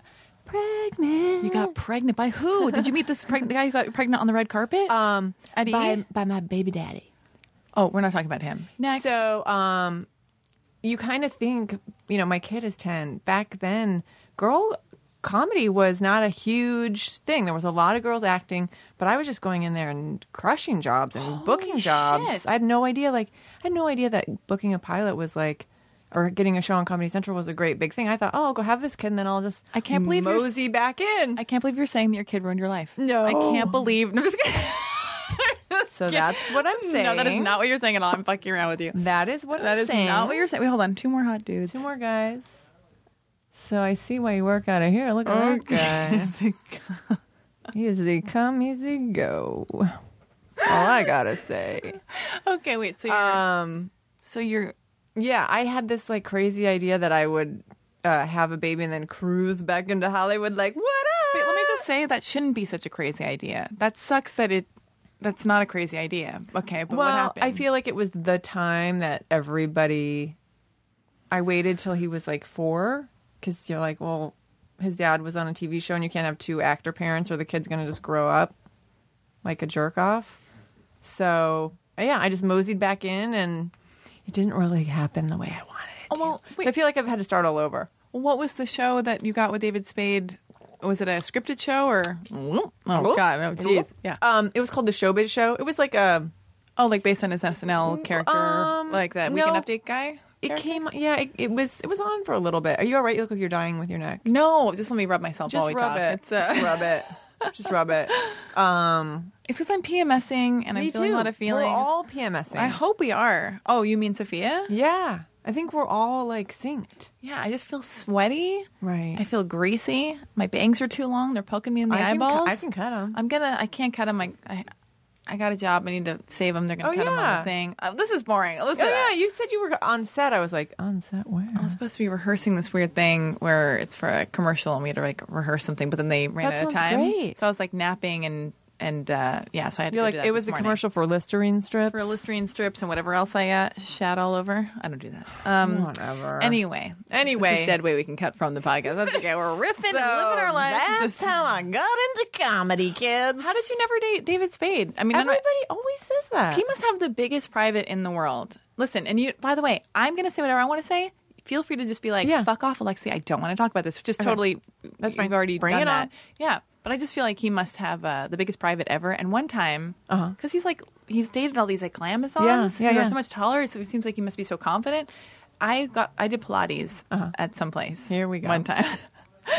[SPEAKER 5] pregnant.
[SPEAKER 4] You got pregnant by who? Did you meet this pregnant guy who got pregnant on the red carpet?
[SPEAKER 5] um
[SPEAKER 4] Eddie?
[SPEAKER 5] by by my baby daddy.
[SPEAKER 4] oh, we're not talking about him. Next.
[SPEAKER 5] So, um, you kind of think, you know, my kid is 10. Back then, girl comedy was not a huge thing. There was a lot of girls acting, but I was just going in there and crushing jobs and booking jobs.
[SPEAKER 4] shit.
[SPEAKER 5] I had no idea, like, I had no idea that booking a pilot was like, or getting a show on Comedy Central was a great big thing. I thought, oh, I'll go have this kid, and then I'll just
[SPEAKER 4] I can't believe you're s-
[SPEAKER 5] mosey back in.
[SPEAKER 4] I can't believe you're saying that your kid ruined your life.
[SPEAKER 5] No.
[SPEAKER 4] I can't believe. No, I'm just kidding.
[SPEAKER 5] so that's what I'm saying.
[SPEAKER 4] No, that is not what you're saying at all. I'm fucking around with you.
[SPEAKER 5] That is what
[SPEAKER 4] That
[SPEAKER 5] I'm
[SPEAKER 4] is
[SPEAKER 5] saying.
[SPEAKER 4] not what you're saying. Wait, hold on. Two more hot dudes.
[SPEAKER 5] Two more guys. So I see why you work out of here. Look at that guy. Easy come, easy go. That's all I gotta say.
[SPEAKER 4] okay, wait. So you're.
[SPEAKER 5] Um,
[SPEAKER 4] so you're.
[SPEAKER 5] yeah, I had this like crazy idea that I would uh, have a baby and then cruise back into Hollywood. Like, what up?
[SPEAKER 4] Wait, let me just say that shouldn't be such a crazy idea. That sucks that it. That's not a crazy idea. Okay, but
[SPEAKER 5] well,
[SPEAKER 4] what happened?
[SPEAKER 5] I feel like it was the time that everybody. I waited till he was like four because you're like, well, his dad was on a TV show and you can't have two actor parents or the kid's going to just grow up like a jerk off. So, yeah, I just moseyed back in and it didn't really happen the way I wanted it. to.
[SPEAKER 4] well,
[SPEAKER 5] so I feel like I've had to start all over.
[SPEAKER 4] What was the show that you got with David Spade? Was it a scripted show or? Oh
[SPEAKER 5] Whoop.
[SPEAKER 4] God! Oh jeez!
[SPEAKER 5] Whoop.
[SPEAKER 4] Yeah.
[SPEAKER 5] Um, it was called The Showbiz Show. It was like a.
[SPEAKER 4] Oh, like based on his SNL character,
[SPEAKER 5] um,
[SPEAKER 4] like that
[SPEAKER 5] no.
[SPEAKER 4] Weekend Update guy.
[SPEAKER 5] It
[SPEAKER 4] character?
[SPEAKER 5] came, yeah. It, it was. It was on for a little bit. Are you all right? You look like you're dying with your neck.
[SPEAKER 4] No, just let me rub myself while we talk. It's uh,
[SPEAKER 5] Just rub it. Just rub it. Um,
[SPEAKER 4] it's because I'm PMSing and I'm feeling a lot of feelings.
[SPEAKER 5] We're all PMSing.
[SPEAKER 4] I hope we are. Oh, you mean Sophia?
[SPEAKER 5] Yeah, I think we're all like synced.
[SPEAKER 4] Yeah, I just feel sweaty.
[SPEAKER 5] Right.
[SPEAKER 4] I feel greasy. My bangs are too long. They're poking me in the
[SPEAKER 5] I can cu-
[SPEAKER 4] eyeballs.
[SPEAKER 5] I can cut 'em.
[SPEAKER 4] I'm gonna. I can't cut them. I, I, I got a job. I need to save them. They're gonna
[SPEAKER 5] Oh,
[SPEAKER 4] cut them on
[SPEAKER 5] yeah.
[SPEAKER 4] the thing. Oh, this is boring. Listen.
[SPEAKER 5] Oh yeah, you said you were on set. I was like, on set where?
[SPEAKER 4] I was supposed to be rehearsing this weird thing where it's for a commercial and we had to like rehearse something, but then they ran
[SPEAKER 5] That
[SPEAKER 4] out of
[SPEAKER 5] sounds
[SPEAKER 4] time.
[SPEAKER 5] great.
[SPEAKER 4] So I was like napping and and uh, yeah, so I had to
[SPEAKER 5] You're
[SPEAKER 4] go
[SPEAKER 5] like,
[SPEAKER 4] do that
[SPEAKER 5] it was a
[SPEAKER 4] this morning.
[SPEAKER 5] commercial for Listerine strips.
[SPEAKER 4] for Listerine strips and whatever else I uh, shat all over. I don't do that. Um,
[SPEAKER 5] Whatever.
[SPEAKER 4] Anyway,
[SPEAKER 5] Anyway.
[SPEAKER 4] this is dead way we can cut from the podcast. That's okay. We're riffing and living our lives. Just-
[SPEAKER 5] how I got into comedy, kids.
[SPEAKER 4] how did you never date David Spade? I mean, I don't-
[SPEAKER 5] Everybody always says that.
[SPEAKER 4] he must have the biggest private in the world. Listen, and you. By the way, I'm going to say whatever I want to say. Feel free to just be like,
[SPEAKER 5] Yeah.
[SPEAKER 4] "Fuck off, Alexi. I don't want to talk about this." Just totally.
[SPEAKER 5] That's
[SPEAKER 4] You've
[SPEAKER 5] fine.
[SPEAKER 4] already
[SPEAKER 5] Bring
[SPEAKER 4] done
[SPEAKER 5] it
[SPEAKER 4] that.
[SPEAKER 5] on.
[SPEAKER 4] Yeah, but I just feel like he must have uh, the biggest private ever. And one time, because
[SPEAKER 5] Uh-huh.
[SPEAKER 4] he's like, he's dated all these like glamazons
[SPEAKER 5] Yeah, yeah,
[SPEAKER 4] who
[SPEAKER 5] yeah.
[SPEAKER 4] are so much taller, so it seems like he must be so confident. I got, I did Pilates at some place.
[SPEAKER 5] Uh-huh. Here we go.
[SPEAKER 4] One time.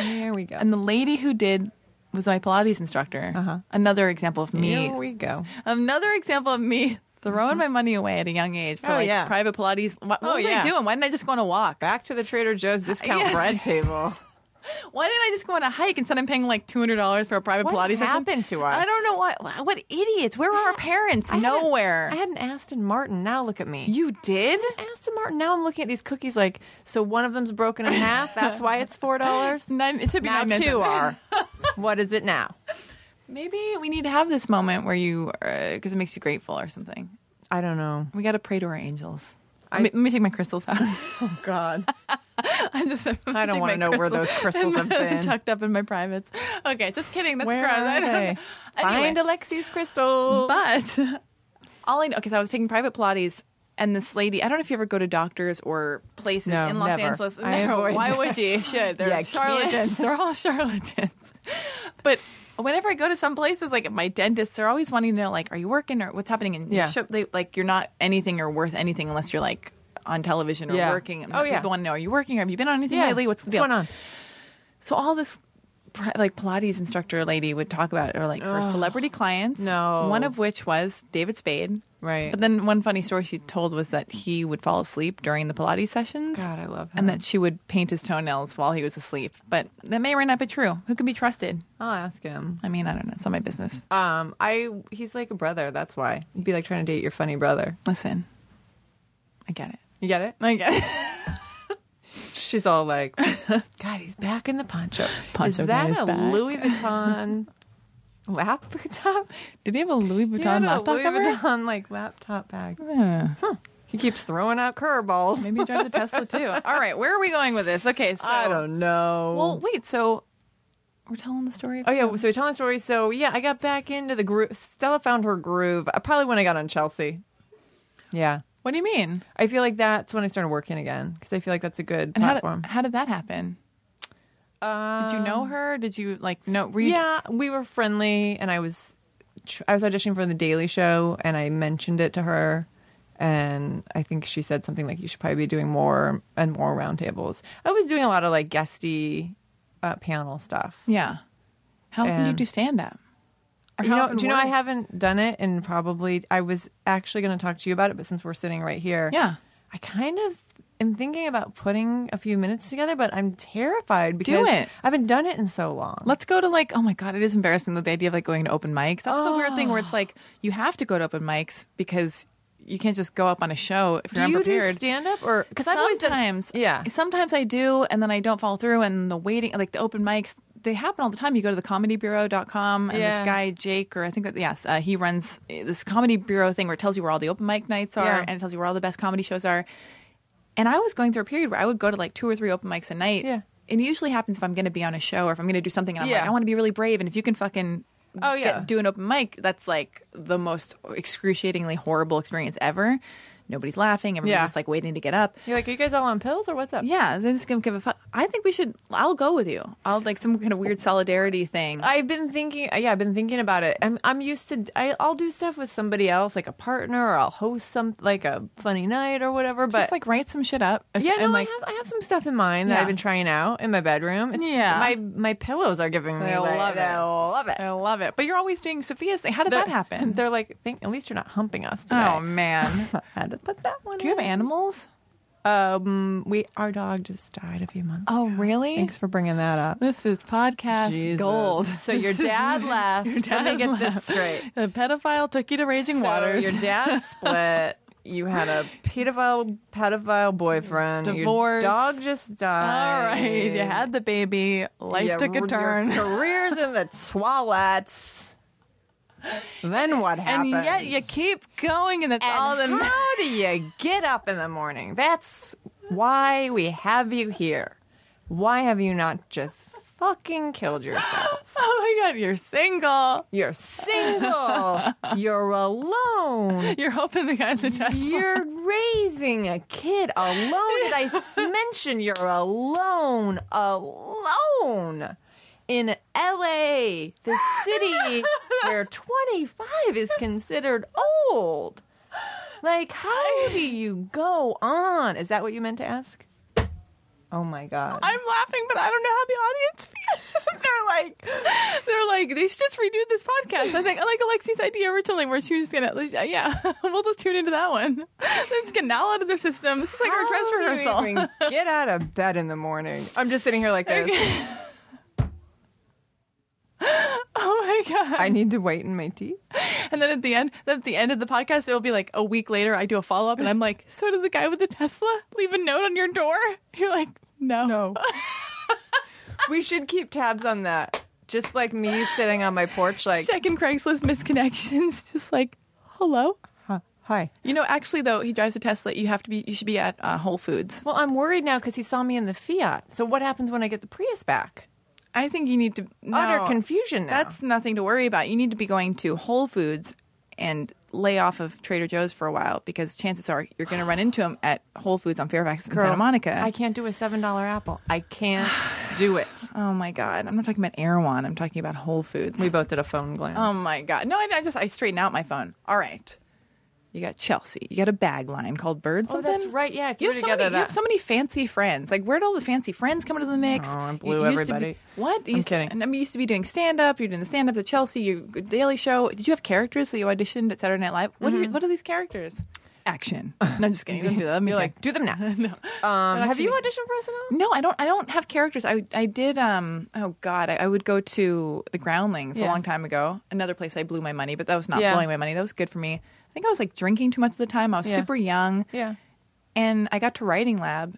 [SPEAKER 5] Here we go.
[SPEAKER 4] And the lady who did was my Pilates instructor.
[SPEAKER 5] Uh-huh.
[SPEAKER 4] Another example of me
[SPEAKER 5] Here we go.
[SPEAKER 4] another example of me throwing my money away at a young age for
[SPEAKER 5] Oh,
[SPEAKER 4] like
[SPEAKER 5] yeah.
[SPEAKER 4] private Pilates. What, what
[SPEAKER 5] Oh,
[SPEAKER 4] was
[SPEAKER 5] yeah.
[SPEAKER 4] I doing? Why didn't I just go on a walk?
[SPEAKER 5] Back to the Trader Joe's discount
[SPEAKER 4] Uh, Yes.
[SPEAKER 5] bread table.
[SPEAKER 4] Why didn't I just go on a hike instead? I'm paying like two hundred dollars for a private
[SPEAKER 5] What
[SPEAKER 4] Pilates
[SPEAKER 5] happened
[SPEAKER 4] session.
[SPEAKER 5] to us?
[SPEAKER 4] I don't know what. What idiots? Where are our parents?
[SPEAKER 5] I had an-
[SPEAKER 4] Nowhere.
[SPEAKER 5] I had an Aston Martin. Now look at me.
[SPEAKER 4] you did?
[SPEAKER 5] Aston Martin. Now I'm looking at these cookies like, so one of them's broken in half. That's why it's four dollars.
[SPEAKER 4] Nine, it should be
[SPEAKER 5] Now
[SPEAKER 4] nine minutes.
[SPEAKER 5] two are. What is it now?
[SPEAKER 4] Maybe we need to have this moment where you, because it makes you grateful or something.
[SPEAKER 5] I don't know.
[SPEAKER 4] We got to pray to our angels.
[SPEAKER 5] I-
[SPEAKER 4] let, me, let me take my crystals out.
[SPEAKER 5] Oh God.
[SPEAKER 4] I just.
[SPEAKER 5] I don't wanna know where those crystals have been.
[SPEAKER 4] tucked up in my privates. Okay, just kidding. That's
[SPEAKER 5] Where
[SPEAKER 4] gross. I
[SPEAKER 5] are
[SPEAKER 4] don't
[SPEAKER 5] they?
[SPEAKER 4] know. Anyway.
[SPEAKER 5] Find Alexi's crystal.
[SPEAKER 4] But all I know, because I was taking private Pilates, and this lady, I don't know if you ever go to doctors or places
[SPEAKER 5] No,
[SPEAKER 4] in Los
[SPEAKER 5] never.
[SPEAKER 4] Angeles.
[SPEAKER 5] I avoid
[SPEAKER 4] why
[SPEAKER 5] that.
[SPEAKER 4] would you? You Should they're
[SPEAKER 5] Yeah, I
[SPEAKER 4] charlatans? They're all charlatans. But whenever I go to some places, like my dentist, they're always wanting to know, like, are you working or what's happening? And you
[SPEAKER 5] Yeah.
[SPEAKER 4] show- they, like you're not anything or worth anything unless you're like on television or
[SPEAKER 5] Yeah.
[SPEAKER 4] working.
[SPEAKER 5] Oh, yeah.
[SPEAKER 4] people want to know, are you working? Or have you been on anything
[SPEAKER 5] yeah.
[SPEAKER 4] lately? What's the deal?
[SPEAKER 5] going on?
[SPEAKER 4] So all this pri- like Pilates instructor lady would talk about or like her celebrity clients.
[SPEAKER 5] No.
[SPEAKER 4] One of which was David Spade.
[SPEAKER 5] Right.
[SPEAKER 4] But then one funny story she told was that he would fall asleep during the Pilates sessions.
[SPEAKER 5] God, I love
[SPEAKER 4] And
[SPEAKER 5] him.
[SPEAKER 4] that she would paint his toenails while he was asleep. But that may or may not be true. Who can be trusted?
[SPEAKER 5] I'll ask him.
[SPEAKER 4] I mean, I don't know. It's not my business.
[SPEAKER 5] Um, I he's like a brother. That's why he'd be like trying to date your funny brother.
[SPEAKER 4] Listen. I get it.
[SPEAKER 5] You get it?
[SPEAKER 4] I get it.
[SPEAKER 5] She's all like, "God, he's back in the poncho.
[SPEAKER 4] Poncho
[SPEAKER 5] is
[SPEAKER 4] guy
[SPEAKER 5] that
[SPEAKER 4] is
[SPEAKER 5] a
[SPEAKER 4] back."
[SPEAKER 5] Louis Vuitton laptop?
[SPEAKER 4] Did he have a Louis Vuitton
[SPEAKER 5] You had a
[SPEAKER 4] laptop
[SPEAKER 5] Louis
[SPEAKER 4] cover?
[SPEAKER 5] Vuitton like laptop bag.
[SPEAKER 4] Yeah.
[SPEAKER 5] He keeps throwing out curveballs.
[SPEAKER 4] Maybe he drives a Tesla too. All right, where are we going with this? Okay, so
[SPEAKER 5] I don't know.
[SPEAKER 4] Well, wait. So we're telling the story.
[SPEAKER 5] Oh yeah, so we're telling stories. So yeah, I got back into the groove. Stella found her groove. uh, Probably when I got on Chelsea. Yeah,
[SPEAKER 4] What do you mean?
[SPEAKER 5] I feel like that's when I started working again because I feel like that's a good
[SPEAKER 4] And how did,
[SPEAKER 5] platform. Um,
[SPEAKER 4] how did that happen? Did you know her? Did you like know? Were you,
[SPEAKER 5] yeah, we were friendly, and I was tr- I was auditioning for the Daily Show, and I mentioned it to her, and I think she said something like, "You should probably be doing more and more roundtables." I was doing a lot of like guesty uh, panel stuff.
[SPEAKER 4] Yeah. How often do you
[SPEAKER 5] And-
[SPEAKER 4] do stand up?
[SPEAKER 5] You know, do you know I haven't done it, and probably I was actually going to talk to you about it, but since we're sitting right here,
[SPEAKER 4] Yeah.
[SPEAKER 5] I kind of am thinking about putting a few minutes together, but I'm terrified because I
[SPEAKER 4] it.
[SPEAKER 5] haven't done it in so long.
[SPEAKER 4] Let's go to like, oh my God, it is embarrassing that the idea of like going to open mics. That's the weird thing where it's like you have to go to open mics because you can't just go up on a show if
[SPEAKER 5] do
[SPEAKER 4] you're
[SPEAKER 5] you do
[SPEAKER 4] unprepared.
[SPEAKER 5] stand up or because I've always done
[SPEAKER 4] sometimes
[SPEAKER 5] yeah.
[SPEAKER 4] sometimes i do and then i don't follow through and the waiting like the open mics they happen all the time you go to the comedybureau.com and this
[SPEAKER 5] Yeah.
[SPEAKER 4] guy jake or i think that yes uh, he runs uh, this comedy bureau thing where it tells you where all the open mic nights are
[SPEAKER 5] Yeah.
[SPEAKER 4] and it tells you where all the best comedy shows are and i was going through a period where i would go to like two or three open mics a night
[SPEAKER 5] Yeah.
[SPEAKER 4] it usually happens if i'm going to be on a show or if i'm going to do something and i'm
[SPEAKER 5] Yeah.
[SPEAKER 4] like i want to be really brave and if you can fucking
[SPEAKER 5] Oh,
[SPEAKER 4] get-
[SPEAKER 5] yeah.
[SPEAKER 4] do an open mic that's like the most excruciatingly horrible experience ever nobody's laughing everybody's
[SPEAKER 5] Yeah.
[SPEAKER 4] just like waiting to get up
[SPEAKER 5] You're like, are you guys all on pills or what's up?
[SPEAKER 4] yeah, they just gonna give a fuck. I think we should. I'll go with you. I'll like some kind of weird solidarity thing.
[SPEAKER 5] I've been thinking. Yeah, I've been thinking about it. I'm I'm used to. I, I'll do stuff with somebody else, like a partner, or I'll host some like a funny night or whatever. But
[SPEAKER 4] just like write some shit up.
[SPEAKER 5] yeah,
[SPEAKER 4] and,
[SPEAKER 5] no,
[SPEAKER 4] like,
[SPEAKER 5] I have I have some stuff in mind that
[SPEAKER 4] Yeah.
[SPEAKER 5] I've been trying out in my bedroom. It's,
[SPEAKER 4] Yeah.
[SPEAKER 5] my my pillows are giving me.
[SPEAKER 4] I
[SPEAKER 5] like-
[SPEAKER 4] love it.
[SPEAKER 5] I love it.
[SPEAKER 4] I love it. But you're always doing Sophia's thing. How did that happen?
[SPEAKER 5] They're like, think, at least you're not humping us today.
[SPEAKER 4] Oh man,
[SPEAKER 5] had to put that one.
[SPEAKER 4] do you have
[SPEAKER 5] in.
[SPEAKER 4] animals?
[SPEAKER 5] Um, we our dog just died a few months.
[SPEAKER 4] Oh really?
[SPEAKER 5] Thanks for bringing that up.
[SPEAKER 4] This is podcast
[SPEAKER 5] Jesus.
[SPEAKER 4] gold.
[SPEAKER 5] So your dad left. Let
[SPEAKER 4] dad
[SPEAKER 5] me get
[SPEAKER 4] left.
[SPEAKER 5] this straight.
[SPEAKER 4] The pedophile took you to raging
[SPEAKER 5] so
[SPEAKER 4] waters.
[SPEAKER 5] Your dad split. You had a pedophile pedophile boyfriend. Your
[SPEAKER 4] Divorce.
[SPEAKER 5] dog just died.
[SPEAKER 4] All right, you had the baby. Life
[SPEAKER 5] Your-
[SPEAKER 4] took a
[SPEAKER 5] your
[SPEAKER 4] turn.
[SPEAKER 5] Careers in the toilets. Then what
[SPEAKER 4] And
[SPEAKER 5] happened?
[SPEAKER 4] yet you keep going, and that's all that matters.
[SPEAKER 5] How do you get up in the morning? That's why we have you here. Why have you not just fucking killed yourself?
[SPEAKER 4] Oh my god, you're single.
[SPEAKER 5] You're single. You're alone.
[SPEAKER 4] You're hoping the guy at the desk.
[SPEAKER 5] You're raising a kid alone. Did I s- mention you're alone? Alone. In LA, the city where 25 is considered old. Like, how do you go on? Is that what you meant to ask? Oh my God.
[SPEAKER 4] I'm laughing, but I don't know how the audience feels. they're like, they're like, they should just redo this podcast. I think I like Alexi's idea originally, where she was gonna, like, yeah, we'll just tune into that one. They're just getting all out of their system. This is like our
[SPEAKER 5] How
[SPEAKER 4] dress
[SPEAKER 5] do you
[SPEAKER 4] rehearsal.
[SPEAKER 5] even get out of bed in the morning. I'm just sitting here like this.
[SPEAKER 4] Oh God.
[SPEAKER 5] I need to whiten my teeth.
[SPEAKER 4] And then at the end, then at the end of the podcast, it will be like a week later. I do a follow up, and I'm like, "So did the guy with the Tesla leave a note on your door?" You're like, "No,
[SPEAKER 5] we should keep tabs on that. Just like me sitting on my porch, like,
[SPEAKER 4] Checking Craigslist misconnections, just like, hello.
[SPEAKER 5] huh, hi.
[SPEAKER 4] You know, actually though, he drives a Tesla. You have to be. You should be at uh, Whole Foods.
[SPEAKER 5] Well, I'm worried now because he saw me in the Fiat. So what happens when I get the Prius back?
[SPEAKER 4] I think you need to no,
[SPEAKER 5] Utter confusion now.
[SPEAKER 4] That's nothing to worry about. You need to be going to Whole Foods and lay off of Trader Joe's for a while because chances are you're going to run into him at Whole Foods on Fairfax and Santa Monica.
[SPEAKER 5] I can't do a seven dollar apple. I can't do it.
[SPEAKER 4] oh my God! I'm not talking about Erewhon. I'm talking about Whole Foods.
[SPEAKER 5] We both did a phone Um, glance.
[SPEAKER 4] Oh my god! No, I, I just I straightened out my phone. All right, you got Chelsea. You got a bag line called Bird.
[SPEAKER 5] Oh, that's
[SPEAKER 4] something.
[SPEAKER 5] right. Yeah, if
[SPEAKER 4] you,
[SPEAKER 5] you
[SPEAKER 4] have so
[SPEAKER 5] would've
[SPEAKER 4] many.
[SPEAKER 5] got it
[SPEAKER 4] You have
[SPEAKER 5] up.
[SPEAKER 4] so many fancy friends. Like, where'd all the fancy friends come into the mix?
[SPEAKER 5] Oh, I
[SPEAKER 4] You
[SPEAKER 5] blew
[SPEAKER 4] used to be-
[SPEAKER 5] everybody.
[SPEAKER 4] what? You
[SPEAKER 5] I'm
[SPEAKER 4] used to-
[SPEAKER 5] kidding.
[SPEAKER 4] and I mean, you used to be doing stand up. You're doing the stand up at Chelsea. You Daily Show. Did you have characters that you auditioned at Saturday Night Live? What are you, What are these characters? Action. No, I'm just kidding. Don't do that. You're like,
[SPEAKER 5] Mm-hmm. do them now. Um, have you auditioned for SNL?
[SPEAKER 4] no, I don't. I don't have characters. I I did. Um. Oh God, I, I would go to the Groundlings a
[SPEAKER 5] Yeah.
[SPEAKER 4] long time ago. Another place I blew my money, but that was not
[SPEAKER 5] Yeah.
[SPEAKER 4] blowing my money. That was good for me. I think I was like drinking too much at the time. I was
[SPEAKER 5] Yeah.
[SPEAKER 4] super young.
[SPEAKER 5] Yeah.
[SPEAKER 4] And I got to writing lab,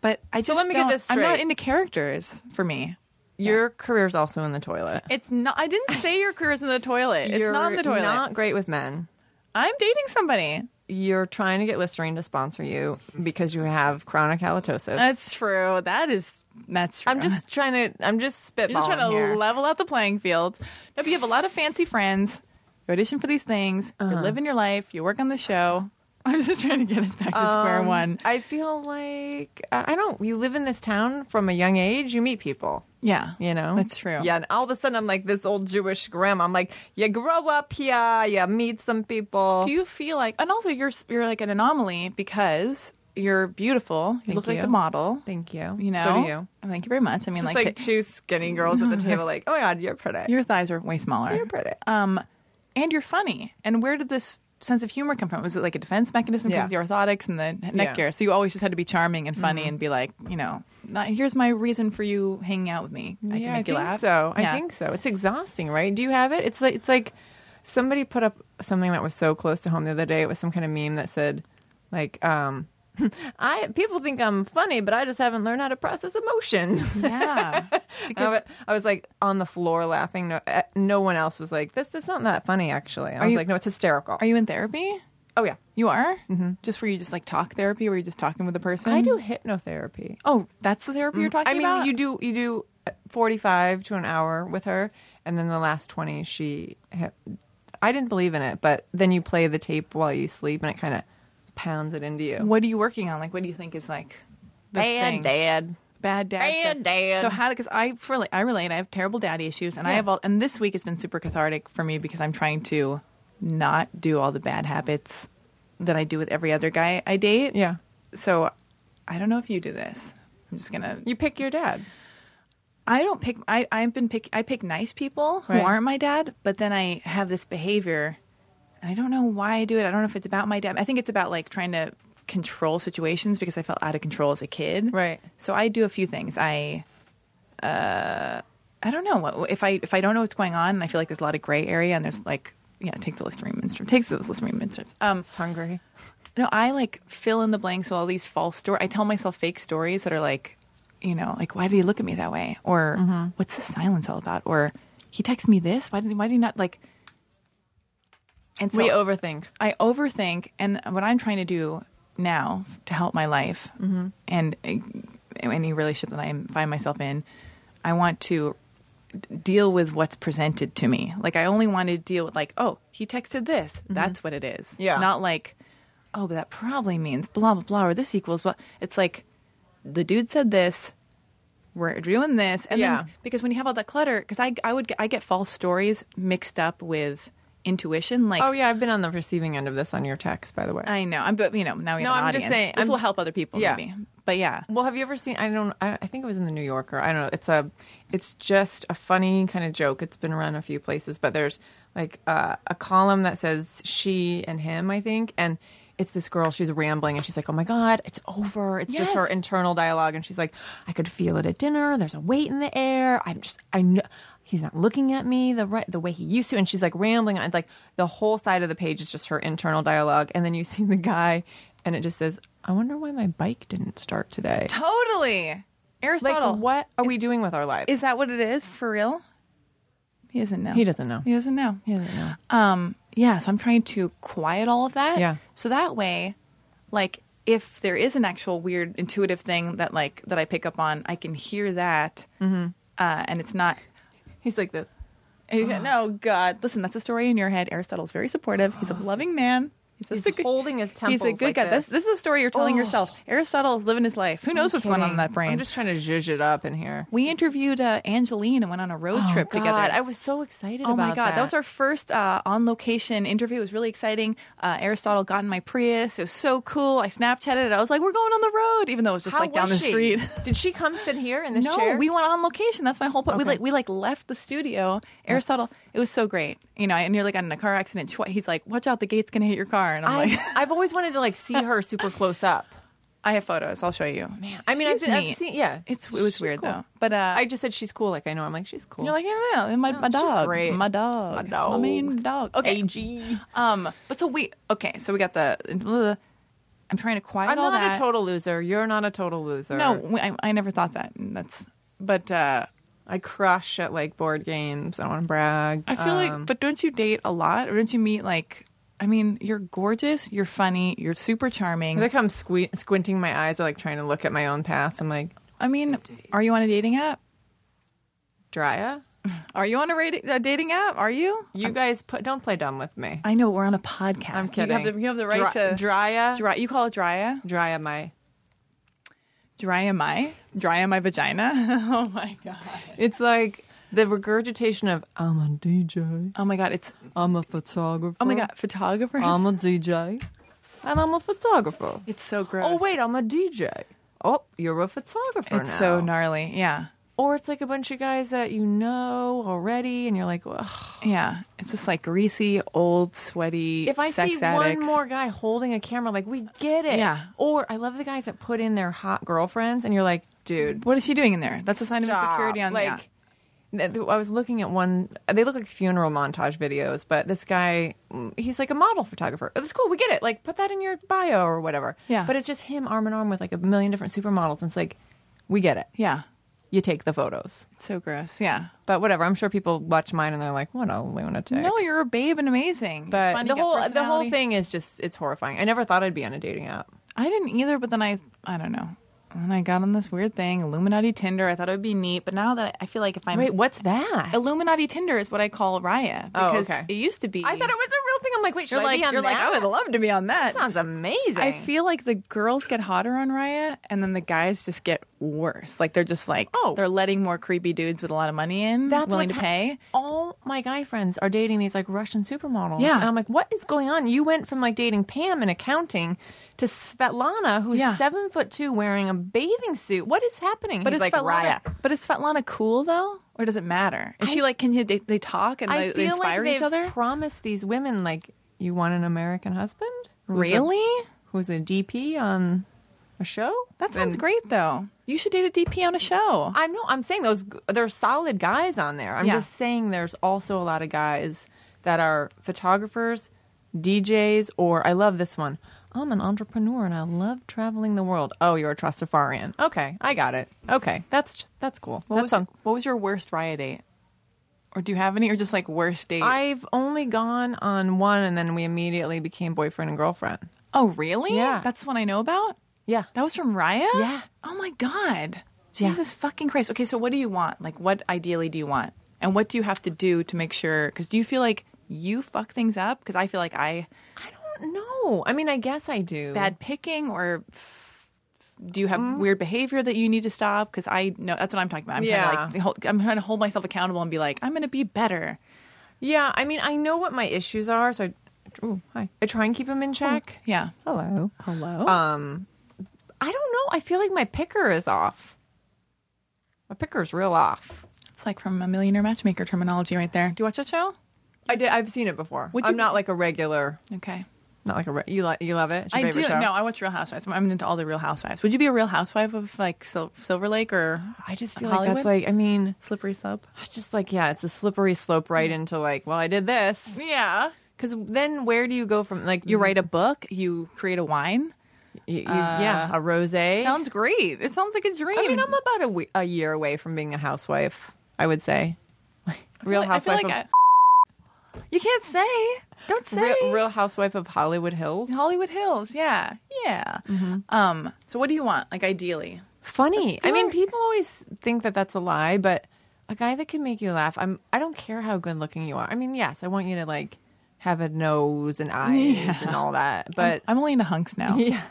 [SPEAKER 4] but I
[SPEAKER 5] So
[SPEAKER 4] just
[SPEAKER 5] let me get
[SPEAKER 4] don't-
[SPEAKER 5] this
[SPEAKER 4] I'm not
[SPEAKER 5] straight.
[SPEAKER 4] into characters for me.
[SPEAKER 5] Your career's also in the toilet.
[SPEAKER 4] It's not. I didn't say your career's in the toilet. It's
[SPEAKER 5] You're
[SPEAKER 4] not in the toilet.
[SPEAKER 5] Not great with men.
[SPEAKER 4] I'm dating somebody.
[SPEAKER 5] You're trying to get Listerine to sponsor you because you have chronic halitosis.
[SPEAKER 4] That's true. That is. That's true.
[SPEAKER 5] I'm just trying to. I'm just spitballing
[SPEAKER 4] You're just trying to
[SPEAKER 5] here.
[SPEAKER 4] level out the playing field. No, but you have a lot of fancy friends. You audition for these things.
[SPEAKER 5] Uh-huh.
[SPEAKER 4] You're living your life. You work on the show. I'm just trying to get us back to square
[SPEAKER 5] Um,
[SPEAKER 4] one.
[SPEAKER 5] I feel like uh, I I don't. You live in this town from a young age. You meet people.
[SPEAKER 4] Yeah,
[SPEAKER 5] You know
[SPEAKER 4] that's true.
[SPEAKER 5] Yeah, and all of a sudden I'm like this old Jewish grandma. I'm like, you grow up here, you meet some people.
[SPEAKER 4] Do you feel like, and also you're s- you're like an anomaly because you're beautiful. You
[SPEAKER 5] Thank
[SPEAKER 4] look like
[SPEAKER 5] you.
[SPEAKER 4] the model.
[SPEAKER 5] Thank you.
[SPEAKER 4] You know.
[SPEAKER 5] so do you.
[SPEAKER 4] Oh, Thank you very much. I mean,
[SPEAKER 5] It's
[SPEAKER 4] like,
[SPEAKER 5] just like two skinny girls at the table, like, oh my god, you're pretty.
[SPEAKER 4] your thighs are way smaller.
[SPEAKER 5] You're pretty.
[SPEAKER 4] Um, and you're funny. And where did this sense of humor come from? Was it like a defense mechanism
[SPEAKER 5] Yeah.
[SPEAKER 4] because of the orthotics and the
[SPEAKER 5] Yeah. Mm-hmm.
[SPEAKER 4] neck gear? So you always just had to be charming and funny and be like, you know, not, here's my reason for you hanging out with me. I can
[SPEAKER 5] yeah,
[SPEAKER 4] make
[SPEAKER 5] I
[SPEAKER 4] you
[SPEAKER 5] think
[SPEAKER 4] laugh.
[SPEAKER 5] so.
[SPEAKER 4] Yeah.
[SPEAKER 5] I think so. It's exhausting, right? Do you have it? It's like it's like somebody put up something that was so close to home the other day. It was some kind of meme that said, like, um, I people think I'm funny, but I just haven't learned how to process emotion.
[SPEAKER 4] Yeah.
[SPEAKER 5] I, wa- I was like on the floor laughing. No, eh, no one else was like, "This, that's not that funny." Actually, I was
[SPEAKER 4] you-
[SPEAKER 5] like, "No, it's hysterical."
[SPEAKER 4] Are you in therapy?
[SPEAKER 5] oh yeah,
[SPEAKER 4] You are? Mm-hmm. Just where you just like talk therapy, where you're just talking with a person?
[SPEAKER 5] I do hypnotherapy.
[SPEAKER 4] Oh, that's the therapy you're talking
[SPEAKER 5] I mean,
[SPEAKER 4] about?
[SPEAKER 5] you do you do forty five to an hour with her, and then the last twenty she. hip- I didn't believe in it, but then you play the tape while you sleep, and it kind of pounds it into you.
[SPEAKER 4] What are you working on? Like, what do you think is like the thing?
[SPEAKER 5] dad.
[SPEAKER 4] bad dad.
[SPEAKER 5] Bad
[SPEAKER 4] stuff.
[SPEAKER 5] dad.
[SPEAKER 4] So how? Because I for like, I relate. I have terrible daddy issues, and I
[SPEAKER 5] Yeah.
[SPEAKER 4] have all. And this week has been super cathartic for me because I'm trying to not do all the bad habits that I do with every other guy I date.
[SPEAKER 5] Yeah,
[SPEAKER 4] So I don't know if you do this. I'm just gonna.
[SPEAKER 5] you pick your dad.
[SPEAKER 4] I don't pick. I I've been pick. I pick nice people who
[SPEAKER 5] Right.
[SPEAKER 4] aren't my dad, but then I have this behavior, and I don't know why I do it. I don't know if it's about my dad. I think it's about like trying to control situations because I felt out of control as a kid.
[SPEAKER 5] Right.
[SPEAKER 4] So I do a few things. I, uh, I don't know what if I if I don't know what's going on, and I feel like there's a lot of gray area, and there's like yeah, take the Listerine Minstrel, takes those Listerine Minstrel. Um,
[SPEAKER 5] It's hungry.
[SPEAKER 4] no, I like fill in the blanks with all these false stories. I tell myself fake stories that are like, you know, like why did he look at me that way, or
[SPEAKER 5] Mm-hmm.
[SPEAKER 4] what's this silence all about, or he texted me this. Why did why did he not like? And so
[SPEAKER 5] we overthink.
[SPEAKER 4] I overthink, and what I'm trying to do now to help my life
[SPEAKER 5] Mm-hmm.
[SPEAKER 4] and uh, any relationship that I find myself in, I want to d- deal with what's presented to me. Like I only want to deal with like, oh, he texted this. That's what it is.
[SPEAKER 5] Mm-hmm. Yeah.
[SPEAKER 4] Not like, oh, but that probably means blah blah blah, or this equals blah. It's like the dude said this. We're doing this, and
[SPEAKER 5] Yeah.
[SPEAKER 4] then because when you have all that clutter, because I I would get, I get false stories mixed up with intuition. Like
[SPEAKER 5] Oh yeah, I've been on the receiving end of this on your text, by the way.
[SPEAKER 4] I know. I'm, but you know, now we have
[SPEAKER 5] No,
[SPEAKER 4] an
[SPEAKER 5] I'm
[SPEAKER 4] audience.
[SPEAKER 5] just saying-
[SPEAKER 4] this
[SPEAKER 5] I'm
[SPEAKER 4] will
[SPEAKER 5] just-
[SPEAKER 4] help other people,
[SPEAKER 5] Yeah.
[SPEAKER 4] maybe. But yeah,
[SPEAKER 5] Well, have you ever seen? I don't. I, I think it was in the New Yorker. I don't know. It's a. It's just a funny kind of joke. It's been around a few places, but there's like uh, a column that says she and him. I think, and it's this girl. She's rambling and she's like, "Oh my god, it's over." It's just her
[SPEAKER 4] Yes.
[SPEAKER 5] internal dialogue, and she's like, "I could feel it at dinner. There's a weight in the air. I'm just, I know." He's not looking at me the right, the way he used to, and she's like rambling. And like the whole side of the page is just her internal dialogue, and then you see the guy, and it just says, "I wonder why my bike didn't start today."
[SPEAKER 4] Totally. Aristotle.
[SPEAKER 5] Like, what are we doing with our lives?
[SPEAKER 4] Is that what it is for real? He doesn't know.
[SPEAKER 5] he doesn't know.
[SPEAKER 4] He doesn't know.
[SPEAKER 5] He doesn't know.
[SPEAKER 4] Um, yeah, so I'm trying to quiet all of that.
[SPEAKER 5] Yeah.
[SPEAKER 4] So that way, like if there is an actual weird intuitive thing that like that I pick up on, I can hear that.
[SPEAKER 5] Mm-hmm.
[SPEAKER 4] Uh, and it's not
[SPEAKER 5] He's like this.
[SPEAKER 4] He's like, no, God. Listen, that's a story in your head. Aristotle's very supportive. He's a loving man. He's, just
[SPEAKER 5] He's
[SPEAKER 4] a, good-
[SPEAKER 5] holding his
[SPEAKER 4] He's a
[SPEAKER 5] temples
[SPEAKER 4] good
[SPEAKER 5] like
[SPEAKER 4] guy. This.
[SPEAKER 5] this.
[SPEAKER 4] this is a story you're telling yourself. Aristotle is living his life. Who knows what's going on in that brain?
[SPEAKER 5] I'm just trying to zhuzh it up in here.
[SPEAKER 4] we interviewed uh, Angeline and went on a road trip together.
[SPEAKER 5] Oh, I was so excited
[SPEAKER 4] Oh
[SPEAKER 5] about
[SPEAKER 4] my God, that,
[SPEAKER 5] that.
[SPEAKER 4] was our first uh, on location interview. It was really exciting. Uh, Aristotle got in my Prius. It was so cool. I Snapchatted it. I was like, "We're going on the road," even though it was just
[SPEAKER 5] How
[SPEAKER 4] like down the
[SPEAKER 5] was she?
[SPEAKER 4] street.
[SPEAKER 5] Did she come sit here in this
[SPEAKER 4] no,
[SPEAKER 5] chair?
[SPEAKER 4] we went on location. That's my whole point. We
[SPEAKER 5] Okay.
[SPEAKER 4] like we like left the studio. Aristotle, it was so great. You know, I nearly got in a car accident. Twi- He's like, "Watch out, the gate's gonna hit your car," and I'm
[SPEAKER 5] I,
[SPEAKER 4] like,
[SPEAKER 5] I've always wanted to like see her super close up.
[SPEAKER 4] "I have photos. I'll show you." Man,
[SPEAKER 5] I mean, I've,
[SPEAKER 4] She's
[SPEAKER 5] been, I've
[SPEAKER 4] neat.
[SPEAKER 5] seen. Yeah,
[SPEAKER 4] It's it was
[SPEAKER 5] She's
[SPEAKER 4] weird
[SPEAKER 5] cool.
[SPEAKER 4] though, but uh,
[SPEAKER 5] I just said she's cool. Like I know. I'm like she's cool.
[SPEAKER 4] you're like, I don't know, my, my
[SPEAKER 5] she's
[SPEAKER 4] dog,
[SPEAKER 5] great.
[SPEAKER 4] my dog,
[SPEAKER 5] My dog.
[SPEAKER 4] my main dog. Okay,
[SPEAKER 5] AG.
[SPEAKER 4] Um, but so we okay. So we got the. I'm trying to quiet
[SPEAKER 5] I'm
[SPEAKER 4] all
[SPEAKER 5] not
[SPEAKER 4] that.
[SPEAKER 5] a total loser. You're not a total loser.
[SPEAKER 4] no, we- I, I never thought that. and That's but uh,
[SPEAKER 5] I crush at like board games. I don't want to brag. Um,
[SPEAKER 4] I feel like. But don't you date a lot, or don't you meet like? I mean, you're gorgeous. You're funny. You're super charming.
[SPEAKER 5] like I'm sque- squinting my eyes. I like trying to look at my own past. I'm like,
[SPEAKER 4] I mean, are you on a dating app?
[SPEAKER 5] Drya,
[SPEAKER 4] Are you on a, radi- a dating app? Are you?
[SPEAKER 5] you guys put don't play dumb with me.
[SPEAKER 4] I know we're on a podcast.
[SPEAKER 5] I'm kidding.
[SPEAKER 4] You have the, you have the right
[SPEAKER 5] Dry-
[SPEAKER 4] to
[SPEAKER 5] Drya,
[SPEAKER 4] Dry, you call it drya?
[SPEAKER 5] Drya, my.
[SPEAKER 4] Dry am I? Dry am I vagina? oh my god.
[SPEAKER 5] It's like the regurgitation of I'm a DJ,
[SPEAKER 4] Oh my god. It's
[SPEAKER 5] I'm a photographer.
[SPEAKER 4] oh my god. Photographer.
[SPEAKER 5] I'm a DJ, and I'm a photographer.
[SPEAKER 4] it's so gross.
[SPEAKER 5] Oh wait, I'm a DJ. Oh, you're a photographer
[SPEAKER 4] It's
[SPEAKER 5] now.
[SPEAKER 4] so gnarly. Yeah.
[SPEAKER 5] Or it's like a bunch of guys that you know already, and you're like, Ugh.
[SPEAKER 4] Yeah. It's just like greasy, old, sweaty,
[SPEAKER 5] if I
[SPEAKER 4] sex
[SPEAKER 5] see
[SPEAKER 4] addicts.
[SPEAKER 5] one more guy holding a camera, like we get it.
[SPEAKER 4] Yeah.
[SPEAKER 5] Or I love the guys that put in their hot girlfriends, and you're like, dude,
[SPEAKER 4] What is she doing in there? That's a sign of insecurity
[SPEAKER 5] Stop.
[SPEAKER 4] on yeah.
[SPEAKER 5] like th- th- I was looking at one. They look like funeral montage videos, but this guy, mm, he's like a model photographer. That's cool. We get it. Like, put that in your bio or whatever.
[SPEAKER 4] Yeah.
[SPEAKER 5] But it's just him arm in arm with like a million different supermodels, and it's like, we get it.
[SPEAKER 4] Yeah.
[SPEAKER 5] You take the photos.
[SPEAKER 4] It's so gross. Yeah.
[SPEAKER 5] But whatever. I'm sure people watch mine and they're like, what a lunatic.
[SPEAKER 4] No, you're a babe and amazing. You're
[SPEAKER 5] But
[SPEAKER 4] fun,
[SPEAKER 5] the
[SPEAKER 4] you got
[SPEAKER 5] whole the whole
[SPEAKER 4] personality.
[SPEAKER 5] thing is just it's horrifying. I never thought I'd be on a dating app.
[SPEAKER 4] I didn't either, but then I, I don't know. And I got on this weird thing, Illuminati Tinder. I thought it would be neat, but now that I, I feel like if I'm
[SPEAKER 5] Wait, what's that?
[SPEAKER 4] Illuminati Tinder is what I call Raya
[SPEAKER 5] Oh,
[SPEAKER 4] because
[SPEAKER 5] okay.
[SPEAKER 4] it used to be.
[SPEAKER 5] I thought it was a real thing. I'm like, wait, should
[SPEAKER 4] You're
[SPEAKER 5] I
[SPEAKER 4] like
[SPEAKER 5] be on
[SPEAKER 4] you're like I
[SPEAKER 5] that?
[SPEAKER 4] would love to be on that.
[SPEAKER 5] That sounds amazing.
[SPEAKER 4] I feel like the girls get hotter on Raya, and then the guys just get worse. Like they're just like,
[SPEAKER 5] Oh.
[SPEAKER 4] they're letting more creepy dudes with a lot of money in,
[SPEAKER 5] That's
[SPEAKER 4] willing to
[SPEAKER 5] what's hap-
[SPEAKER 4] pay.
[SPEAKER 5] all my guy friends are dating these like Russian supermodels.
[SPEAKER 4] Yeah.
[SPEAKER 5] And I'm like, what is going on? You went from like dating Pam in accounting to Svetlana, who's
[SPEAKER 4] Yeah.
[SPEAKER 5] seven foot two wearing a bathing suit. What is happening?
[SPEAKER 4] But
[SPEAKER 5] He's like,
[SPEAKER 4] is Svetlana,
[SPEAKER 5] Raya.
[SPEAKER 4] but is Svetlana cool though, or does it matter? Is she like, can you they, they talk and
[SPEAKER 5] I
[SPEAKER 4] they,
[SPEAKER 5] feel
[SPEAKER 4] they inspire
[SPEAKER 5] like they've
[SPEAKER 4] each other?
[SPEAKER 5] promised these women like, you want an American husband? Who's a-
[SPEAKER 4] Really?
[SPEAKER 5] who's a DP on a show?
[SPEAKER 4] That sounds
[SPEAKER 5] And-
[SPEAKER 4] great though. You should date a DP on a show.
[SPEAKER 5] I'm no, I'm saying those there's solid guys on there. I'm
[SPEAKER 4] Yeah.
[SPEAKER 5] just saying there's also a lot of guys that are photographers, DJs, or I love this one. I'm an entrepreneur and I love traveling the world. Oh, you're a Trustafarian. Okay, I got it. Okay, that's that's cool.
[SPEAKER 4] What
[SPEAKER 5] that's
[SPEAKER 4] was
[SPEAKER 5] some-
[SPEAKER 4] what was your worst riot date? Or do you have any? Or just like worst date?
[SPEAKER 5] I've only gone on one, and then we immediately became boyfriend and girlfriend.
[SPEAKER 4] oh really?
[SPEAKER 5] Yeah.
[SPEAKER 4] that's the one I know about.
[SPEAKER 5] Yeah,
[SPEAKER 4] That was from Raya.
[SPEAKER 5] Yeah.
[SPEAKER 4] Oh my god.
[SPEAKER 5] Yeah.
[SPEAKER 4] Jesus fucking Christ. Okay, so what do you want? Like, what ideally do you want? And what do you have to do to make sure? Because do you feel like you fuck things up? Because I feel like I
[SPEAKER 5] I don't know. I mean, I guess I do.
[SPEAKER 4] bad picking or. f- f- Do you have
[SPEAKER 5] Mm-hmm.
[SPEAKER 4] weird behavior that you need to stop? Because I know that's what I'm talking about. I'm
[SPEAKER 5] Yeah.
[SPEAKER 4] trying to like, hold, I'm trying to hold myself accountable and be like, I'm going to be better.
[SPEAKER 5] Yeah, I mean, I know what my issues are, so I, ooh, hi. I try and keep them in check.
[SPEAKER 4] Yeah.
[SPEAKER 5] Oh, Hello.
[SPEAKER 4] Hello.
[SPEAKER 5] I don't know. I feel like my picker is off. My picker's real off.
[SPEAKER 4] It's like from a millionaire matchmaker terminology right there. Do you watch that show?
[SPEAKER 5] I did. I've seen it before.
[SPEAKER 4] Would
[SPEAKER 5] I'm
[SPEAKER 4] you-
[SPEAKER 5] not like a regular.
[SPEAKER 4] Okay.
[SPEAKER 5] Not like a re- you. Lo- you love it. It's your
[SPEAKER 4] I do.
[SPEAKER 5] favorite show?
[SPEAKER 4] No, I watch Real Housewives. I'm- I'm into all the Real Housewives. Would you be a Real Housewife of like Sil- Silver Lake or
[SPEAKER 5] I just feel like
[SPEAKER 4] Hollywood?
[SPEAKER 5] that's like. I mean, Mm.
[SPEAKER 4] Slippery Slope?
[SPEAKER 5] it's just like yeah, it's a slippery slope right into like. Well, I did this
[SPEAKER 4] Yeah.
[SPEAKER 5] because then where do you go from? Like
[SPEAKER 4] You write a book. You create a wine.
[SPEAKER 5] you- you- yeah, a rose.
[SPEAKER 4] Sounds great. It sounds like a dream.
[SPEAKER 5] I mean, I'm about a, we- a year away from being a housewife. I would say, real
[SPEAKER 4] I feel
[SPEAKER 5] housewife.
[SPEAKER 4] like
[SPEAKER 5] of,
[SPEAKER 4] I- you can't say. Don't say.
[SPEAKER 5] real, real housewife of Hollywood Hills.
[SPEAKER 4] Hollywood Hills. Yeah. Yeah.
[SPEAKER 5] Mm-hmm.
[SPEAKER 4] Um. So what do you want? Like ideally.
[SPEAKER 5] funny. I mean, people always think that that's a lie, but a guy that can make you laugh. I'm. I don't care how good looking you are. I mean, yes, I want you to like have a nose and eyes and all that. But
[SPEAKER 4] I'm only into hunks now.
[SPEAKER 5] yeah,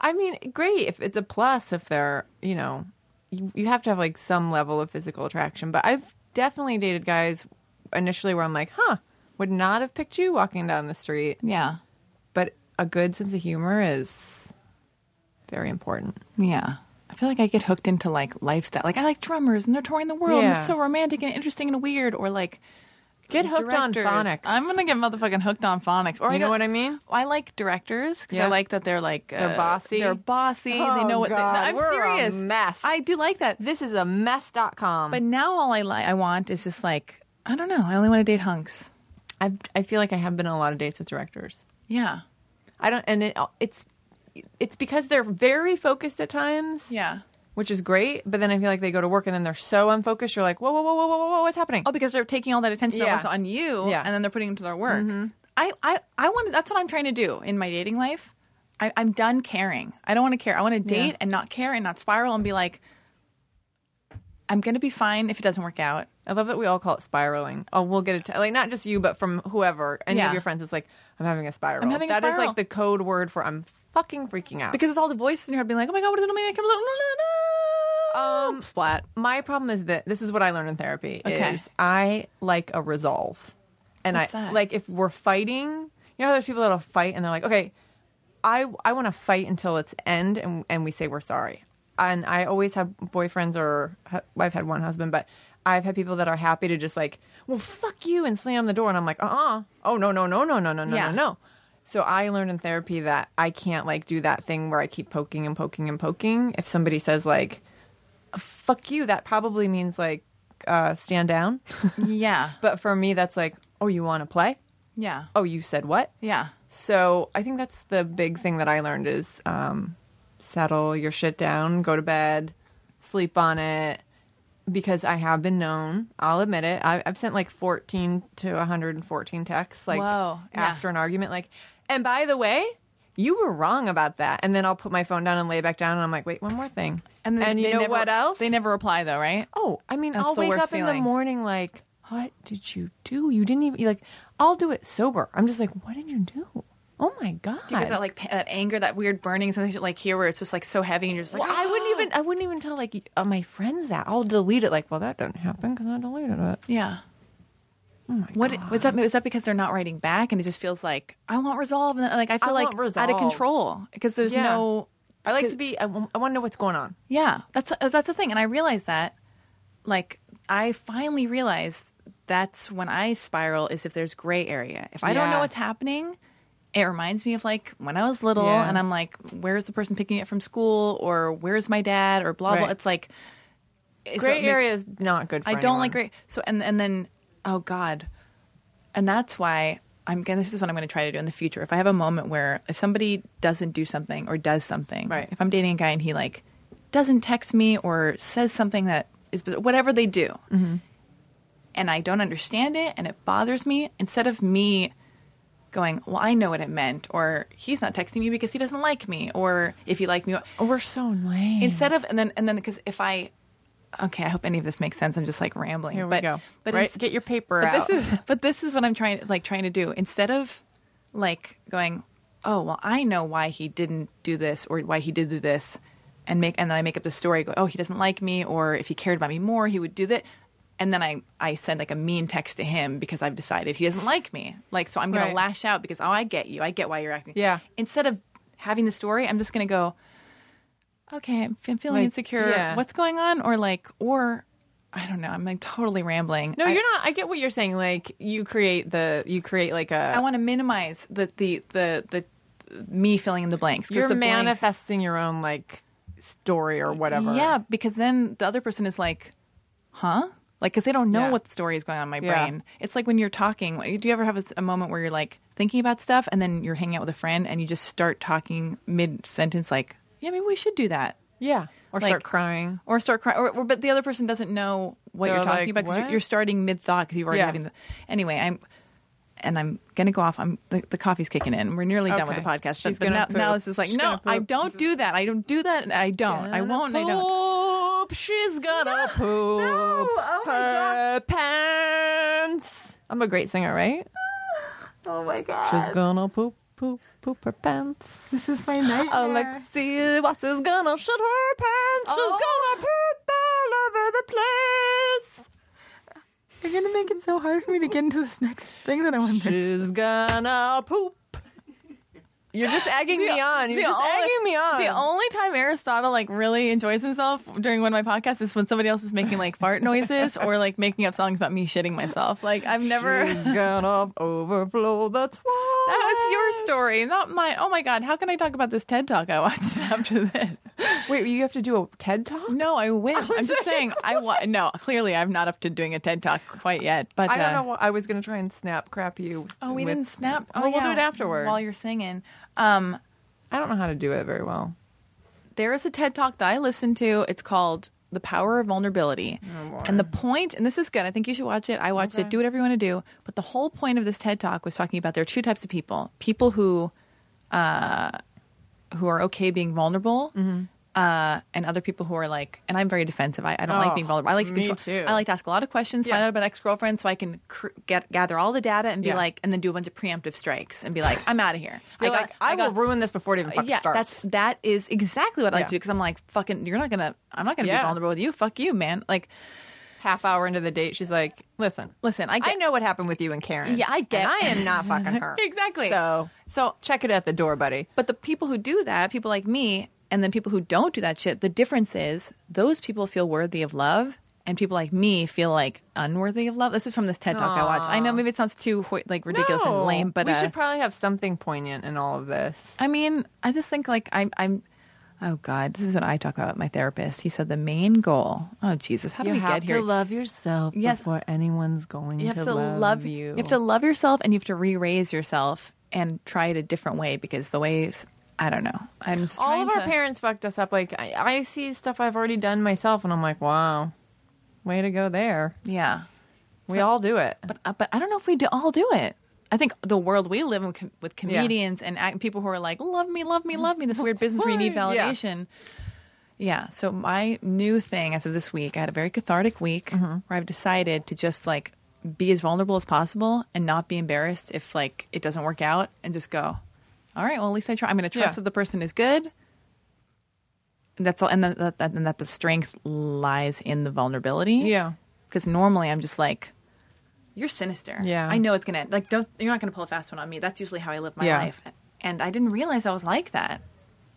[SPEAKER 5] I mean, great if it's a plus if they're you know, you, you have to have like some level of physical attraction. But I've definitely dated guys initially where I'm like, huh, would not have picked you walking down the street.
[SPEAKER 4] Yeah.
[SPEAKER 5] But a good sense of humor is very important.
[SPEAKER 4] Yeah. I feel like I get hooked into like lifestyle. Like I like drummers and they're touring the world and
[SPEAKER 5] Yeah.
[SPEAKER 4] it's so romantic and interesting and weird. Or like
[SPEAKER 5] Get hooked
[SPEAKER 4] directors.
[SPEAKER 5] on phonics.
[SPEAKER 4] I'm gonna get motherfucking hooked on phonics. Or
[SPEAKER 5] You
[SPEAKER 4] I
[SPEAKER 5] know
[SPEAKER 4] got-
[SPEAKER 5] what I mean?
[SPEAKER 4] I like directors because
[SPEAKER 5] Yeah.
[SPEAKER 4] I like that they're like uh,
[SPEAKER 5] They're bossy.
[SPEAKER 4] They're bossy. they
[SPEAKER 5] Oh,
[SPEAKER 4] know what.
[SPEAKER 5] God,
[SPEAKER 4] They, I'm
[SPEAKER 5] we're a
[SPEAKER 4] serious.
[SPEAKER 5] mess.
[SPEAKER 4] I do like that.
[SPEAKER 5] This is a mess.com.
[SPEAKER 4] But now all I li- I want is just like I don't know. I only want to date hunks.
[SPEAKER 5] I I feel like I have been on a lot of dates with directors.
[SPEAKER 4] Yeah.
[SPEAKER 5] I don't and it it's it's because they're very focused at times,
[SPEAKER 4] Yeah.
[SPEAKER 5] which is great, but then I feel like they go to work and then they're so unfocused, you're like, "Whoa, whoa, whoa, whoa, whoa, whoa, what's happening?"
[SPEAKER 4] Oh, because they're taking all that attention that
[SPEAKER 5] Yeah.
[SPEAKER 4] was on you,
[SPEAKER 5] Yeah. Mm-hmm.
[SPEAKER 4] and then they're putting it to their work. I, I, I want. That's what I'm trying to do in my dating life. I, I'm done caring. I don't want to care. I want to date and not care and not spiral and be like, I'm gonna be fine if it doesn't work out.
[SPEAKER 5] I love that we all call it spiraling. Oh, we'll get it. Like not just you, but from whoever, any
[SPEAKER 4] Yeah.
[SPEAKER 5] of your friends it's like, "I'm having a spiral."
[SPEAKER 4] I'm having a
[SPEAKER 5] That is,
[SPEAKER 4] spiral.
[SPEAKER 5] like the code word for I'm fucking freaking out.
[SPEAKER 4] Because it's all the voices in your head being like, Oh my god, what did it mean? I can't believe-
[SPEAKER 5] Um, splat. My problem is that this is what I learned in therapy.
[SPEAKER 4] Okay.
[SPEAKER 5] Is I like a resolve, and
[SPEAKER 4] What's
[SPEAKER 5] I
[SPEAKER 4] that?
[SPEAKER 5] like if we're fighting. You know, how there's people that'll fight and they're like, okay, I I want to fight until it's end, and and we say we're sorry. And I always have boyfriends or hu- I've had one husband, but I've had people that are happy to just like, well, fuck you, and slam the door, and I'm like, uh, uh oh no no no no no no no
[SPEAKER 4] Yeah.
[SPEAKER 5] no no. So I learned in therapy that I can't like do that thing where I keep poking and poking and poking. If somebody says like, fuck you that probably means like uh stand down
[SPEAKER 4] Yeah,
[SPEAKER 5] Um, but for me that's like oh you want to play
[SPEAKER 4] yeah,
[SPEAKER 5] oh you said what
[SPEAKER 4] yeah.
[SPEAKER 5] so i think that's the big thing that i learned is um settle your shit down go to bed sleep on it because i have been known i'll admit it I, i've sent like 14 to 114 texts like
[SPEAKER 4] Whoa, yeah.
[SPEAKER 5] after an argument like and by the way you were wrong about that and then i'll put my phone down and lay back down and i'm like wait one more thing
[SPEAKER 4] And, then
[SPEAKER 5] you
[SPEAKER 4] they
[SPEAKER 5] know
[SPEAKER 4] never-
[SPEAKER 5] what else
[SPEAKER 4] They never reply though, right?
[SPEAKER 5] Oh, I mean,
[SPEAKER 4] That's
[SPEAKER 5] I'll
[SPEAKER 4] the
[SPEAKER 5] wake
[SPEAKER 4] worst
[SPEAKER 5] up in the
[SPEAKER 4] feeling.
[SPEAKER 5] morning like, what did you do? You didn't even you like. I'll do it sober. I'm just like, what did you do? Oh my god!
[SPEAKER 4] You get that like pa- that anger, that weird burning, something like here where it's just like so heavy and you're just like,
[SPEAKER 5] Well, I wouldn't even. I wouldn't even tell like uh, my friends that. I'll delete it. Like, well, that didn't happen because I deleted it.
[SPEAKER 4] Yeah.
[SPEAKER 5] Oh my
[SPEAKER 4] what was that? Was that because they're not writing back, and it just feels like I want resolve, and like I feel
[SPEAKER 5] I
[SPEAKER 4] like
[SPEAKER 5] want
[SPEAKER 4] out of
[SPEAKER 5] resolve.
[SPEAKER 4] control because there's
[SPEAKER 5] Yeah.
[SPEAKER 4] no.
[SPEAKER 5] I like to be. I, want to know what's going on.
[SPEAKER 4] Yeah, that's that's the thing, and I realized that. Like, I finally realized that's when I spiral is if there's gray area. If I don't know
[SPEAKER 5] Yeah.
[SPEAKER 4] what's happening, it reminds me of like when I was little,
[SPEAKER 5] Yeah.
[SPEAKER 4] and I'm like, where's the person picking it from school, or where's my dad, or blah blah.
[SPEAKER 5] Right.
[SPEAKER 4] It's like so
[SPEAKER 5] Gray
[SPEAKER 4] it makes-
[SPEAKER 5] area is not good. for
[SPEAKER 4] I don't like
[SPEAKER 5] anyone.
[SPEAKER 4] great. So and and then oh god, and that's why I'm gonna. This is what I'm gonna try to do in the future. If I have a moment where if somebody doesn't do something or does something,
[SPEAKER 5] Right.
[SPEAKER 4] If I'm dating a guy and he like doesn't text me or says something that is bizar- whatever they do,
[SPEAKER 5] Mm-hmm.
[SPEAKER 4] and I don't understand it and it bothers me, instead of me going, well, I know what it meant, or he's not texting me because he doesn't like me, or if he liked me,
[SPEAKER 5] We're so lame.
[SPEAKER 4] instead of and then and then because if I okay, I hope any of this makes sense. I'm just like rambling.
[SPEAKER 5] Here we
[SPEAKER 4] but,
[SPEAKER 5] go.
[SPEAKER 4] But
[SPEAKER 5] Right,
[SPEAKER 4] ins-
[SPEAKER 5] get your paper
[SPEAKER 4] but
[SPEAKER 5] out.
[SPEAKER 4] This is but this is what I'm trying like trying to do instead of like going oh well I know why he didn't do this or why he did do this and make and then I make up the story go oh he doesn't like me or if he cared about me more he would do that. And then I, I send like a mean text to him because I've decided he doesn't like me. Like so I'm gonna
[SPEAKER 5] Right.
[SPEAKER 4] lash out because oh I get you I get why you're acting.
[SPEAKER 5] Yeah.
[SPEAKER 4] Instead of having the story, I'm just gonna go okay, I'm f- feeling
[SPEAKER 5] Like,
[SPEAKER 4] insecure.
[SPEAKER 5] yeah.
[SPEAKER 4] What's going on? Or like, or I don't know. I'm like totally rambling.
[SPEAKER 5] No,
[SPEAKER 4] I-
[SPEAKER 5] you're not. I get what you're saying. Like you create the you create like a
[SPEAKER 4] I want to minimize the the the the me filling in the blanks. 'cause
[SPEAKER 5] you're
[SPEAKER 4] the blanks-
[SPEAKER 5] manifesting your own like story or whatever.
[SPEAKER 4] Yeah, because then the other person is like, huh? Like, because they don't know
[SPEAKER 5] Yeah.
[SPEAKER 4] what story is going on in my
[SPEAKER 5] Yeah.
[SPEAKER 4] brain. It's like when you're talking. Do you ever have a, a moment where you're like thinking about stuff and then you're hanging out with a friend and you just start talking mid sentence, like, yeah, maybe we should do that.
[SPEAKER 5] yeah. Or
[SPEAKER 4] Like-
[SPEAKER 5] start crying.
[SPEAKER 4] Or start crying, or, or but the other person doesn't know what
[SPEAKER 5] They're
[SPEAKER 4] you're talking
[SPEAKER 5] like,
[SPEAKER 4] about because you're,
[SPEAKER 5] "What?"
[SPEAKER 4] you're starting mid thought because you've already
[SPEAKER 5] Yeah.
[SPEAKER 4] having the. Anyway, I'm, and I'm gonna go off. I'm the, the coffee's kicking in. We're nearly done with the
[SPEAKER 5] Okay.
[SPEAKER 4] podcast.
[SPEAKER 5] She's
[SPEAKER 4] but
[SPEAKER 5] gonna
[SPEAKER 4] now, now
[SPEAKER 5] poop.
[SPEAKER 4] this is like,
[SPEAKER 5] She's
[SPEAKER 4] no,
[SPEAKER 5] gonna
[SPEAKER 4] I
[SPEAKER 5] poop.
[SPEAKER 4] don't do that. I don't do that. and I don't. I won't. and I don't.
[SPEAKER 5] Poop. She's gonna poop.
[SPEAKER 4] Oh my
[SPEAKER 5] her pants. I'm a great singer, right?
[SPEAKER 3] Oh my god.
[SPEAKER 5] She's gonna poop, poop, poop her pants.
[SPEAKER 3] This is my nightmare.
[SPEAKER 5] Alexi Watts is gonna shit her pants. She's
[SPEAKER 3] Oh.
[SPEAKER 5] gonna poop all over the place.
[SPEAKER 4] You're gonna make it so hard for me to get into this next thing that I want to.
[SPEAKER 5] She's gonna poop. You're just egging me on. You're just egging me on.
[SPEAKER 4] The only time Aristotle like really enjoys himself during one of my podcasts is when somebody else is making like fart noises or like making up songs about me shitting myself. Like I've never.
[SPEAKER 5] She's gonna overflow the toilet.
[SPEAKER 4] That was
[SPEAKER 5] Ah.
[SPEAKER 4] your story, not mine. Oh my god, how can I talk about this TED talk I watched after this?
[SPEAKER 5] Wait, you have to do a TED talk?
[SPEAKER 4] No, I wish. I'm just saying. I wa- no. Clearly, I'm not up to doing a TED talk quite yet. But
[SPEAKER 5] I don't
[SPEAKER 4] uh,
[SPEAKER 5] know. What, I was gonna try and snap crap you.
[SPEAKER 4] Oh, we
[SPEAKER 5] with-
[SPEAKER 4] didn't snap.
[SPEAKER 5] Well,
[SPEAKER 4] oh,
[SPEAKER 5] we'll do
[SPEAKER 4] yeah,
[SPEAKER 5] it afterward.
[SPEAKER 4] while you're singing. Um,
[SPEAKER 5] I don't know how to do it very well.
[SPEAKER 4] there is a TED talk that I listened to. It's called The Power of Vulnerability.
[SPEAKER 5] Oh,
[SPEAKER 4] and the point, and this is good, I think you should watch it. I watched it. Do whatever you want to do. But the whole point of this TED talk was talking about there are two types of people people who, uh, who are okay being vulnerable.
[SPEAKER 5] Mm-hmm.
[SPEAKER 4] Uh, and other people who are like, and I'm very defensive. I, I don't like
[SPEAKER 5] Oh,
[SPEAKER 4] being vulnerable. I like to
[SPEAKER 5] me
[SPEAKER 4] control.
[SPEAKER 5] too.
[SPEAKER 4] I like to ask a lot of questions, find
[SPEAKER 5] Yeah.
[SPEAKER 4] out about ex girlfriends, so I can cr- get gather all the data and be
[SPEAKER 5] Yeah.
[SPEAKER 4] like, and then do a bunch of preemptive strikes and be like, I'm out of here.
[SPEAKER 5] You're
[SPEAKER 4] got- Uh,
[SPEAKER 5] like, I, will ruin this before it even fucking
[SPEAKER 4] yeah,
[SPEAKER 5] starts.
[SPEAKER 4] that's that is exactly what I like
[SPEAKER 5] Yeah.
[SPEAKER 4] to do because I'm like, fucking, you're not gonna, I'm not gonna
[SPEAKER 5] Yeah.
[SPEAKER 4] be vulnerable with you. Fuck you, man. Like,
[SPEAKER 5] half hour into the date. She's like, "Listen,
[SPEAKER 4] listen, I get,
[SPEAKER 5] I know what happened with you and Karen.
[SPEAKER 4] Yeah, I get-
[SPEAKER 5] And I am not fucking her
[SPEAKER 4] Exactly.
[SPEAKER 5] So
[SPEAKER 4] so,
[SPEAKER 5] check it at the door, buddy.
[SPEAKER 4] but the people who do that, people like me, and then people who don't do that shit, the difference is those people feel worthy of love. And people like me feel like unworthy of love. This is from this TED talk I watched. I know maybe it sounds too hoi- like ridiculous
[SPEAKER 5] No.
[SPEAKER 4] and lame, but
[SPEAKER 5] we
[SPEAKER 4] uh,
[SPEAKER 5] should probably have something poignant in all of this.
[SPEAKER 4] I mean, I just think like I'm. I'm oh God, this is what I talk about with my therapist. He said the main goal. Oh Jesus, how do we get here?
[SPEAKER 5] love yourself
[SPEAKER 4] Yes.
[SPEAKER 5] before anyone's going
[SPEAKER 4] you have to, love, you. have to love yourself, and you have to re-raise yourself and try it a different way because the ways I don't know. I'm just
[SPEAKER 5] all
[SPEAKER 4] trying
[SPEAKER 5] of our
[SPEAKER 4] to-
[SPEAKER 5] parents fucked us up. Like I, I see stuff I've already done myself, and I'm like, wow, way to go there.
[SPEAKER 4] Yeah,
[SPEAKER 5] We all do it.
[SPEAKER 4] but uh, but I don't know if we do all do it. I think the world we live in com- with comedians and act- people who are like, love me, love me, love me. This weird business where you need
[SPEAKER 5] Mm. Why? Yeah.
[SPEAKER 4] validation. Yeah. So my new thing as of this week, I had a very cathartic week
[SPEAKER 5] Mm-hmm.
[SPEAKER 4] where I've decided to just like be as vulnerable as possible and not be embarrassed if like it doesn't work out and just go, all right, well at least I try. I'm going to trust
[SPEAKER 5] Yeah.
[SPEAKER 4] that the person is good. And that's all, and that, that, that- and that the strength lies in the vulnerability.
[SPEAKER 5] Yeah.
[SPEAKER 4] Because normally I'm just like, you're sinister.
[SPEAKER 5] Yeah.
[SPEAKER 4] I know it's gonna like don't you're not gonna pull a fast one on me. That's usually how I live my
[SPEAKER 5] Yeah.
[SPEAKER 4] life. And I didn't realize I was like that.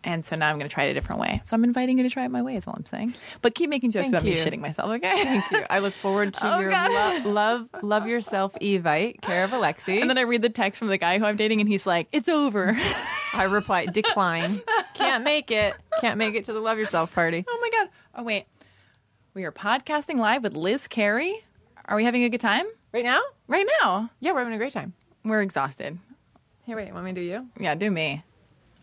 [SPEAKER 4] And so now I'm gonna try it a different way. So I'm inviting you to try it my way is all I'm saying. But keep making jokes
[SPEAKER 5] Thank
[SPEAKER 4] about me
[SPEAKER 5] you.
[SPEAKER 4] shitting myself, okay? Thank
[SPEAKER 5] I look forward to
[SPEAKER 4] Oh,
[SPEAKER 5] your
[SPEAKER 4] God.
[SPEAKER 5] lo- love, love yourself evite, care of Alexi.
[SPEAKER 4] And then I read the text from the guy who I'm dating and he's like, It's over.
[SPEAKER 5] I reply, decline. Can't make it. Can't make it to the love yourself party.
[SPEAKER 4] oh my god. Oh wait. We are podcasting live with Liz Carey. Are we having a good time?
[SPEAKER 5] Right now?
[SPEAKER 4] Right now.
[SPEAKER 5] Yeah, we're having a great time.
[SPEAKER 4] We're exhausted.
[SPEAKER 5] Here, wait, want me to do you?
[SPEAKER 4] Yeah, do me.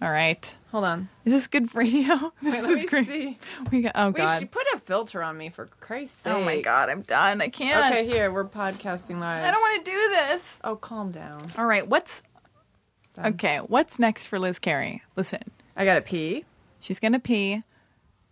[SPEAKER 4] All right.
[SPEAKER 5] Hold on.
[SPEAKER 4] Is this good radio? This
[SPEAKER 5] let
[SPEAKER 4] is
[SPEAKER 5] me
[SPEAKER 4] great.
[SPEAKER 5] see.
[SPEAKER 4] We got, oh
[SPEAKER 5] We
[SPEAKER 4] god.
[SPEAKER 5] should put a filter on me for Christ's sake.
[SPEAKER 4] Oh my god, I'm done. I can't.
[SPEAKER 5] Okay, here, we're podcasting live.
[SPEAKER 4] I don't want to do this.
[SPEAKER 5] Oh, calm down.
[SPEAKER 4] All right, what's okay? What's next for Liz Carey? Listen,
[SPEAKER 5] I gotta pee.
[SPEAKER 4] she's gonna pee.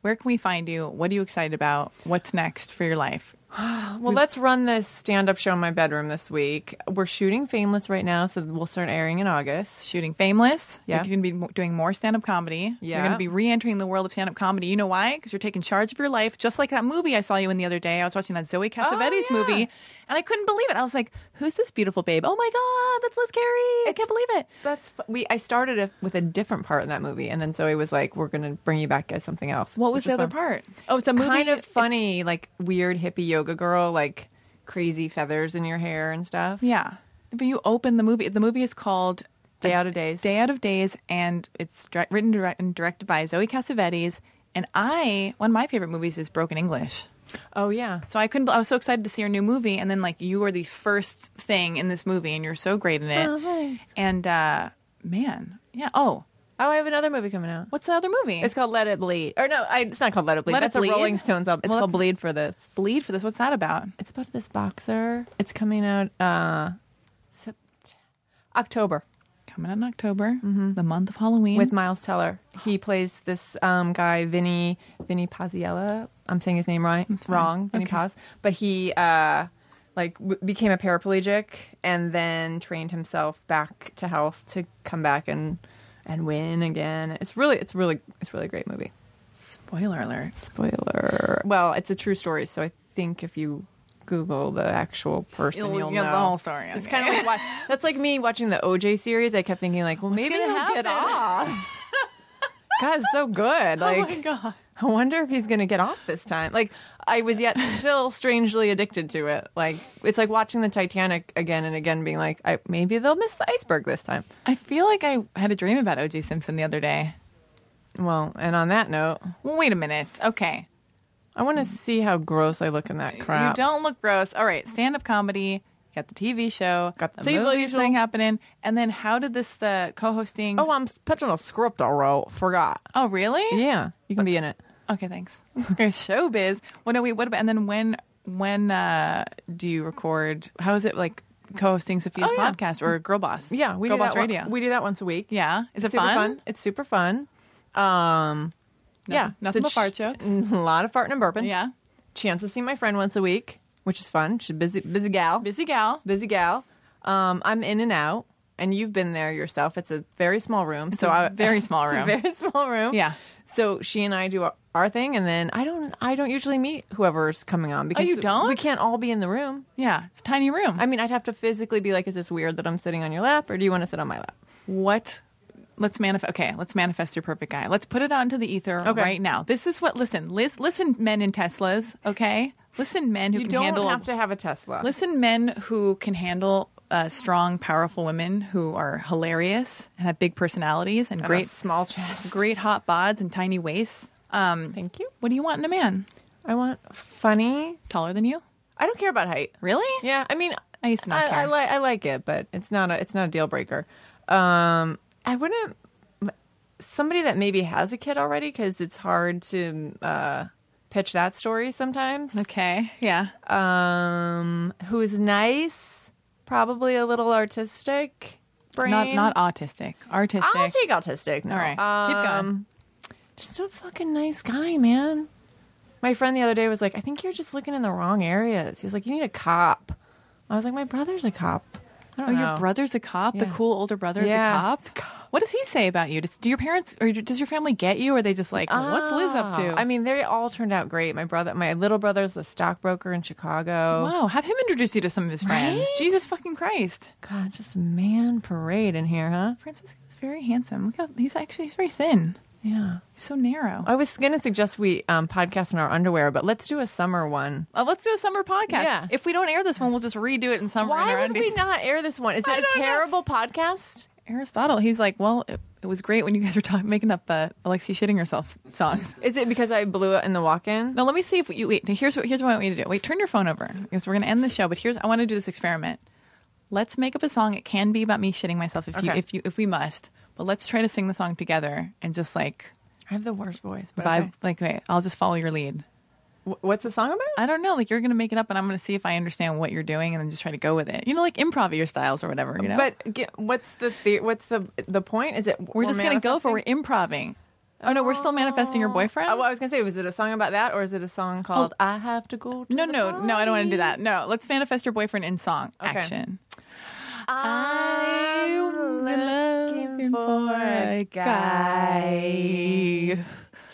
[SPEAKER 4] Where can we find you? What are you excited about? What's next for your life?
[SPEAKER 5] Well, let's run this stand up show in my bedroom this week. We're shooting Fameless right now, so we'll start airing in August.
[SPEAKER 4] Shooting Fameless.
[SPEAKER 5] Yeah.
[SPEAKER 4] You're gonna be mo- doing more stand up comedy. You're
[SPEAKER 5] Yeah.
[SPEAKER 4] gonna be re entering the world of stand up comedy. You know why? Because you're taking charge of your life, just like that movie I saw you in the other day. I was watching that Zoe Cassavetes
[SPEAKER 5] Oh, yeah.
[SPEAKER 4] movie, and I couldn't believe it. I was like, who's this beautiful babe? Oh my God, that's Liz Carey. I can't believe it.
[SPEAKER 5] That's fu- we. I started it with a different part in that movie, and then Zoe was like, "We're gonna bring you back as something else."
[SPEAKER 4] What was
[SPEAKER 5] which
[SPEAKER 4] the other
[SPEAKER 5] fun.
[SPEAKER 4] part? Oh, it's a movie.
[SPEAKER 5] Kind of funny, like weird hippie yoga girl, like crazy feathers in your hair and stuff.
[SPEAKER 4] Yeah. But you open the movie. The movie is called
[SPEAKER 5] Day Out of Days.
[SPEAKER 4] Day Out of Days, and it's direct, written direct, and directed by Zoe Cassavetes. And I, one of my favorite movies is Broken English.
[SPEAKER 5] Oh yeah,
[SPEAKER 4] So I couldn't. I was so excited to see her new movie, and then like you were the first thing in this movie, and you're so great in it.
[SPEAKER 5] Oh, thanks.
[SPEAKER 4] And uh, man, yeah. Oh,
[SPEAKER 5] Oh, I have another movie coming out.
[SPEAKER 4] what's the other movie?
[SPEAKER 5] It's called Let It Bleed. Or no, I, it's not called Let It Bleed.
[SPEAKER 4] Let It
[SPEAKER 5] that's
[SPEAKER 4] Bleed?
[SPEAKER 5] a Rolling Stones album. It's
[SPEAKER 4] Well,
[SPEAKER 5] called
[SPEAKER 4] that's-
[SPEAKER 5] Bleed for this.
[SPEAKER 4] Bleed for this. What's that about?
[SPEAKER 5] It's about this boxer. It's coming out uh Sept- October
[SPEAKER 4] Coming out in October, the month of Halloween.
[SPEAKER 5] Mm-hmm. with Miles Teller. He plays this um guy Vinny Vinny Paziella. I'm saying his name right. It's wrong. Vinny Paz. But he uh like w- became a paraplegic and then trained himself back to health to come back and and win again. It's really it's really it's really great movie.
[SPEAKER 4] spoiler alert.
[SPEAKER 5] Spoiler. Well, it's a true story, so I think if you Google the actual person,
[SPEAKER 4] You'll
[SPEAKER 5] you'll
[SPEAKER 4] get
[SPEAKER 5] know
[SPEAKER 4] the whole story,
[SPEAKER 5] It's
[SPEAKER 4] okay.
[SPEAKER 5] kind of like watch, that's like me watching the OJ series. I kept thinking like, well, maybe he'll
[SPEAKER 4] gonna
[SPEAKER 5] get
[SPEAKER 4] happen?
[SPEAKER 5] off. God, it's so good. Like,
[SPEAKER 4] oh my god.
[SPEAKER 5] I wonder if he's gonna get off this time. Like, I was yet still strangely addicted to it. Like, it's like watching the Titanic again and again, being like, I, maybe they'll miss the iceberg this time.
[SPEAKER 4] I feel like I had a dream about O.J. Simpson the other day.
[SPEAKER 5] Well, and on that note,
[SPEAKER 4] Well, wait a minute. Okay.
[SPEAKER 5] I want to see how gross I look in that crap.
[SPEAKER 4] You don't look gross. All right, stand up comedy. Got the TV show.
[SPEAKER 5] Got the
[SPEAKER 4] the
[SPEAKER 5] TV
[SPEAKER 4] movies
[SPEAKER 5] show.
[SPEAKER 4] thing happening. And then how did this the co-hosting?
[SPEAKER 5] Oh, I'm pitching a script I wrote. Forgot.
[SPEAKER 4] oh really?
[SPEAKER 5] Yeah, you can be in it.
[SPEAKER 4] Okay, thanks. It's great showbiz. What do we? What about? And then when? When uh, do you record? How is it like co-hosting Sophia's
[SPEAKER 5] Oh, yeah.
[SPEAKER 4] podcast or Girl Boss?
[SPEAKER 5] Yeah, we
[SPEAKER 4] Girl
[SPEAKER 5] do
[SPEAKER 4] Boss
[SPEAKER 5] that one-
[SPEAKER 4] Radio.
[SPEAKER 5] we do that once a week.
[SPEAKER 4] yeah, is it
[SPEAKER 5] super
[SPEAKER 4] fun?
[SPEAKER 5] It's super fun. Um, yeah,
[SPEAKER 4] nothing but
[SPEAKER 5] ch-
[SPEAKER 4] fart jokes.
[SPEAKER 5] A lot of farting and burping.
[SPEAKER 4] Yeah,
[SPEAKER 5] chance to see my friend once a week, which is fun. She's a busy, busy gal.
[SPEAKER 4] busy gal.
[SPEAKER 5] busy gal. Um, I'm in and out, and you've been there yourself. It's a very small room. so
[SPEAKER 4] a
[SPEAKER 5] I
[SPEAKER 4] very small
[SPEAKER 5] it's a
[SPEAKER 4] room.
[SPEAKER 5] very small room.
[SPEAKER 4] Yeah.
[SPEAKER 5] So she and I do our, our thing, and then I don't. I don't usually meet whoever's coming on because
[SPEAKER 4] Oh, you don't?
[SPEAKER 5] We can't all be in the room.
[SPEAKER 4] Yeah, it's a tiny room.
[SPEAKER 5] I mean, I'd have to physically be like, "Is this weird that I'm sitting on your lap, or do you want to sit on my lap?"
[SPEAKER 4] what let's manifest okay let's manifest your perfect guy let's put it out into the ether
[SPEAKER 5] Okay.
[SPEAKER 4] right now this is what listen liz listen men in teslas okay listen men who
[SPEAKER 5] You
[SPEAKER 4] can
[SPEAKER 5] don't
[SPEAKER 4] handle
[SPEAKER 5] have to have a Tesla.
[SPEAKER 4] listen men who can handle uh, strong powerful women who are hilarious and have big personalities and
[SPEAKER 5] And a
[SPEAKER 4] great
[SPEAKER 5] small chest.
[SPEAKER 4] great hot bods and tiny waists um
[SPEAKER 5] Thank you.
[SPEAKER 4] what do you want in a man
[SPEAKER 5] I want funny.
[SPEAKER 4] taller than you
[SPEAKER 5] I don't care about height.
[SPEAKER 4] really
[SPEAKER 5] Yeah, I mean,
[SPEAKER 4] I used to not
[SPEAKER 5] I,
[SPEAKER 4] care.
[SPEAKER 5] I like I like it, but it's not a it's not a deal breaker. Um, I wouldn't somebody that maybe has a kid already because it's hard to uh, pitch that story sometimes.
[SPEAKER 4] okay yeah
[SPEAKER 5] Um, who is nice, probably a little artistic. Brain.
[SPEAKER 4] not not autistic artistic
[SPEAKER 5] I'll take autistic. No.
[SPEAKER 4] all right keep going
[SPEAKER 5] Um, Just a fucking nice guy, man. My friend the other day was like, I think you're just looking in the wrong areas. He was like, You need a cop. I was like, My brother's a cop. I
[SPEAKER 4] Oh,
[SPEAKER 5] don't know.
[SPEAKER 4] your brother's a cop. The
[SPEAKER 5] Yeah.
[SPEAKER 4] cool older brother is
[SPEAKER 5] Yeah.
[SPEAKER 4] a cop. What does he say about you? Does, do your parents or does your family get you? Or are they just like, what's Liz up to?
[SPEAKER 5] Ah, I mean, they all turned out great. My brother, my little brother's the stockbroker in Chicago.
[SPEAKER 4] wow. Have him introduce you to some of his friends.
[SPEAKER 5] Right?
[SPEAKER 4] Jesus fucking Christ.
[SPEAKER 5] God, just man parade in here, huh?
[SPEAKER 4] Francisco's very handsome. Look, how, he's actually he's very thin.
[SPEAKER 5] Yeah.
[SPEAKER 4] He's so narrow.
[SPEAKER 5] I was gonna suggest we um, podcast in our underwear, but let's do a summer one.
[SPEAKER 4] Uh, let's do a summer podcast.
[SPEAKER 5] Yeah.
[SPEAKER 4] If we don't air this one, we'll just redo it in summer. in
[SPEAKER 5] Why
[SPEAKER 4] our
[SPEAKER 5] would we
[SPEAKER 4] undies.
[SPEAKER 5] not air this one? Is
[SPEAKER 4] I
[SPEAKER 5] it a
[SPEAKER 4] don't know.
[SPEAKER 5] terrible podcast?
[SPEAKER 4] Aristotle, he was like, well, it, it was great when you guys were talking, making up uh, Alexi shitting herself songs.
[SPEAKER 5] Is it because I blew it in the walk-in?
[SPEAKER 4] No, let me see if you wait. Here's what here's what I want you to do. Wait, turn your phone over because we're gonna end the show. But here's I want to do this experiment. Let's make up a song. It can be about me shitting myself if you
[SPEAKER 5] Okay.
[SPEAKER 4] if you if we must. But let's try to sing the song together and just like
[SPEAKER 5] I have the worst voice. But
[SPEAKER 4] vibe.
[SPEAKER 5] okay.
[SPEAKER 4] Like wait, I'll just follow your lead.
[SPEAKER 5] Wh- what's the song about?
[SPEAKER 4] I don't know. Like you're gonna make it up, and I'm gonna see if I understand what you're doing, and then just try to go with it. You know, like improv your styles or whatever. You know,
[SPEAKER 5] But ge- what's the, the what's the the point? Is it
[SPEAKER 4] we're, just gonna go for it. we're improving. Oh no, we're still manifesting your boyfriend.
[SPEAKER 5] Oh, I was gonna say, was it a song about that, or is it a song called "I Have to Go"? To
[SPEAKER 4] Oh. no,
[SPEAKER 5] the
[SPEAKER 4] no, no! I don't want to do
[SPEAKER 5] Party"?
[SPEAKER 4] that. No, let's manifest your boyfriend in song
[SPEAKER 5] Okay.
[SPEAKER 4] action.
[SPEAKER 5] I'm looking for a guy.
[SPEAKER 4] guy.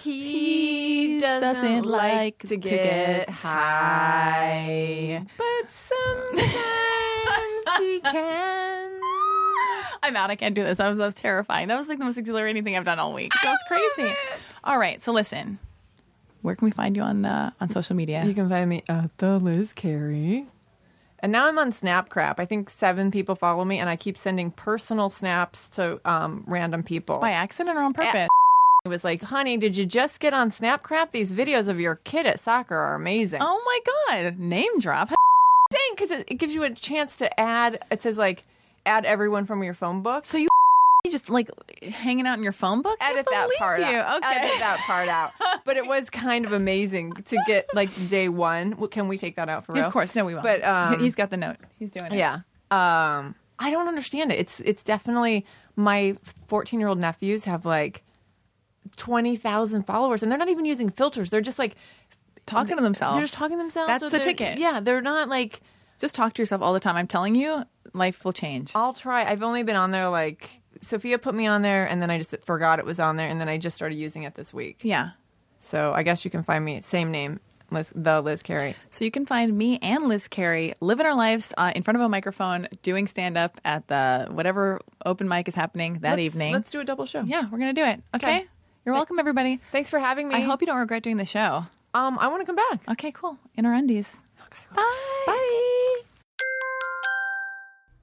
[SPEAKER 5] He doesn't,
[SPEAKER 4] doesn't like
[SPEAKER 5] like to
[SPEAKER 4] to
[SPEAKER 5] get
[SPEAKER 4] get
[SPEAKER 5] high, but sometimes can.
[SPEAKER 4] I'm out. I can't do this. That was, that was terrifying. That was like the most exhilarating thing I've done all week. That's crazy. All right. So listen, where can we find you on uh, on social media?
[SPEAKER 5] You can find me at the Liz Carey. And now I'm on Snapcrap. I think seven people follow me, and I keep sending personal snaps to um, random people.
[SPEAKER 4] By accident or on purpose?
[SPEAKER 5] It was like, honey, did you just get on Snapcrap? These videos of your kid at soccer are amazing.
[SPEAKER 4] Oh my god! Name drop.
[SPEAKER 5] thing because it, it gives you a chance to add. It says like add everyone from your phone book.
[SPEAKER 4] So you just like hanging out in your phone book? Can't
[SPEAKER 5] edit that
[SPEAKER 4] believe
[SPEAKER 5] part
[SPEAKER 4] you.
[SPEAKER 5] out.
[SPEAKER 4] Okay.
[SPEAKER 5] Edit that part out. But it was kind of amazing to get like day one. Well, Can we take that out for real?
[SPEAKER 4] Of course, no, we won't.
[SPEAKER 5] But um,
[SPEAKER 4] he's got the note. He's doing it.
[SPEAKER 5] yeah. Um, I don't understand it. It's it's definitely my 14 year old nephews have like 20,000 followers, and they're not even using filters. They're just like
[SPEAKER 4] talking to themselves.
[SPEAKER 5] They're just talking to themselves.
[SPEAKER 4] Oh. That's
[SPEAKER 5] or
[SPEAKER 4] the
[SPEAKER 5] they're-
[SPEAKER 4] ticket.
[SPEAKER 5] Yeah, they're not like
[SPEAKER 4] Just talk to yourself all the time. I'm telling you, life will change.
[SPEAKER 5] I'll try. I've only been on there like Sophia put me on there, and then I just forgot it was on there, and then I just started using it this week.
[SPEAKER 4] yeah.
[SPEAKER 5] So I guess you can find me same name, Liz, the Liz Carey.
[SPEAKER 4] So you can find me and Liz Carey living our lives uh, in front of a microphone, doing stand up at the whatever open mic is happening that
[SPEAKER 5] Let's-
[SPEAKER 4] evening.
[SPEAKER 5] Let's do a double show.
[SPEAKER 4] yeah, we're gonna do it. Okay.
[SPEAKER 5] Okay.
[SPEAKER 4] You're welcome, everybody.
[SPEAKER 5] Thanks for having me.
[SPEAKER 4] I hope you don't regret doing the show.
[SPEAKER 5] Um, I want to come back.
[SPEAKER 4] Okay, cool. In our undies.
[SPEAKER 5] Bye. Bye.